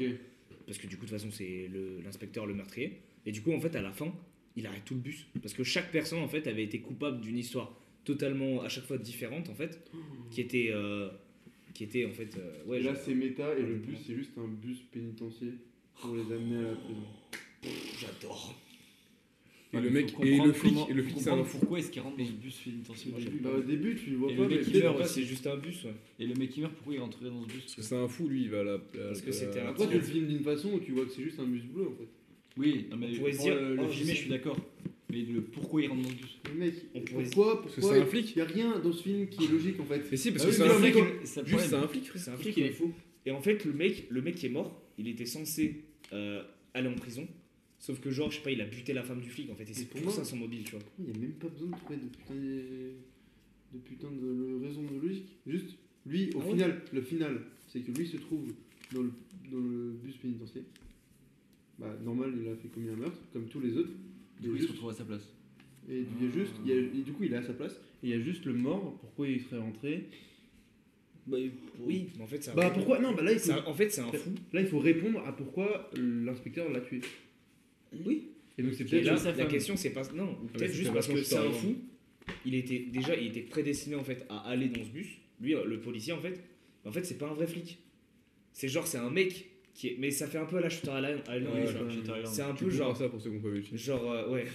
Parce que du coup, de toute façon, c'est le- l'inspecteur, le meurtrier. Et du coup, en fait, à la fin, il arrête tout le bus. Parce que chaque personne, en fait, avait été coupable d'une histoire totalement, à chaque fois, différente, en fait, qui était. euh, qui était en fait. euh, ouais, genre-
méta,
et le bus,
c'est juste un bus pénitentiaire pour les amener à la prison.
J'adore.
Et
Ouais,
le
mais
mec
faut
et le
comprendre
flic
comment-
et le
faut
flic c'est un
comprendre
fou.
Pourquoi est-ce qu'il rentre dans le bus pénitentiaire au début
Bah, au début, tu le vois
Et
pas,
le
mais
mec, il
peut-être
meurt
pas,
aussi.
C'est juste un bus, ouais.
Et le mec qui meurt, pourquoi il rentrait dans ce bus
Parce que c'est un fou lui il va à la.
Parce que c'était un
Après, tu le filmes d'une façon où tu vois que c'est juste un bus bleu en fait.
Oui, non, mais
On pourrait se
pour
dire,
le, le
oh, je
filmer,
sais.
je suis d'accord. Mais le pourquoi il rentre dans ce bus
Mais mec,
On pourrait-
pourquoi
Parce que c'est
Pourquoi
un flic.
Il y a rien dans ce film qui est logique en fait.
Ah Mais si parce que
Bah oui,
c'est
mais
un
le
flic.
mec, il- c'est le
Juste c'est
problème.
un flic.
C'est un flic, il est fou. Et en fait, le mec, le mec qui est mort, il était censé euh, aller en prison. Sauf que, genre, je sais pas, il a buté la femme du flic, en fait. Et c'est
pour
pour
moi-
ça son mobile, tu vois.
Il n'y a même pas besoin de trouver de putain de, de putain de raison de logique. Juste, lui, au
Ah ouais
final, le final, c'est que lui se trouve dans le, dans le bus pénitentiaire. Bah, normal, il a fait commis un meurtre, comme tous les autres.
Du coup, il se retrouve à sa place.
Et il y a juste, il y a-
Ah.
et du coup, il est à sa place. Et il y a juste le mort, pourquoi il serait rentré.
Oui, mais en fait, c'est un
Bah,
fou.
pourquoi Non, bah là, il
C'est
faut,
un- En fait, c'est un
Peut-être-
fou.
là, il faut répondre à pourquoi l'inspecteur l'a tué.
Oui.
Et donc, c'est
Et
peut-être
là,
juste-
la question, c'est pas. Non, ou
mais
peut-être
c'était
juste parce que
vachement
c'est un
tard,
fou. Il était déjà, il était prédestiné en fait à aller dans ce bus. Lui, euh, le policier en fait. En fait, c'est pas un vrai flic. C'est genre, c'est un mec qui est. Mais ça fait un peu à la Shutter Island. Island,
Ouais,
tu vois.
ouais.
c'est un
Tu
peu
peux
genre.
ça pour ceux qui ont pas vu le film.
Genre, euh, ouais.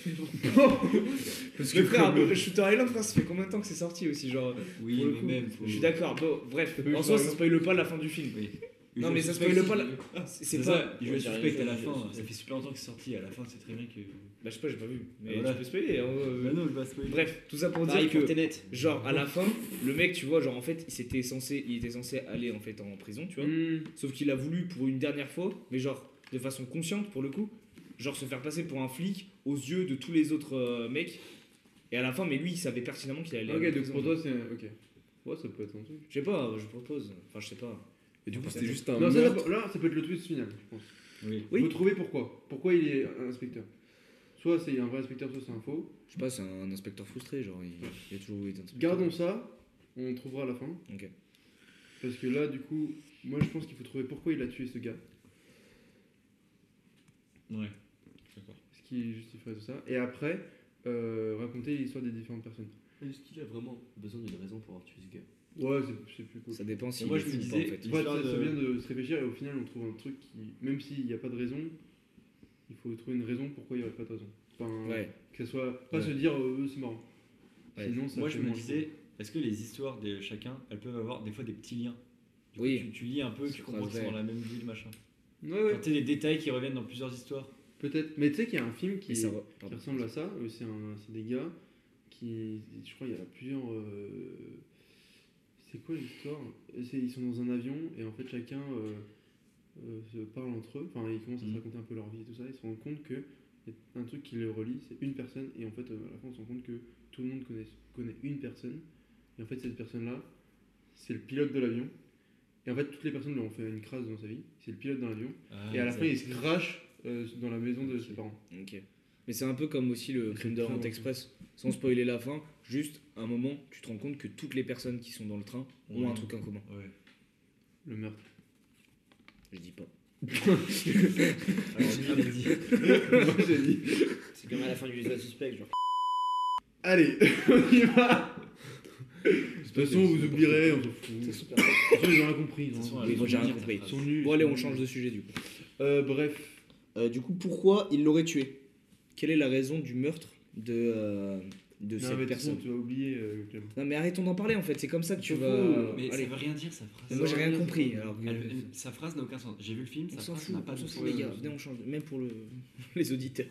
Parce
Mais
que
frère,
comme-
Shooter Island, frère, ça fait combien de temps que c'est sorti aussi Genre,
Oui,
Pour le
mais
coup,
même. faut-
je suis d'accord. Bon, bref,
vu
en
Shooter
soi, ça spoil pas la fin du film.
Oui. Il
Non,
joue
mais
au
ça
suspect,
spoil pas
si.
la. C'est
C'est
pas.
ça, il joue au suspect à la fin. Ça fait super longtemps que c'est sorti. À la fin, c'est très bien que.
Bah, je sais pas, j'ai pas vu. Mais
Voilà.
tu peux spoiler. hein, euh,
Bah non, je vais pas spoiler.
Bref, tout ça pour
Pareil
dire
pour
que,
Tenet.
genre, à la fin, le mec, tu vois, genre, en fait, il s'était censé, il était censé aller en fait en prison,
Mm.
tu vois.
Hmm.
Sauf qu'il a voulu pour une dernière fois, mais genre de façon consciente pour le coup, genre se faire passer pour un flic aux yeux de tous les autres euh, mecs. Et à la fin, mais lui, il savait pertinemment qu'il allait. aller en
Ok, donc
prison.
pour toi, c'est. un- Ok. Ouais, ça peut être un truc.
Je sais pas, je propose. Enfin, je sais pas.
Et du coup c'était juste un
Non, ça, ça
meurtre.
peut- là, ça peut être le twist final, je pense.
Oui.
Oui.
Faut trouver pourquoi. Pourquoi il est un inspecteur. Soit c'est un vrai inspecteur, soit c'est un faux.
Je sais pas, c'est un inspecteur frustré, genre, il, il a toujours voulu être inspecteur.
Gardons ça, on trouvera à la fin.
Ok.
Parce que là, du coup, moi je pense qu'il faut trouver pourquoi il a tué ce gars.
Ouais.
Ce qui justifierait tout ça. Et après, euh, raconter l'histoire des différentes personnes.
Est-ce qu'il a vraiment besoin d'une raison pour avoir tué ce gars
Ouais, c'est- c'est plus cool.
Ça dépend si
moi,
il est
je me
fou ou pas,
disais-
en fait.
Ouais,
L'histoire
ça, ça
de-
vient de se réfléchir et au final on trouve un truc qui, même s'il n'y a pas de raison, il faut trouver une raison pourquoi il n'y aurait pas de raison. Enfin,
Ouais.
que ce soit pas
Ouais.
se dire euh, c'est marrant.
Ouais.
Sinon, ça
Moi,
fait
je me
moins
disais, est-ce que les histoires de chacun, elles peuvent avoir des fois des petits liens Du coup,
Oui.
Tu, tu lis un peu,
Ça
tu comprends que c'est
croiserait.
dans la même ville, machin.
chaud. Ouais, ouais.
Enfin, tu sais, les détails qui reviennent dans plusieurs histoires.
Peut-être. Mais tu sais qu'il y a un film qui,
Et ça
qui
re- pardon.
ressemble à ça. euh, C'est un- c'est des gars qui. Je crois qu'il y a plusieurs. euh, C'est quoi l'histoire Euh, c'est- Ils sont dans un avion et en fait chacun euh, euh, se parle entre eux. Enfin, ils commencent à se
Mhm.
raconter un peu leur vie et tout ça. Ils se rendent compte que y a un truc qui les relie, c'est une personne. Et en fait, euh, à la fin, on se rend compte que tout le monde connaît, connaît une personne. Et en fait, cette personne-là, c'est le pilote de l'avion. Et en fait, toutes les personnes lui ont fait une crasse
Ah,
dans sa vie. C'est le pilote dans l'avion. Et à la fin, il se crache euh, dans la maison de ses parents.
Ok. Mais c'est un peu comme aussi le crime de la rente express. Sans spoiler la fin, juste à un moment, tu te rends compte que toutes les personnes qui sont dans le train ont un truc en commun.
Ouais.
Le meurtre.
Je dis pas.
C'est comme à la fin du Usual Suspect, genre.
Allez, on y va De toute façon, vous oublierez, on s'en fout. De toute façon, ils ont rien compris. hein. ils ont rien
Oui,
compris.
moi j'ai rien compris.
Ils sont nuls.
Bon, allez, on change de sujet du coup.
Euh, bref,
Euh, du coup, pourquoi il l'aurait tué
Quelle est la raison du meurtre de, euh, de
non, mais de toute
cette
façon,
personne
tu vas oublier, euh, Clément.
Non, mais arrêtons d'en parler en fait, c'est comme ça que tu
S'en
vas.
fout,
Allez.
Mais ça veut rien dire sa phrase.
Mais moi j'ai rien compris. Alors, que-
Elle- elle- sa phrase n'a aucun sens. J'ai vu le film,
on
sa
s'en
phrase
fout,
n'a pas
on
de
s'en
sens.
fout, les gars. Venez, on change. Même pour le... les auditeurs.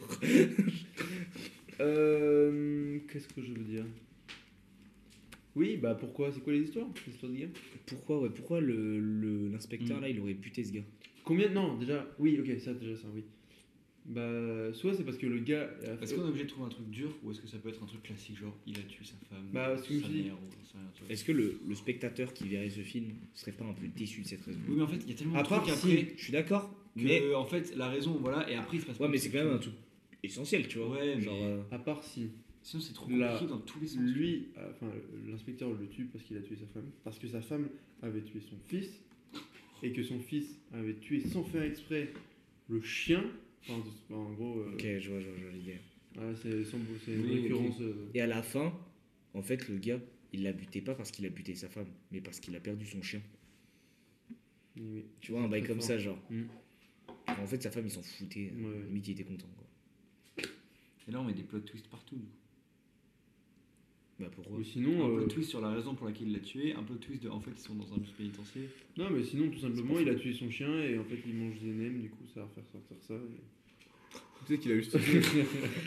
Euh, Qu'est-ce que je veux dire Oui, bah pourquoi C'est quoi les histoires Les histoires de guerre
Pourquoi, ouais, pourquoi le- le- l'inspecteur
Mm.
là il aurait buté ce gars
Combien Non, déjà, oui, ok, ça, déjà, ça, oui. Bah, soit c'est parce que le gars. a
Est-ce
fait-
qu'on est obligé de trouver un truc dur ou est-ce que ça peut être un truc classique genre il a tué sa femme,
Bah, ce que
sa
je dis.
mère ou j'en sais rien, tu vois.
Est-ce que le, le spectateur qui verrait ce film serait pas un peu déçu de cette raison
Oui mais en fait il y a tellement
À
de trucs
part
après
si, je suis d'accord,
que
mais
en fait la raison voilà et après il se passe
ouais,
pas
mais
de
c'est
truc.
quand même un truc essentiel, tu vois.
Ouais, mais-
Genre, euh,
À part si.
Sinon c'est trop
La-
compliqué dans tous les sens.
Lui, euh, enfin, l'inspecteur le tue parce qu'il a tué sa femme, parce que sa femme avait tué son fils, et que son fils avait tué sans faire exprès le chien. Enfin, de- en gros, euh,
ok, je vois, je vois, je vois l'idée.
ouais, c'est sans- c'est une
Oui, ok.
récurrence. euh,
Et à la fin, en fait, le gars, il l'a buté pas parce qu'il a buté sa femme, mais parce qu'il a perdu son chien.
oui,
Tu vois, un bail
Très
comme
fort.
ça, genre.
Mm.
En fait, sa femme, il s'en foutait.
Ouais, ouais.
Limite, il était content, quoi.
Et là on met des plot twists partout. du coup.
Bah, pourquoi
Ou sinon,
Un
euh,
plot twist sur la raison pour laquelle il l'a tué, un plot twist de en fait ils sont dans un bus pénitentiaire.
non, mais sinon, tout simplement, il a tué son chien et en fait, il mange des nems, du coup, ça va faire sortir ça. et-
Peut-être qu'il a juste.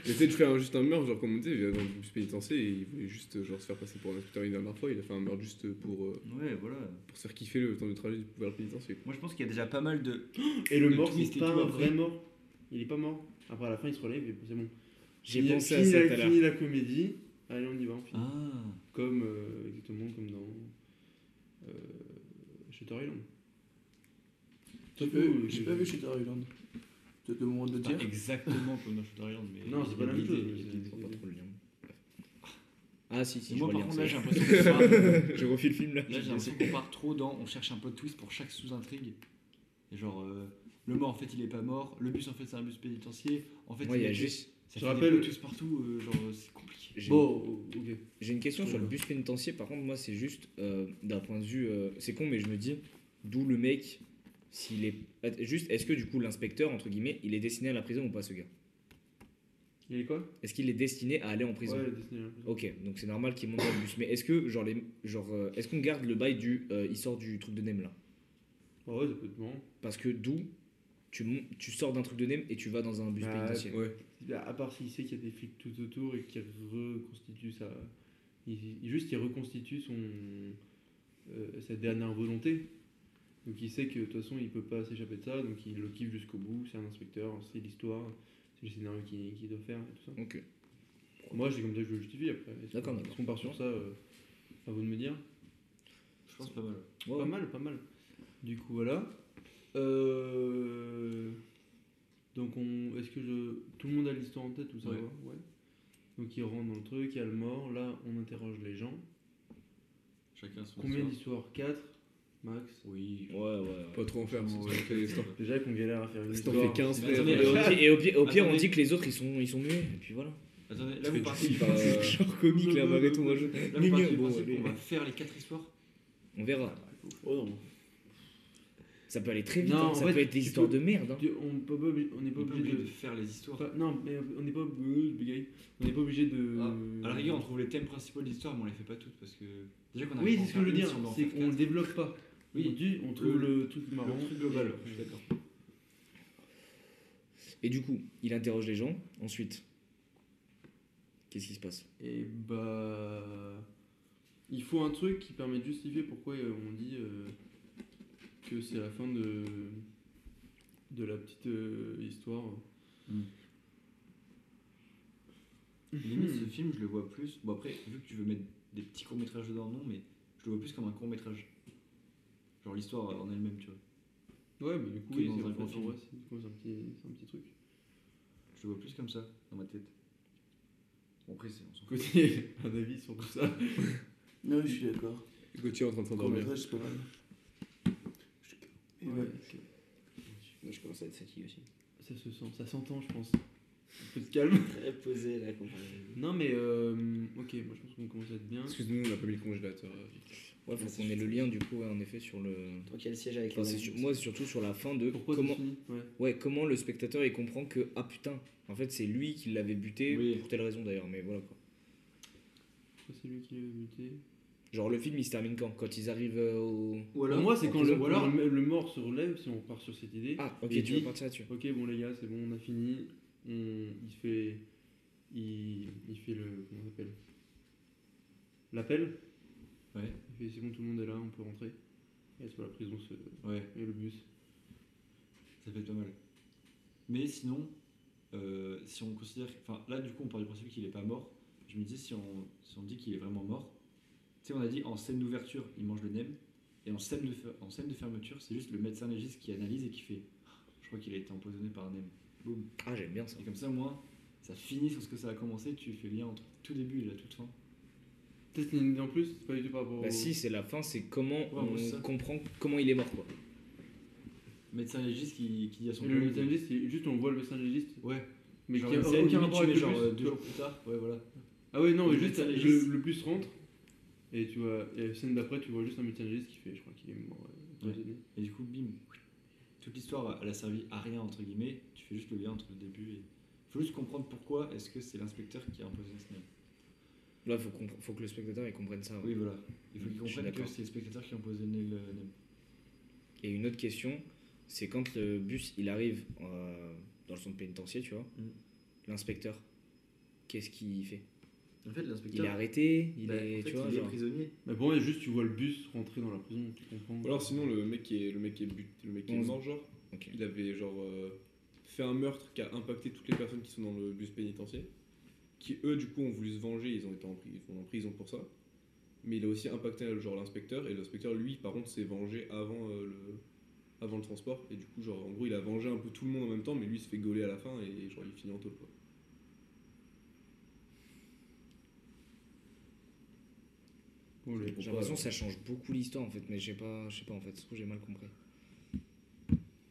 J'essaie de faire un- juste un meurtre, genre comme on disait, il est dans le bus pénitentiaire et il voulait juste euh, genre, se faire passer pour un inspecteur une dernière fois. Il a fait un meurtre juste pour, euh,
Ouais voilà.
pour se faire kiffer le temps du trajet vers le pénitentiaire.
Moi je pense qu'il y a déjà pas mal de.
Et le,
Le
mort,
twist
c'est
et
pas
tout
un
après.
vrai mort. Il est pas mort. Après, à la fin, il se relève et c'est bon.
J'ai
Fini-
pensé à
fini
ça
la-
tout à l'heure.
Fini la comédie, allez, on y va, on finit.
Ah.
Comme, euh, exactement comme dans euh, Shutter Island.
J'ai pas,
Euh,
j'ai pas vu Shutter Island. Peut-être le moment de le
Pas
dire.
exactement comme dans Shutter Island, mais.
Non, c'est pas la même chose, mais c'est-
Je vois pas trop le lien. Ah, si, si,
Et
je
moi,
vois le
par
lien,
contre,
ça
là,
y est.
j'ai l'impression que ça- là,
J'ai refait le film, là.
j'ai l'impression qu'on part trop dans. On cherche un plot twist pour chaque sous-intrigue. Et genre, euh, le mort, en fait, il est pas mort. Le bus, en fait, c'est un bus pénitentiaire. En fait,
Moi, il y
est
a
tué.
juste.
Ça
Je
fait des
rappelle-
plot twists partout. euh, genre, euh, c'est compliqué.
j'ai-
Bon, ok.
J'ai une question
Très
sur le
bien.
bus pénitentiaire. Par contre, moi, c'est juste euh, d'un point de vue. euh, c'est con, mais je me dis d'où le mec, s'il est. att- Juste, est-ce que du coup, l'inspecteur, entre guillemets, il est destiné à la prison ou pas, ce gars
Il est quoi
Est-ce qu'il est destiné à aller en prison
Ouais, le Disney, la prison.
Ok, donc c'est normal qu'il monte dans le bus. Mais est-ce que, genre, les, genre euh, est-ce qu'on garde le bail du. euh, il sort du truc de Nem là
Ah ouais, ça peut être marrant.
Parce que d'où tu, mon- tu sors d'un truc de Nem et tu vas dans un bus
Bah,
pénitentiaire
Bah, À part s'il sait qu'il y a des flics tout autour et qu'il reconstitue sa. il- il- juste, il reconstitue son. euh, sa dernière volonté. Donc il sait que de toute façon, il peut pas s'échapper de ça, donc il le kiffe jusqu'au bout. C'est un inspecteur, c'est l'histoire, c'est le scénario qu'il qu'il doit faire et tout ça.
Ok.
Moi, c'est comme ça que je le justifie après. Est-ce
D'accord,
qu'on-
d'accord.
Est-ce qu'on part sur ça euh, À vous de me dire.
Je pense pas mal.
Ouais.
Pas mal, pas mal. Du coup, voilà. Euh, Donc, on... est-ce que je... tout le monde a l'histoire en tête ou ça
Ouais.
va Ouais. Donc, il rentre dans le truc, il y a le mort. Là, on interroge les gens.
Chacun son
Combien
histoire.
d'histoires 4 max.
Oui.
Ouais, ouais, ouais.
Pas trop en faire, sinon ça fait des histoires.
Déjà qu'on galère à faire une
Si t'en
histoire.
fais 15
Mais attendez,
Et au pire, et au pire- au pire, on
Attendez.
dit que les autres, ils sont, ils sont muets. Et puis voilà.
Attendez, là, vous partez du
Bah,
principe.
Genre comique, là, malgré tout, moi, je-
Là, vous partez du
Mignon, bon,
principe
allez.
qu'on va faire les quatre histoires.
On verra.
Oh
Ça peut aller très vite,
Non,
hein,
en
ça
fait,
peut être
tu
des histoires
peux-
de merde. hein.
Tu- On peut pas obli- on n'est
On
pas
n'est pas
obligé
obligé de
de.
faire les histoires.
Enfin, Non, mais on n'est pas obligé. On n'est pas obligé de.
Ah, À la rigueur, on trouve les thèmes principaux de l'histoire, mais on les fait pas toutes parce que. Déjà qu'on
Oui,
arrive pas à en
c'est ce que je veux dire.
faire une, si on doit en
C'est
faire
qu'on le
quatre.
développe pas.
Oui.
On dit, on trouve
Le-
le, truc marrant.
Le truc global,
Et-
je suis d'accord.
Et du coup, il interroge les gens. Ensuite, qu'est-ce qui se passe
Et bah. Il faut un truc qui permet de justifier pourquoi euh, on dit euh, que c'est la fin de. de la petite euh, histoire.
Limite,
Hmm.
ce film, je le vois plus. Bon, après, vu que tu veux mettre des petits courts-métrages dedans, non, mais je le vois plus comme un court-métrage. Genre l'histoire en elle-même, tu vois.
Ouais, mais du coup,
Que
oui,
dans
c'est
un
en fait,
grand
en
film.
vrai, c'est du coup, c'est un, petit- c'est un petit truc.
Je le vois plus comme ça dans ma tête. Bon, après, c'est on s'en fout.
Côté, un avis sur tout ça.
Non, je suis d'accord.
Gauthier est en train de
Court
s'endormir.
métrage, c'est pas mal. Et ouais,
Moi, je commence à être fatigué aussi.
Ça se sent, ça s'entend, je pense. Un peu de calme.
Très posé, là, comparé.
Non, mais euh, ok, moi je pense qu'on commence à être bien.
Excuse-nous, on n'a pas mis le congélateur.
Ouais, faut qu'on ait le lien du coup, ouais, en effet, sur le.
Toi qui as le siège avec
Enfin,
les
c'est
mains.
sur- Moi, c'est surtout sur la fin de
Pourquoi
comment,
tu finis ouais.
ouais, comment le spectateur il comprend que ah putain, en fait c'est lui qui l'avait buté
Oui.
pour telle raison d'ailleurs, mais voilà quoi.
Pourquoi c'est lui qui l'a muté
Genre le film il se termine quand Quand ils arrivent euh, au.
Ou alors, moi, c'est
en
quand
prison.
le,
Ou alors-
le, le mort se relève, si on part sur cette idée.
Ah, ok,
Et
tu
dit-
veux partir là-dessus.
Ok, bon, les gars, c'est bon, on a fini. On, il fait. Il, il fait le. Comment on appelle L'appel
Ouais.
Il fait c'est bon, tout le monde est là, on peut rentrer. Et sur la prison se, et
Ouais,
le bus.
ça peut être pas mal. Mais sinon, euh, si on considère. Enfin, là, du coup, on part du principe qu'il est pas mort. Je me dis, si on, si on dit qu'il est vraiment mort, tu sais, on a dit en scène d'ouverture, il mange le nem. Et en scène de, fer- en scène de fermeture, c'est juste le médecin légiste qui analyse et qui fait Je crois qu'il a été empoisonné par un nem. Boum.
Ah, j'aime bien ça.
Et comme ça, au moins, ça finit sur ce que ça a commencé. Tu fais lien entre tout début et la toute fin.
Peut-être qu'il y a une idée en plus, c'est pas du tout par rapport au-
Bah si, c'est la fin, c'est comment
moi, c'est ça.
on comprend comment il est mort quoi.
Médecin légiste qui, qui dit à son
Et le
collègue-
médecin légiste, c'est juste on voit le médecin légiste.
Ouais.
Mais
genre
qui a
une scène,
aucun
limite,
rapport
tu
avec
mets
le
genre euh,
bus.
deux jours plus tard. Ouais, voilà.
Ah ouais, non, mais
Le
juste
médecin
le,
légiste.
le bus rentre. Et tu vois, et la scène d'après, tu vois juste un médecin légiste qui fait Je crois qu'il est mort. euh,
Ouais.
empoisonné.
Et du coup, bim, toute l'histoire, elle a servi à rien, entre guillemets. Tu fais juste le lien entre le début et. faut juste comprendre pourquoi est-ce que c'est l'inspecteur qui a imposé ce nom.
Là, faut, compre- faut que le spectateur il comprenne ça. ouais.
Oui, voilà. Il
Je
faut qu'ils
suis
comprennent que
d'accord.
c'est le spectateur qui a imposé le le nom.
Et une autre question, c'est quand le bus il arrive euh, dans le centre pénitentiaire, tu vois,
Mhm.
l'inspecteur, qu'est-ce qu'il fait
En fait,
Il est
l'inspecteur.
arrêté, il
bah, en
est,
fait,
tu vois,
il est
genre-
prisonnier.
Mais pour moi, juste tu vois le bus rentrer dans la prison, tu comprends.
Ou alors sinon le mec qui est le mec qui est but, le mec qui est
Onze.
mort genre,
Ok.
il avait genre euh, fait un meurtre qui a impacté toutes les personnes qui sont dans le bus pénitentiaire, qui eux du coup ont voulu se venger, ils ont été en, pri- ils sont en prison pour ça. Mais il a aussi impacté genre l'inspecteur et l'inspecteur lui par contre s'est vengé avant euh, le avant le transport et du coup genre en gros il a vengé un peu tout le monde en même temps mais lui il se fait gauler à la fin et genre il finit en taule quoi.
Bon, les-
J'ai l'impression
euh,
que ça change beaucoup l'histoire en fait, mais je sais pas, je sais pas en fait, je trouve que j'ai mal compris.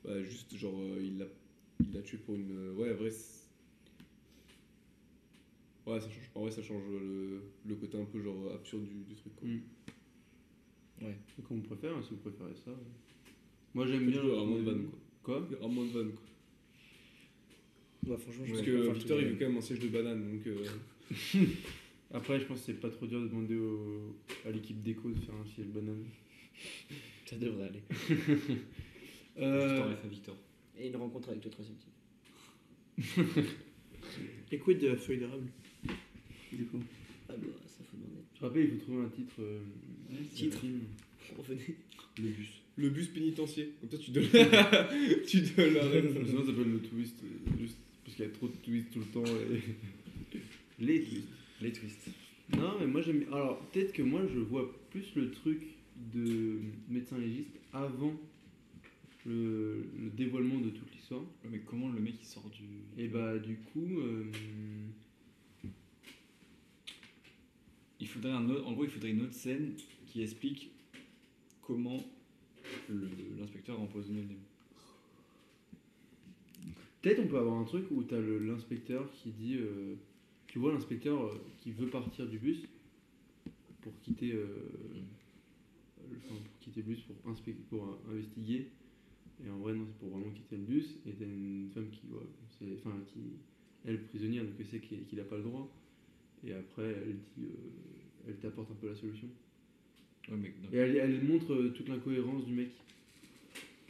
Bah, juste, genre, euh, il l'a il l'a tué pour une. euh, ouais, vrai. c'est- Ouais, ça change, en vrai, ça change euh, le, le côté un peu genre absurde du, du truc. Quoi.
Mm. C'est comme vous préférez, hein, si vous préférez ça. ouais. Moi j'aime bien.
Plutôt, euh, moins de vannes, quoi.
Quoi
Un moins de vannes, quoi.
Bah, franchement, je
Parce
sais pas
que
faire le
Victor,
truc.
il veut quand même un siège de banane, donc. euh,
Après, je pense que c'est pas trop dur de demander au- à l'équipe déco de faire un ciel banane.
Ça devrait aller.
Je
Euh,
t'enlève à Victor.
Et une rencontre avec le troisième type.
Et quid de Feuille d'érable Du coup.
Ah bah, ça faut demander.
je rappelle, il faut trouver un titre. euh,
Titre.
un film.
Revenez.
Le bus.
Le bus pénitentiaire. Comme ça, tu donnes la. tu donnes la ref.
Sinon, ça s'appelle le twist. euh, Juste parce qu'il y a trop de twists tout le temps. et- Les twists.
Les twists.
Non, mais moi j'aime. Alors, peut-être que moi je vois plus le truc de médecin légiste avant le, le dévoilement de toute l'histoire.
Mais comment le mec il sort du.
Et bah, du coup. euh,
Il faudrait un autre, en gros, il faudrait une autre scène qui explique comment le- l'inspecteur a empoisonné le démon.
Peut-être on peut avoir un truc où t'as le- l'inspecteur qui dit. euh, tu vois l'inspecteur euh, qui veut partir du bus pour quitter. euh, le- enfin, pour quitter le bus, pour, inspec- pour euh, investiguer. Et en vrai, non, c'est pour vraiment quitter le bus. Et t'as une femme qui. ouais, c'est- enfin, qui. Elle, prisonnière, donc elle sait qu'il qu'il a pas le droit. Et après, elle dit. euh, elle t'apporte un peu la solution.
Ouais, mais non.
Et elle, elle montre euh, toute l'incohérence du mec.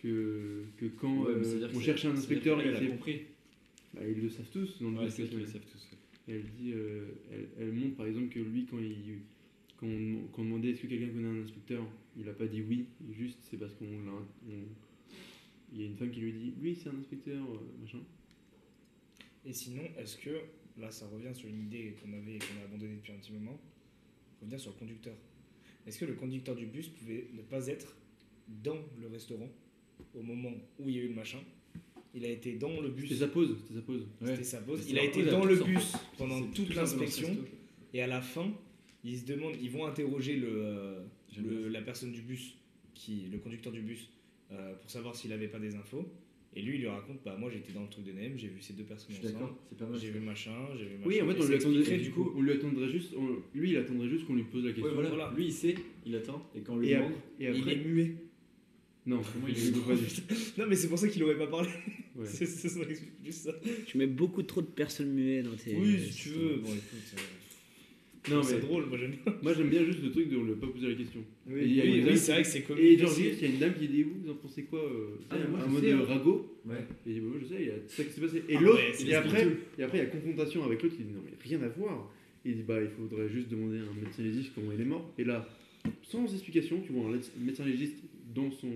Que, que quand
Ouais, mais
euh,
c'est-à-dire que
on
c'est-
cherchait un
c'est-à-dire
inspecteur,
que
il
là, il a
fait
compris.
bah, ils le savent tous dans le
Ouais,
bus,
c'est
parce
qu'ils
que-
savent tous.
et elle dit, euh, elle, elle montre par exemple que lui, quand, il, quand, on, dem- quand on demandait est-ce que quelqu'un connaît un inspecteur, il a pas dit oui, juste c'est parce qu'on l'a. on- Il y a une femme qui lui dit, lui c'est un inspecteur, euh, machin.
Et sinon, est-ce que, là ça revient sur une idée qu'on avait et qu'on a abandonnée depuis un petit moment, revient sur le conducteur. Est-ce que le conducteur du bus pouvait ne pas être dans le restaurant au moment où il y a eu le machin Il a été dans le bus.
C'était sa pause. C'était sa pause.
C'était sa pause.
C'était
Il a
sa
été
pause à
dans le
100%.
bus pendant
C'est
toute
plus simple dans
l'inspection.
le resto.
Et à la fin, ils se demandent, ils vont interroger le, euh,
J'aime
le-
bien
la personne du bus, qui, le conducteur du bus, euh, pour savoir s'il avait pas des infos. Et lui, il lui raconte, bah moi j'étais dans le truc de NM, j'ai vu ces deux personnes
Je suis
ensemble,
d'accord, c'est pas mal.
j'ai vu machin, j'ai vu machin.
Oui, en fait,
Et
on
ça
lui
expliquerait,
attendrait
du coup.
on lui attendrait juste, on- lui, il attendrait juste qu'on lui pose la question.
Ouais, voilà.
Voilà.
Lui, il sait, il attend, et quand on lui
Et,
demande,
ap- et après,
Il est muet.
non,
comment
il
il
peut pas dire.
Non, mais c'est pour ça qu'il aurait pas parlé.
Ouais.
C'est c'est- ça explique plus ça.
Tu mets beaucoup trop de personnes muettes dans tes.
Oui, si tu veux. Bon, écoute, euh,
Non,
c'est
mais
drôle, moi j'aime bien.
moi j'aime bien juste le truc de on lui a pas posé la question.
Oui,
il y a une dame
oui, c'est vrai que c'est
qui-
comme.
Et Georgie, il y a une dame qui dit Vous en pensez quoi euh,
Ah,
un-
moi,
Un
je
mode
sais,
de
ouais.
rago
Ouais.
Et il dit Bah, moi, Je sais, il y a ça qui s'est passé. Et
Ah
l'autre,
ouais, c'est
et, après, et après, il y a confrontation avec l'autre qui dit Non, mais rien à voir. Et il dit Bah, il faudrait juste demander à un médecin légiste comment il est mort. Et là, sans explication, tu vois un lét- médecin légiste dans son.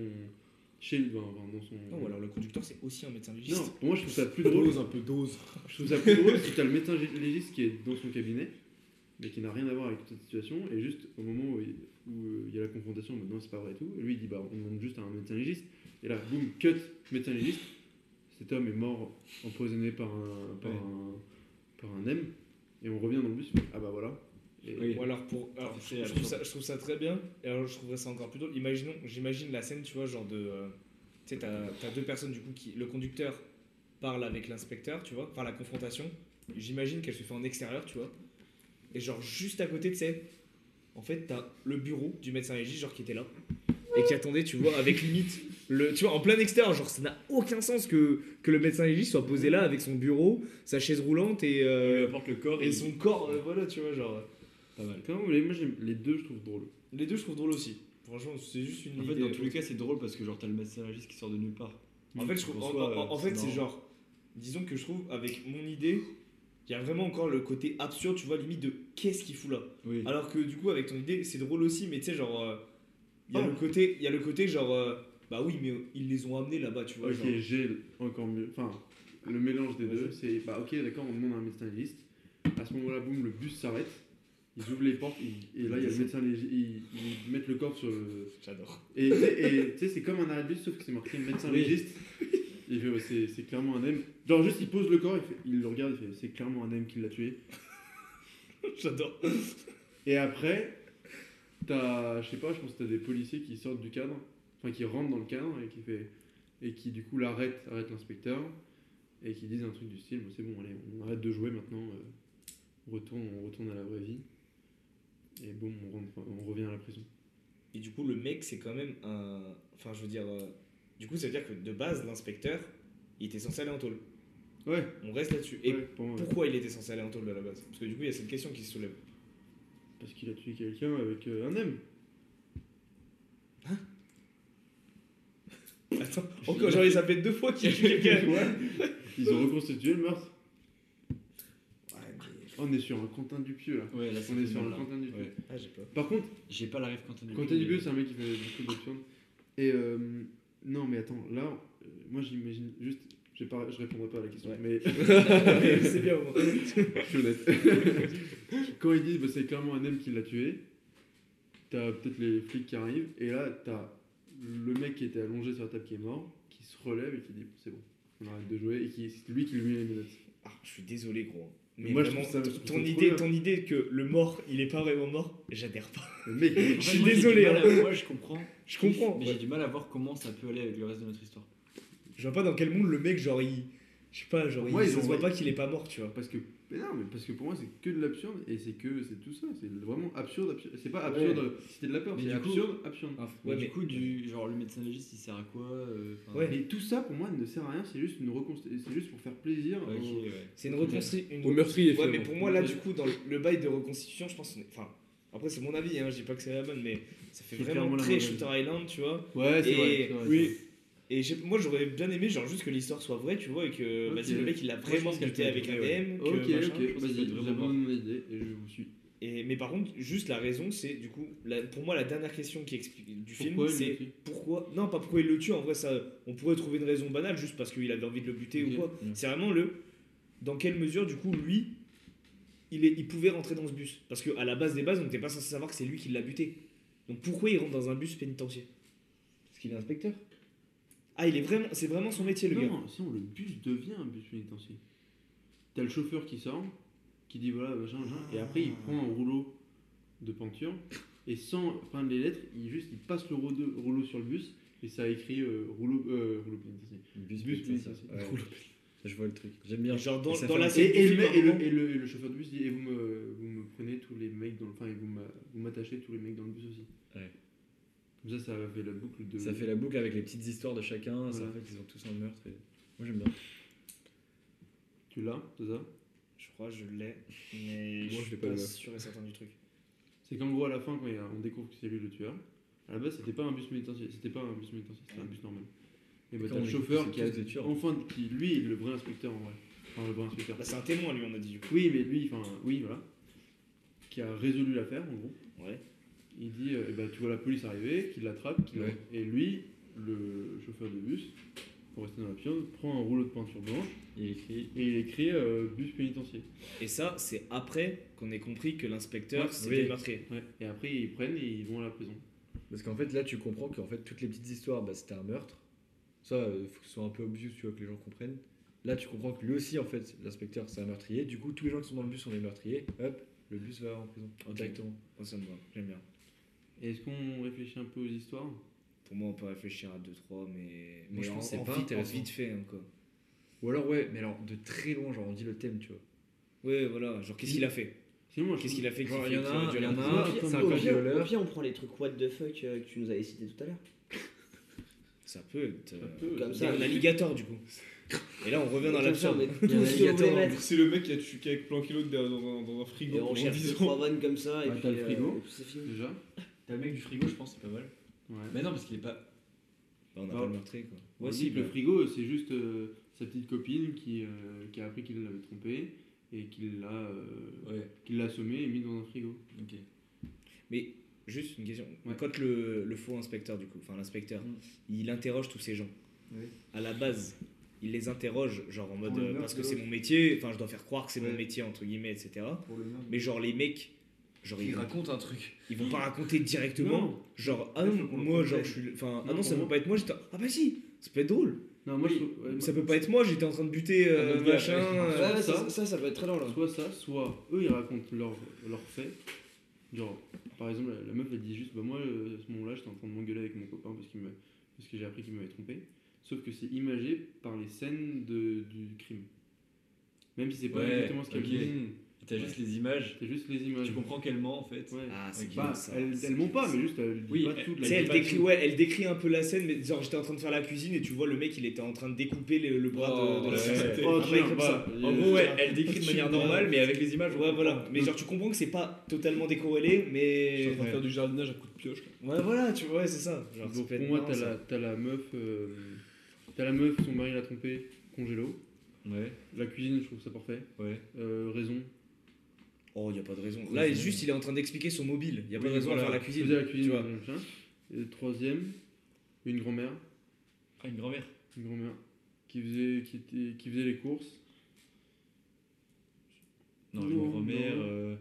chez lui, enfin, dans son.
Non, ou alors le conducteur, c'est aussi un médecin légiste.
Non, pour moi je trouve ça plus drôle.
un peu dose.
Je trouve ça plus drôle si t'as le médecin gé- légiste qui est dans son cabinet, mais qui n'a rien à voir avec toute cette situation, et juste au moment où il, où, euh, il y a la confrontation, maintenant c'est pas vrai et tout, et lui il dit bah on demande juste à un médecin légiste, et là boum, cut, médecin légiste, cet homme est mort empoisonné par un, par
Ouais.
un, par un M, et on revient dans le bus, ah bah voilà. Et-
Oui.
Ou alors pour. alors,
Après,
je,
alors,
trouve ça, je trouve ça très bien. Et alors je trouverais ça encore plus drôle. Imaginons, j'imagine la scène, tu vois, genre de. euh, tu sais, t'as t'as deux personnes du coup qui. Le conducteur parle avec l'inspecteur, tu vois, par la confrontation. J'imagine qu'elle se fait en extérieur, tu vois. Et genre juste à côté, tu sais. En fait, t'as le bureau du médecin légiste, genre qui était là. Et qui attendait, tu vois, avec limite. Le, tu vois, en plein extérieur, genre ça n'a aucun sens que, que le médecin légiste soit posé là avec son bureau, sa chaise roulante et.
il lui
euh,
apporte le corps,
et son corps, euh, voilà, tu vois, genre.
Pas mal.
Comment vous voulez, moi j'aime les deux je trouve drôle.
Les deux, je trouve drôle aussi. Franchement, c'est juste une
En fait,
idée. euh,
dans tous les cas, c'est drôle parce que genre t'as le médecin légiste qui sort de nulle part.
en fait, je trouve-
En
en,
soi,
en- en
euh,
fait,
c'est
c'est genre, disons que je trouve avec mon idée, il y a vraiment encore le côté absurde, tu vois, limite de qu'est-ce qu'il fout là.
Oui.
Alors que du coup, avec ton idée, c'est drôle aussi, mais tu sais, genre, euh, il y a
Ah.
le côté, il y a le côté genre, euh, bah oui, mais euh, ils les ont amenés là-bas, tu vois.
Ok,
genre.
j'ai encore mieux. Enfin, le mélange des deux, c'est bah ok, d'accord, on demande à un médecin légiste. À ce moment-là, boum, le bus s'arrête. Ils ouvrent les portes ils- et là, il y a le médecin légiste. Ils, ils mettent le corps sur le.
J'adore.
Et tu sais, et, tu sais, c'est comme un arrêt de bus, sauf que c'est marqué médecin
Oui.
légiste. Il fait, ouais, c'est c'est clairement un M. Genre, juste, il pose le corps, il, fait- il le regarde, il fait, c'est clairement un M qui l'a tué.
J'adore.
Et après, t'as, je sais pas, je pense que t'as des policiers qui sortent du cadre, enfin qui rentrent dans le cadre et qui fait, et qui du coup l'arrêtent, arrêtent l'inspecteur et qui disent un truc du style, Bon, c'est bon, allez, on arrête de jouer maintenant, euh, on retourne, on retourne à la vraie vie. Et bon, on, rentre- on revient à la prison.
Et du coup, le mec, c'est quand même un. Enfin, je veux dire, euh, du coup, ça veut dire que de base, l'inspecteur, il était censé aller en tôle.
Ouais.
On reste là-dessus. Et
Ouais, pour moi, ouais.
pourquoi il était censé aller en tôle à la base Parce que du coup, il y a cette question qui se soulève.
Parce qu'il a tué quelqu'un avec euh, un M.
Attends, encore, genre, il s'appelle deux fois qu'il tue quelqu'un.
Ils ont reconstitué le meurtre.
Ah,
On est sur un Quentin Dupieux là.
Ouais, là, c'est
On est
le
sur
mal,
un
là.
Quentin Dupieux.
Ouais.
Ah, j'ai peur.
Par contre,
J'ai pas la rêve quand t'as
Quentin Dupieux, c'est un mec qui fait beaucoup d'options. Et euh, non, mais attends, là, euh, moi j'imagine juste. j'ai Pas, je répondrai pas à la question, mais
c'est bien, au moins.
je suis honnête. Quand ils disent bah, c'est clairement un M qui l'a tué, t'as peut-être les flics qui arrivent, et là t'as le mec qui était allongé sur la table qui est mort, qui se relève et qui dit c'est bon, on arrête de jouer, et qui, c'est lui qui lui met les menottes.
Ah, je suis désolé, gros. Mais
Moi, je
vraiment,
trouve ça- je
ton-
trouve ça
ton,
trop
idée,
bien.
ton idée que le mort, il est pas vraiment mort, j'adhère pas.
Le mec, il
Je suis désolé, hein.
Moi, je comprends.
Je comprends.
Mais
ouais.
j'ai du mal à voir comment ça peut aller avec le reste de notre histoire.
Je vois pas dans quel monde le mec, genre, il. Je sais pas, genre, il
Ouais, ils
ça
ont-
se voit pas qu'il est pas mort, tu vois.
Parce que, mais non, mais parce que pour moi, c'est que de l'absurde et c'est que c'est tout ça. C'est vraiment absurde. absurde. C'est pas absurde si c'était de la peur,
Mais
c'est
du coup- Ah.
absurde, absurde.
Ouais,
Ouais,
du
mais-
coup, du, genre le médecin légiste, il sert à quoi euh, enfin,
Ouais.
Mais tout ça pour moi ne sert à rien, c'est juste, une reconst- c'est juste pour faire plaisir.
ok,
aux-
ouais.
C'est une reconstruction.
Au meurtrier,
Ouais,
finalement.
mais pour moi, là, du coup, dans le- le bail de reconstitution, je pense. qu'on est- Enfin, après, c'est mon avis, hein, je dis pas que c'est la bonne, mais ça fait
C'est
vraiment
clairement la
très
mauvaise.
Shooter Island, tu vois.
Ouais, c'est
Et-
vrai. c'est vrai,
oui. Et j'ai- moi, j'aurais bien aimé, genre, juste que l'histoire soit vraie, tu vois, et que
Ok.
vas-y, le mec, il a vraiment
pense qu'elle
buté
peut
avec un
être
DM.
c'est
que
vrai. Ok,
machin.
ok,
pense que ça
vas-y,
devrait
j'abandonne mon idée et je vous suis.
Et, mais par contre, juste la raison, c'est du coup, la- pour moi, la dernière question qui explique du film,
Pourquoi il le
c'est
tue
pourquoi. Non, pas pourquoi il le tue. En vrai, ça, on pourrait trouver une raison banale, juste parce qu'il avait envie de le buter
Ok. Mm.
ou quoi. C'est vraiment le. Dans quelle mesure, du coup, lui, il, est, il pouvait rentrer dans ce bus Parce que à la base des bases, on n'était pas censé savoir que c'est lui qui l'a buté. Donc pourquoi il rentre dans un bus pénitentiaire
Parce qu'il est inspecteur.
Ah, il est vraiment, c'est vraiment son métier, le gars.
Non, sinon le bus devient un bus pénitentiaire. T'as le chauffeur qui sort, qui dit voilà, machin, machin, et après
Ah.
il prend un rouleau de peinture, et sans prendre les lettres, il juste il passe le rouleau, rouleau sur le bus, et ça a écrit euh, rouleau, euh, rouleau pénitentiaire.
Bus,
Bus
pénitentiaire.
pénitentiaire.
Ouais. Je vois le truc. J'aime bien.
Genre, dans,
Et ça
dans
fait
Ah,
la
Et,
scène
et
du
le,
film,
mec- et
à un
le- et le- et le chauffeur de bus dit et vous me, vous me prenez tous les mecs dans le. Enfin, et vous m'a- vous m'attachez tous les mecs dans le bus aussi.
Ouais.
Comme ça, ça fait la boucle de.
Mm.
Ça fait la boucle avec les petites histoires de chacun, ça
Voilà.
fait qu'ils ont tous un meurtre. et- Moi j'aime bien.
Tu l'as, c'est ça
Je crois que je l'ai, mais
je
je suis
l'ai pas,
pas
le-
sûr et certain du truc.
C'est qu'en gros, à la fin, quand il y a- on découvre que c'est lui le tueur, à la base, c'était pas un bus pénitentiaire, c'était pas un bus pénitentiaire, c'était un bus normal. Et bah,
quand
t'as
on
le
découvre
chauffeur
que
qui
c'est
a.
tous des tueurs.
Enfin, qui lui est le vrai inspecteur en vrai. Enfin, le vrai inspecteur.
Bah, c'est un témoin, lui, on a dit. du coup.
Oui, mais lui, enfin, oui, voilà. Qui a résolu l'affaire, en gros.
Ouais.
Il dit, euh, eh ben, tu vois la police arriver, qu'il l'attrape, qu'il
Ouais.
et lui, le chauffeur de bus, pour rester dans la pion, prend un rouleau de peinture blanche
Il écrit.
et il écrit euh, bus pénitentiaire.
Et ça, c'est après qu'on ait compris que l'inspecteur,
Ouais,
c'était
oui.
le meurtrier.
Ouais. Et après, ils prennent et ils vont à la prison.
Parce qu'en fait là tu comprends qu'en fait toutes les petites histoires bah, c'était un meurtre. Ça euh, faut que ce soit un peu obvious tu vois que les gens comprennent. Là tu comprends que lui aussi en fait l'inspecteur c'est un meurtrier. Du coup tous les gens qui sont dans le bus sont des meurtriers. Hop le bus va en prison
Ok.
directement.
Oh, ça me va, j'aime bien.
Et Est-ce qu'on réfléchit un peu aux histoires
Pour moi, on peut réfléchir à 2-3, mais,
Moi,
mais
je
en,
pense que c'est
en
pas
vite- en
intéressant.
vite fait. hein, quoi.
Ou alors ouais mais alors de très loin genre on dit le thème tu vois.
Ouais, voilà. Genre, qu'est-ce qu'il a fait
Sinon, moi, je
Qu'est-ce
trouve-
qu'il a fait qui
Genre,
fait
il y en a
qu'il aurait
un,
dû
il y
aller
en
prison
a un.
Ok.
c'est un
Ah, au, pire,
cambrioleur.
au pire, on prend les trucs what the fuck euh, que tu nous avais cités tout à l'heure.
Ça peut être. euh,
peut-
Comme
Il y
ça.
a un alligator, du coup. Et là, on revient dans
Comme ça,
l'absurde.
on met tous
alligator,
sur
hein.
les mètres.
C'est le mec qui a tué avec planqué l'autre dans, dans, dans un frigo
Et on
pendant
cherche
10
deux,
ans.
trois vannes comme ça. Et
Ah,
puis,
t'as le
euh,
frigo.
et puis c'est fini.
Déjà
T'as le mec du frigo, je pense, c'est pas mal.
Ouais.
Mais non, parce qu'il est pas.
Bah, on n'a
Ah.
Bah,
pas le meurtrier, quoi.
On
Ouais,
dit
si,
que
bah,
le frigo, c'est juste euh, sa petite copine qui, euh, qui a appris qu'il l'avait trompé et qu'il l'a euh,
Ouais,
qu'il l'a assommé et mis dans un frigo.
ok.
Juste une question.
Ouais.
Quand le, le faux inspecteur, du coup, enfin l'inspecteur,
Mm.
il interroge tous ces gens.
Ouais.
À la base, il les interroge, genre en mode
le
euh,
meurtre
parce
de
que c'est
l'autre.
mon métier, enfin je dois faire croire que c'est mon
Ouais.
métier, entre guillemets, etc.
Pour le meurtre.
Mais genre les mecs, genre ils,
Il raconte un truc.
ils vont pas raconter directement.
Non.
Genre, ah
Ouais,
non,
faut qu'on le
moi,
comprenne.
genre je suis. le- Enfin, ah
Non,
non, ça
pour
peut
moi.
pas être moi, j'étais. Ah bah si, ça peut être drôle.
Non, moi,
Oui.
je trouve- ouais,
Ça
moi-
peut pas être moi, j'étais en train de buter euh,
Un autre gars,
machin.
ouais.
euh,
Ouais,
ça.
ça, ça, ça peut être très drôle. hein.
Soit ça, soit eux ils racontent leurs leur faits. Genre, par exemple, la, la meuf elle dit juste Bah, moi euh, à ce moment-là j'étais en train de m'engueuler avec mon copain parce, qu'il me, parce que j'ai appris qu'il m'avait trompé. Sauf que c'est imagé par les scènes de, du crime. Même si c'est pas
Ouais,
exactement ce qu'elle
ok.
dit,
T'as juste les images.
c'est juste les images.
Tu comprends qu'elle ment en fait.
Ouais.
Ah, c'est
Ok.
bien
Bah,
ça.
elle,
c'est
elle ment
bien
pas,
ça.
mais juste elle dit
Oui,
pas
elle-
toute
Tu
la
sais, elle
pas tout.
décrit, ouais, elle décrit un peu la scène, mais genre j'étais en train de faire la cuisine et tu vois le mec il était en train de découper le, le bras de, de la
ouais.
suspecte.
Oh,
Un mec
tiens,
comme
bah,
ça.
il-
En gros ouais elle décrit de manière
euh,
normale mais avec les images.
Ouais, voilà. Mais genre tu comprends que c'est pas totalement décorrélé, mais.
Je suis en train de faire du jardinage à coups de pioche. quoi.
Ouais, voilà, tu vois, ouais, c'est ça. Genre, ça
Donc,
peut
pour
être
moi,
marrant,
t'as
ça.
la, t'as la meuf, euh, t'as la meuf, son mari l'a trompé, congélo.
Ouais
La cuisine, je trouve ça parfait.
ouais.
Euh, raison.
Oh, y a pas de raison. Là, il- juste il est en train d'expliquer son mobile. Y a pas de raison à faire la cuisine.
Faisait la cuisine,
tu vois.
machin. Et le troisième, une grand-mère,
Ah, une grand-mère.
une grand-mère qui faisait, qui était, qui faisait les courses.
Non,
Non,
une grand-mère.
non.
euh,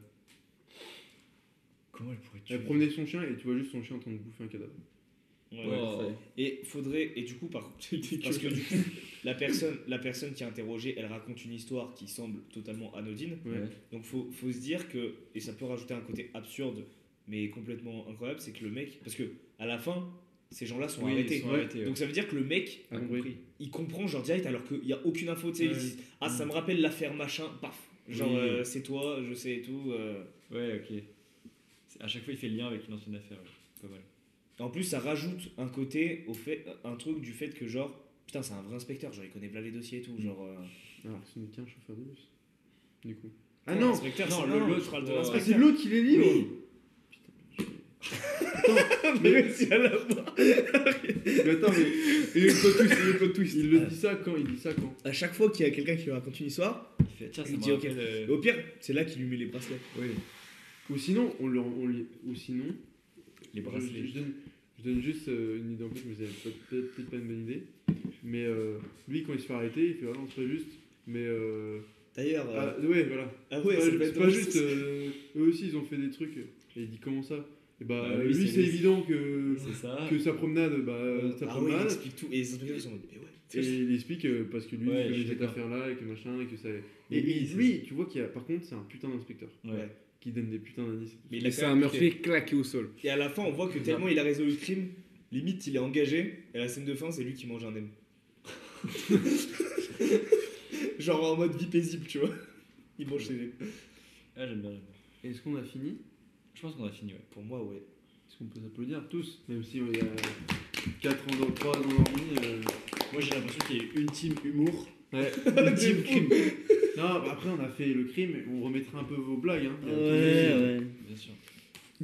Comment elle pourrait tuer
Elle promenait son chien et tu vois juste son chien en train de bouffer un cadavre.
Oh. Et faudrait. Et du coup, par contre. parce que du coup, la personne, la personne qui est interrogée, elle raconte une histoire qui semble totalement anodine.
Ouais.
Donc faut, faut se dire que, et ça peut rajouter un côté absurde, mais complètement incroyable, c'est que le mec, parce que à la fin, ces gens-là sont
Oui,
arrêtés.
ils sont
Ouais.
arrêtés. ouais.
Donc ça veut dire que le mec,
Ah, compris.
il comprend genre direct alors qu'il n'y a aucune info, tu sais,
Ouais.
ils disent, ah ça me rappelle l'affaire machin, paf, genre
Mm. Oui.
euh, c'est toi, je sais et tout. euh.
Ouais, ok. C'est- À chaque fois, il fait le lien avec une ancienne affaire. ouais. Pas mal.
En plus ça rajoute un côté au fait, un truc du fait que genre, putain c'est un vrai inspecteur, genre il connaît plein les dossiers et tout,
Mm.
genre. euh,
Alors, ce n'est qu'un chauffeur de bus. Du coup.
ouais,
Ah non,
l'inspecteur,
non,
c'est-
le-
non,
l'autre,
je parle de
oh.
Ah, c'est
l'inspecteur.
l'autre qui les livre
Oui.
Mais attends, mais. Et le plot twist, et le plot twist. Il le dit ça quand Il dit ça quand
À chaque fois qu'il y a quelqu'un qui lui raconte une histoire,
Il fait, tiens, ça
il
me
dit ok.
rappelle, euh,
Et Au pire, c'est là qu'il lui met les bracelets.
Ou sinon, on leur. On lui- Ou sinon.
les
Je-
bracelets.
Je, je donne, je donne juste euh, une idée en plus, mais c'est peut- peut-être peut-être pas une bonne idée. Mais euh, lui, quand il se fait arrêter, il fait vraiment c'est pas juste. Mais euh,
D'ailleurs.
ah, ouais, voilà.
Ah
C'est
ouais,
pas-
ça
c'est
peut
pas,
être drôle,
juste.
ça.
euh, eux aussi, ils ont fait des trucs. Et il dit comment ça Et bah,
Bah,
lui,
lui,
c'est
c'est-
évident que,
C'est ça.
que sa promenade, bah, sa
Ah ouais, il
promenade,
explique tout. Et les inspecteurs ils sont en mode, mais ouais.
et il explique euh, parce que lui,
Ouais,
il
je
connaît
suis
cette
d'accord.
affaire-là et que machin, et que ça.
Mais
Et
lui,
lui,
c'est-
lui, tu vois qu'il y a, par contre, c'est un putain d'inspecteur
Ouais.
qui donne des putains d'indices.
Mais il a
Mais c'est
quand
un
même-
meurtrier claqué au sol.
Et à la fin, on voit que tellement il a résolu le crime, limite il est engagé, et à la scène de fin, c'est lui qui mange un M. Genre en mode vie paisible, tu vois. Il mange ses M.
Ah, j'aime bien, j'aime bien.
Est-ce qu'on a fini
Je pense qu'on a fini, ouais.
Pour moi, ouais.
Est-ce qu'on peut s'applaudir tous Même si on est a 4 ans dans 3 ans dans euh...
Moi, j'ai l'impression qu'il y a eu une team humour.
Ouais,
De
ultime crime.
fou.
Non, bah après on a fait le crime, on remettra un peu vos blagues. Hein.
ouais.
Bien sûr.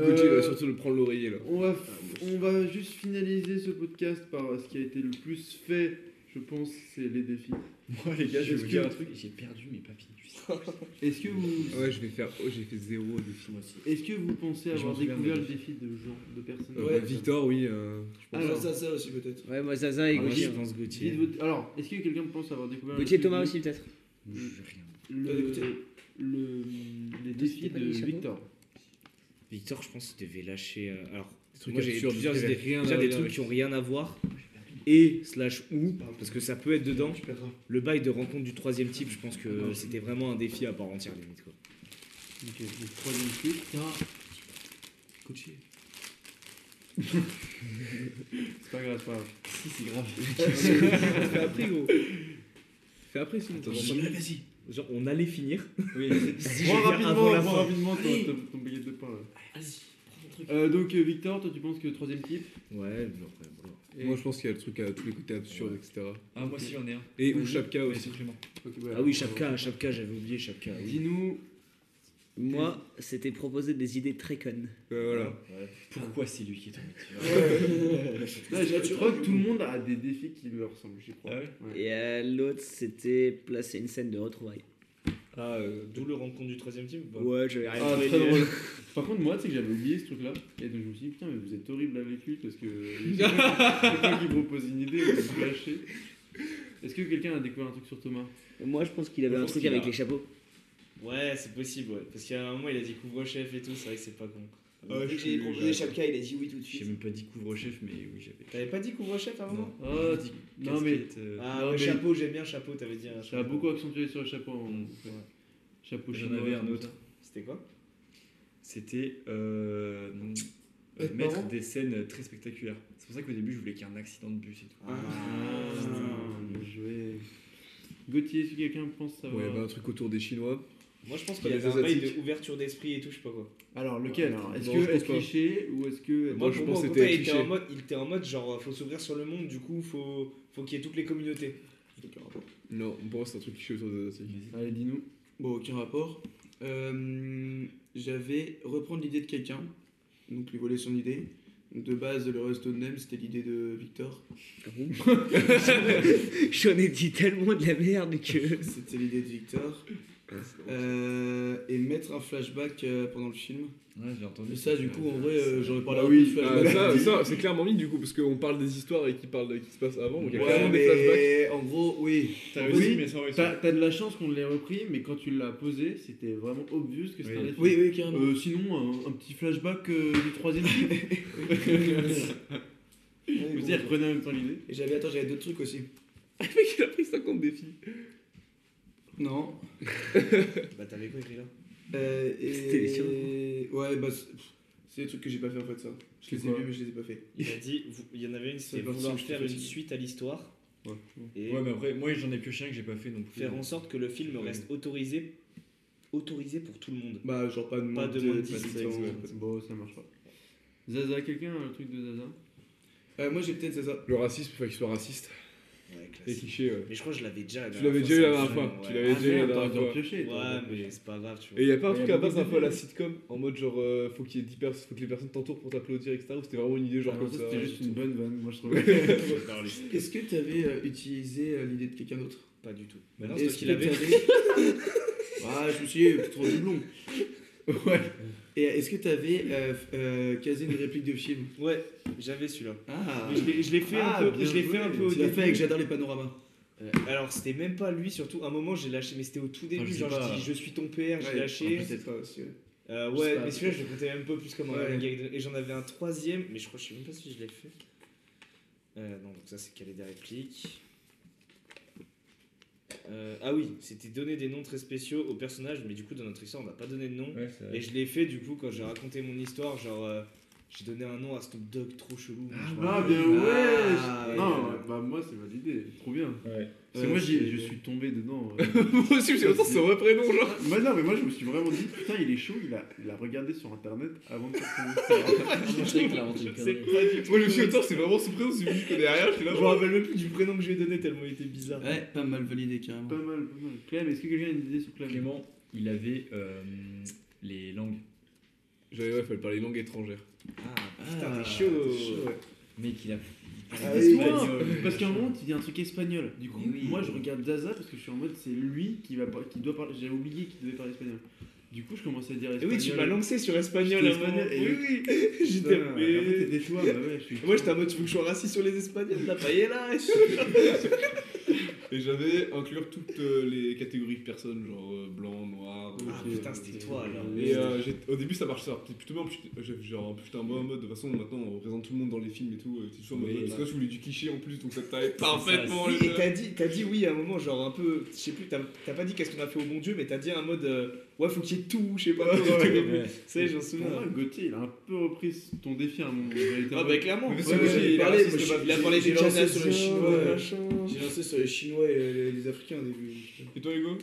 Euh,
Gauthier va surtout le prendre l'oreiller là.
On va, f-
Ah,
on va juste finaliser ce podcast par euh, ce qui a été le plus fait, je pense, c'est les défis.
Moi, les gars, je vais
Est-ce
vous
que-
dire un truc. J'ai perdu mes papiers du sang.
Est-ce que vous,
Ouais, je vais faire. Oh, j'ai fait zéro défi.
est-ce que vous pensez
Je m'en
avoir
souviens
découvert
de-
le défi de gens, de personnes
Euh, Victor, oui. euh,
Alors,
Ah, ça, ça aussi peut-être.
Ouais, moi, Zaza et
Ah, moi,
Gauthier.
je
pense
dites votre- alors, est-ce que quelqu'un pense avoir découvert
Gauthier et
le
Thomas
défi
aussi, peut-être.
Le,
T'as écouté
le- les défis
c'était pas
de
les chapeaux
Victor.
Victor, je pense, devait lâcher. euh, alors,
trucs
moi j'ai
absurdes,
plusieurs
qui
idées.
avaient rien
Déjà
à
des
voir
trucs
avec-
qui ont rien à voir. Et slash ou, parce que ça peut être dedans. Le bail de rencontre du troisième type, je pense que c'était vraiment un défi à part entière, limite. Quoi.
Ok, donc troisième truc. C'est pas grave, c'est pas grave.
Fais après, gros.
Fais après, sinon. t'as-
Vas-y. Genre, on allait finir. Si je
Moins
viens avant
rapidement,
la
moins
fin.
rapidement ton, ton, ton billet de pain.
Vas-y, prends ton truc.
Euh, donc euh, Victor, toi tu penses que troisième type
Ouais, mais après, voilà.
Moi, je pense qu'il y a le truc à tous les côtés absurdes, etc.
Ah, moi aussi, j'en ai un.
Et ou Chapka
Mais
aussi.
c'est Clément.
Ah oui, Chapka, Chapka, j'avais oublié Chapka. oui.
euh, Dis-nous.
Moi, c'était proposer des idées très connes.
Euh, Voilà.
Pourquoi c'est lui qui est tombé dessus
Là, je je crois que tout le monde a des défis qui lui ressemblent, je crois.
Ah ouais
Ouais.
Et euh, l'autre, c'était placer une scène de retrouvailles.
Ah, euh,
D'où le rencontre du troisième type ou pas
Ouais, j'avais rien
Ah,
trouvé.
très drôle. Par contre, moi, tu sais que j'avais oublié ce truc-là. Et donc, je me suis dit, putain, mais vous êtes horrible avec lui parce que. C'est toi qui propose une idée, vous vous lâchez. Est-ce que quelqu'un a découvert un truc sur Thomas
Moi, je pense qu'il avait
Je
un
pense
truc
qu'il
avec
a-
les chapeaux.
Ouais, c'est possible, ouais. Parce qu'à un moment, il a dit couvre-chef et tout, c'est vrai que c'est pas con.
Euh, dès que j'ai proposé Chapka, il a dit oui tout de
J'ai
suite.
même pas dit couvre-chef, mais oui, j'avais.
T'avais pas dit couvre-chef à un moment
Ah,
dit
non, mais.
casquette, euh,
Ah,
Non,
ouais,
mais-
chapeau, j'aime bien chapeau, t'avais dit un
Ça a
chapeau.
beaucoup accentué sur le chapeau. en fait. Chapeau
J'en
chinois,
avais un
comme
autre.
ça.
C'était quoi
C'était euh, euh, mettre des scènes très spectaculaires. C'est pour ça qu'au début, je voulais qu'il y ait un accident de bus et tout.
Ah, bien joué. Gauthier, si quelqu'un pense savoir.
ouais, bah, un truc autour des Chinois.
Moi, je pense
Pas
qu'il y
des
avait un bail
asiatiques.
de ouverture d'esprit et tout, je sais pas quoi.
Alors, lequel alors Est-ce
Non,
que
je pense
être
pas.
cliché ou est-ce que.
Moi,
Moi,
je
pour
pense
moi,
que
au
c'était
contraire, il était
cliché.
en mode, il était en mode genre, faut s'ouvrir sur le monde, du coup, faut, faut qu'il y ait toutes les communautés.
Non, pour moi, c'est un truc cliché autour des Asiatiques.
Allez, dis-nous.
Bon, aucun rapport. Euh, J'avais reprendre l'idée de quelqu'un, donc lui voler son idée. De base, le reste name, c'était l'idée de Victor.
J'en ai dit tellement de la merde que.
C'était l'idée de Victor. Euh, et mettre un flashback euh, pendant le film.
Ouais, j'ai entendu.
Mais ça, du coup, en vrai, euh, j'aurais parlé
Ah
un peu de
oui,
flashback.
ah, ça, ça, c'est clairement mis du coup, parce qu'on parle des histoires et qui parle de qui se passe avant, donc il y a
Ouais,
clairement des flashbacks.
mais en gros, oui.
T'as
réussi,
mais T'as t'as de la chance qu'on l'ait repris, mais quand tu l'as posé, c'était vraiment obvious que c'était
Oui.
un défi.
Oui, oui, carrément.
Euh, sinon, un, un petit flashback euh, du troisième type.
Ouais,
Vous
gros.
y reprenez en même temps l'idée.
Et j'avais, attends, j'avais d'autres trucs aussi.
Il a pris 50 défis.
Non.
Bah, t'avais quoi écrit là
Euh, et...
C'était les siens.
Ouais, bah, c'est- pff, c'est des trucs que j'ai pas fait en fait, ça. Je les ai vus, mais je les ai pas fait.
Il a dit, vous- il y en avait une,
C'est
c'était
pas
vouloir
possible, je
faire
suis
une
fatigué.
suite à l'histoire. Et
Ouais, mais après, moi, j'en ai pioché un que j'ai pas fait non plus.
faire en sorte que le film reste autorisé, autorisé pour tout le monde.
Bah, genre pas de
Pas
moins
de moins de
pas de
18
temps.
ans.
Bon, ça marche pas. Zaza, quelqu'un a un truc de Zaza
Euh, moi, j'ai peut-être, c'est ça.
Le racisme, il faut qu'il soit raciste.
Ouais,
Les
classique.
clichés, ouais.
Mais je crois que je l'avais déjà.
Tu l'avais déjà eu la dernière fois. Tu l'avais déjà eu la
Ah, t'as
dernière
encore
fois.
pioché.
Ouais,
toi.
mais c'est pas grave, tu vois.
Et il y a pas un
Mais y a
truc à
beaucoup
base un
de
peu à la
défis.
sitcom, en mode genre euh, faut qu'il y ait 10 personnes, faut que les personnes t'entourent pour t'applaudir, etc. Ou c'était vraiment une idée genre
Ah non,
comme
ça,
ça.
c'était juste une bonne vanne, moi je trouve.
Non, les-
Est-ce que t'avais euh, utilisé euh, l'idée de quelqu'un d'autre
Pas du tout.
Est-ce
qu'il
que
avait-
t'avais- Ah, je me suis dit, trop doublon. Ouais. Et est-ce que t'avais euh, f- euh, casé une réplique de film
Ouais, j'avais celui-là.
Ah,
Mais je l'ai- je l'ai fait,
Ah,
un peu-
bien
je l'ai fait un peu au
tu l'as fait
début.
avec J'adore les panoramas.
Euh, Alors, c'était même Ah, pas lui, surtout. À un moment, j'ai lâché, mais c'était au tout début.
je sais
genre,
pas.
je dis, je suis ton père, Ah, j'ai
Ouais, en
lâché.
plus, c'est ça aussi, ouais.
Euh,
Je sais
ouais,
pas.
mais celui-là, je le comptais même pas plus comme un
Ouais.
running gag. de- Et j'en avais un troisième, mais je crois, je sais même pas si je l'ai fait. Euh, non, donc ça, c'est calé des répliques. Euh, ah oui, c'était donner des noms très spéciaux aux personnages, mais du coup, dans notre histoire, on n'a pas donné de nom.
Ouais, c'est
Et je l'ai fait, du coup, quand j'ai raconté mon histoire, genre, euh, j'ai donné un nom à Snoop Dogg trop chelou. mais je m'en
Ah,
rappelle
bien
plus.
ouais!
Ah,
je-
ouais.
Non, bah moi c'est validé, trop bien.
Ouais.
Parce que
Ouais,
moi j'y-
c'est-
je suis tombé dedans.
Moi aussi, j'ai autant son vrai prénom, genre.
moi non, mais moi je me suis vraiment dit, putain, il est chaud, il a, il a regardé sur internet avant de faire
Je sais qu'il a inventé une connerie.
Ah,
Moi, je suis autant, c'est vraiment son prénom, c'est juste que derrière, je suis là.
Je me rappelle même plus du prénom que j'ai donné tellement il était bizarre.
Ouais, pas mal validé
son.
carrément.
Pas mal, pas mal. Clem, est-ce que quelqu'un a une idée sur Clem
Clément, il avait euh, les langues.
J'avais, ouais, fallait parler langue étrangère.
ah, Putain,
Ah,
t'es chaud.
Mec, il a.
Ah,
il
c'est
parlait
loin,
espagnol,
Parce qu'à un
machin.
moment, il y a un truc espagnol. Du coup, moi je regarde Daza parce que je suis en mode, c'est lui qui, va, par- qui doit parler. J'avais oublié qu'il devait parler espagnol. Du coup, je commençais à dire
Et
Ah, espagnol.
Eh oui, tu m'as lancé sur
Je
espagnol
suis
à un moment.
espagnol, et-
Oui, oui. J'étais.
Putain,
mais-
mais... En fait, t'es des choix, bah ouais, je suis.
Moi, j'étais en mode, tu veux que je sois raciste sur les Espagnols, la paella
Et j'avais inclure toutes euh, les catégories de personnes, genre euh, blanc, noir.
Ah
euh,
putain, c'était toi alors.
Et euh, j'ai- au début, ça marche ça. Puis plutôt bien, puis j'étais- j'ai- genre, putain, moi en mode, de toute façon, maintenant on représente tout le monde dans les films et tout. euh, T'es toujours en mode,
Oui,
parce que toi, tu voulais du cliché en plus, donc ça t'allait parfaitement.
Oui,
les
et t'as dit, t'as dit oui à un moment, genre un peu, je sais plus, t'as t'as pas dit qu'est-ce qu'on a fait au bon Dieu, mais t'as dit un mode, euh, ouais, faut qu'il y ait tout, je sais pas. quoi, au début. Tu sais, j'en
Pour
souviens.
moi, Gauthier, il a un peu repris ton défi à un moment. Il a été en
Ah
mode-
bah clairement.
Mais parce
Ouais,
que moi,
ouais,
j'ai-
il a
parlé,
parlé-
moi,
il a parlé
j'ai-
des
j'ai lancé
Janas
sur
sur
les
les
Chinois,
Chinois, machin.
J'ai lancé sur les Chinois et euh, les, les Africains au début.
Et toi, Hugo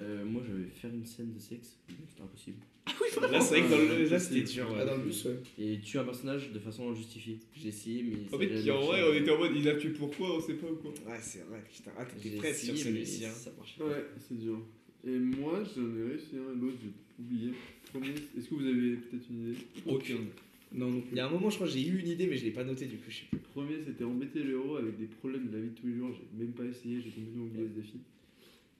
Euh, Moi, j'avais faire une scène de sexe, mais c'était impossible.
Là, c'est vrai que dans le.
Ouais,
Là, c'était
c'est-
dur.
Ah, dans le bus, ouais.
Et tuer un personnage de façon injustifiée. J'ai essayé, mais.
En fait, qui, en vrai, on était en mode, il a tué pourquoi, on sait pas ou quoi.
Ouais, c'est vrai, putain. Ah,
J'ai
t'étais
essayé,
prête sur
mais
celui-ci. hein.
ça marchait pas.
Ouais, c'est dur. Et moi, j'en ai réussi un et l'autre, j'ai oublié. Premier, est-ce que vous avez peut-être une idée
Aucune.
Non, non
Il
plus.
y a un moment, je crois que j'ai eu une idée, mais je l'ai pas noté du coup, je sais plus.
Le premier, c'était embêter le héros avec des problèmes de la vie de tous les jours. J'ai même pas essayé, j'ai complètement oublié ce défi.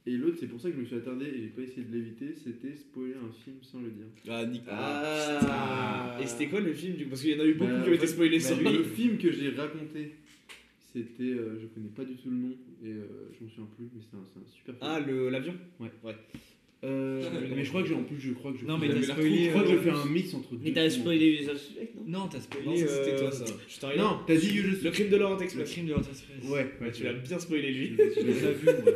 Et l'autre, c'est pour ça que je me suis attardé et j'ai pas essayé de l'éviter, c'était spoiler un film sans le dire.
Ah, nickel.
Ah Et c'était quoi le film du coup Parce qu'il y en a eu beaucoup
Bah,
qui ont
en fait,
été spoilés
Bah,
sur
le
lui.
film que j'ai raconté, c'était. euh, je connais pas du tout le nom et euh, je m'en souviens plus, mais c'est un, c'est un super film.
Ah, le- l'avion
Euh, mais je crois que j'ai en plus, je crois que je.
Non, mais
je
t'as spoilé.
je crois que
euh,
je fais un mix entre deux.
Mais t'as
films.
spoilé les suspects, non
Non, t'as spoilé.
Non, ça, c'était
euh,
toi ça. Je suis arrivé.
Non, t'as dit que je suis.
Le crime de Laurent
Le
Express.
crime de l'Orient Express.
Ouais, ouais,
Tu l'as bien spoilé lui.
Je l'ai pas vu, moi.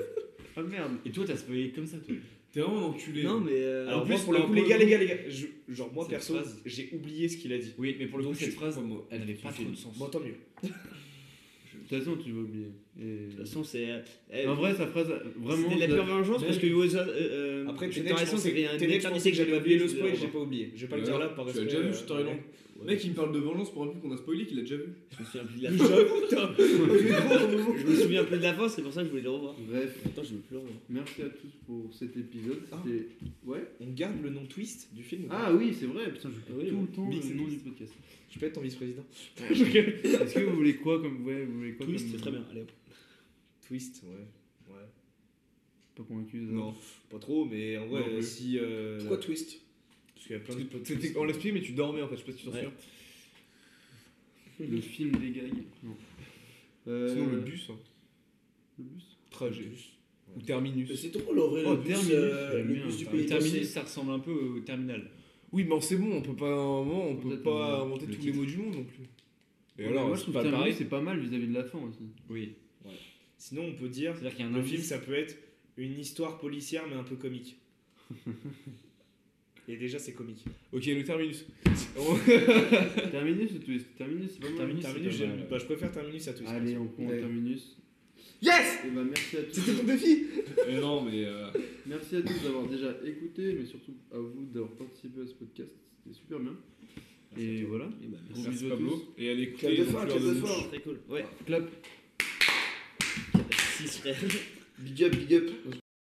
Ah merde.
Et toi, t'as spoilé comme ça, toi
T'es vraiment enculé.
Non, mais. euh,
Alors
en
moi
plus,
pour le
non,
coup les gars les gars les gars, je- genre moi
Cette
perso
phrase.
j'ai oublié ce qu'il a dit.
Oui, mais pour le coup,
Donc,
cette
je-
phrase,
moi,
elle n'avait pas
je-
trop de sens.
Bon tant mieux.
De toute façon, tu vas oublier. Et-
De toute façon, c'est. euh, euh,
En vrai, sa phrase, vraiment.
C'était de la
ça-
pure vengeance parce que euh, Yosa.
Après Tenet je pensais que Tenet, je pensais
pensais
que j'avais oublié le spoil j'ai pas oublié. Je vais pas le
Ouais.
dire là par
Tu as
respect.
déjà vu
euh,
Shutter Island
Ouais.
Mec, il me parle de vengeance pour un truc qu'on a spoilé, qu'il a déjà vu.
Je me souviens plus de la
J'avoue, putain.
Je me souviens plus de la fin, c'est pour ça que je voulais le revoir.
Bref,
Attends, je me pleure. moi.
merci à tous pour cet épisode.
Ah.
C'était- Ouais.
On garde le nom twist du film.
Ah oui, c'est vrai, putain, je fais
Oui,
tout
oui.
le temps
Big
le nom
City.
du podcast.
Je peux être ton vice-président.
Est-ce que vous voulez quoi comme. Ouais, vous voulez quoi
Twist,
comme-
c'est très bien. Allez hop.
Twist ouais. Ouais.
Pas convaincu. ça.
Non, pas trop mais en vrai
Non plus.
si euh,
Pourquoi twist
parce qu'il y a plein
Parce
de
que c'était- On l'a expliqué, mais tu dormais en fait, je sais pas si tu t'en
Ouais.
souviens.
Le film des gags. Non. Euh,
Sinon, le bus, hein.
Le bus
trajet. Ou terminus.
C'est trop en vrai,
Oh,
le, bus,
terminus,
euh,
j'aime
le
bien.
bus du
Ah,
pays
Terminus,
passé.
ça ressemble un peu au terminal.
Oui, mais c'est bon, on peut pas, à un moment, on peut
Peut-être,
pas
euh,
inventer
le
tous les
titre.
mots du monde non plus. Et
Ouais,
alors,
moi, je
c'est
trouve
pas
Terminus,
pareil.
c'est pas mal vis-à-vis de la fin aussi.
Oui.
Sinon, on peut dire
C'est-à-dire qu'il y a un
le film,
indice.
ça peut être une histoire policière mais un peu comique. Et déjà, c'est comique.
Ok, le terminus.
Terminus ou twist Terminus, c'est pas mal.
Terminus,
c'est pas
j'aime-
mal.
bah, je préfère Terminus à tous.
Allez, on prend
Ouais.
Terminus.
Yes
Et bah, merci à tous.
C'était ton défi
Mais non, mais. euh,
Merci à tous d'avoir déjà écouté, mais surtout à vous d'avoir participé à ce podcast. C'était super bien. Et voilà. Gros
Merci
bisous à tous.
Pablo. Et allez
Clap
écouter.
de
donc,
fin,
Fleur
clap
de
de
hein.
Mouche.
fin.
Très cool. Ouais.
Clap.
Si, frère.
Big up, big up.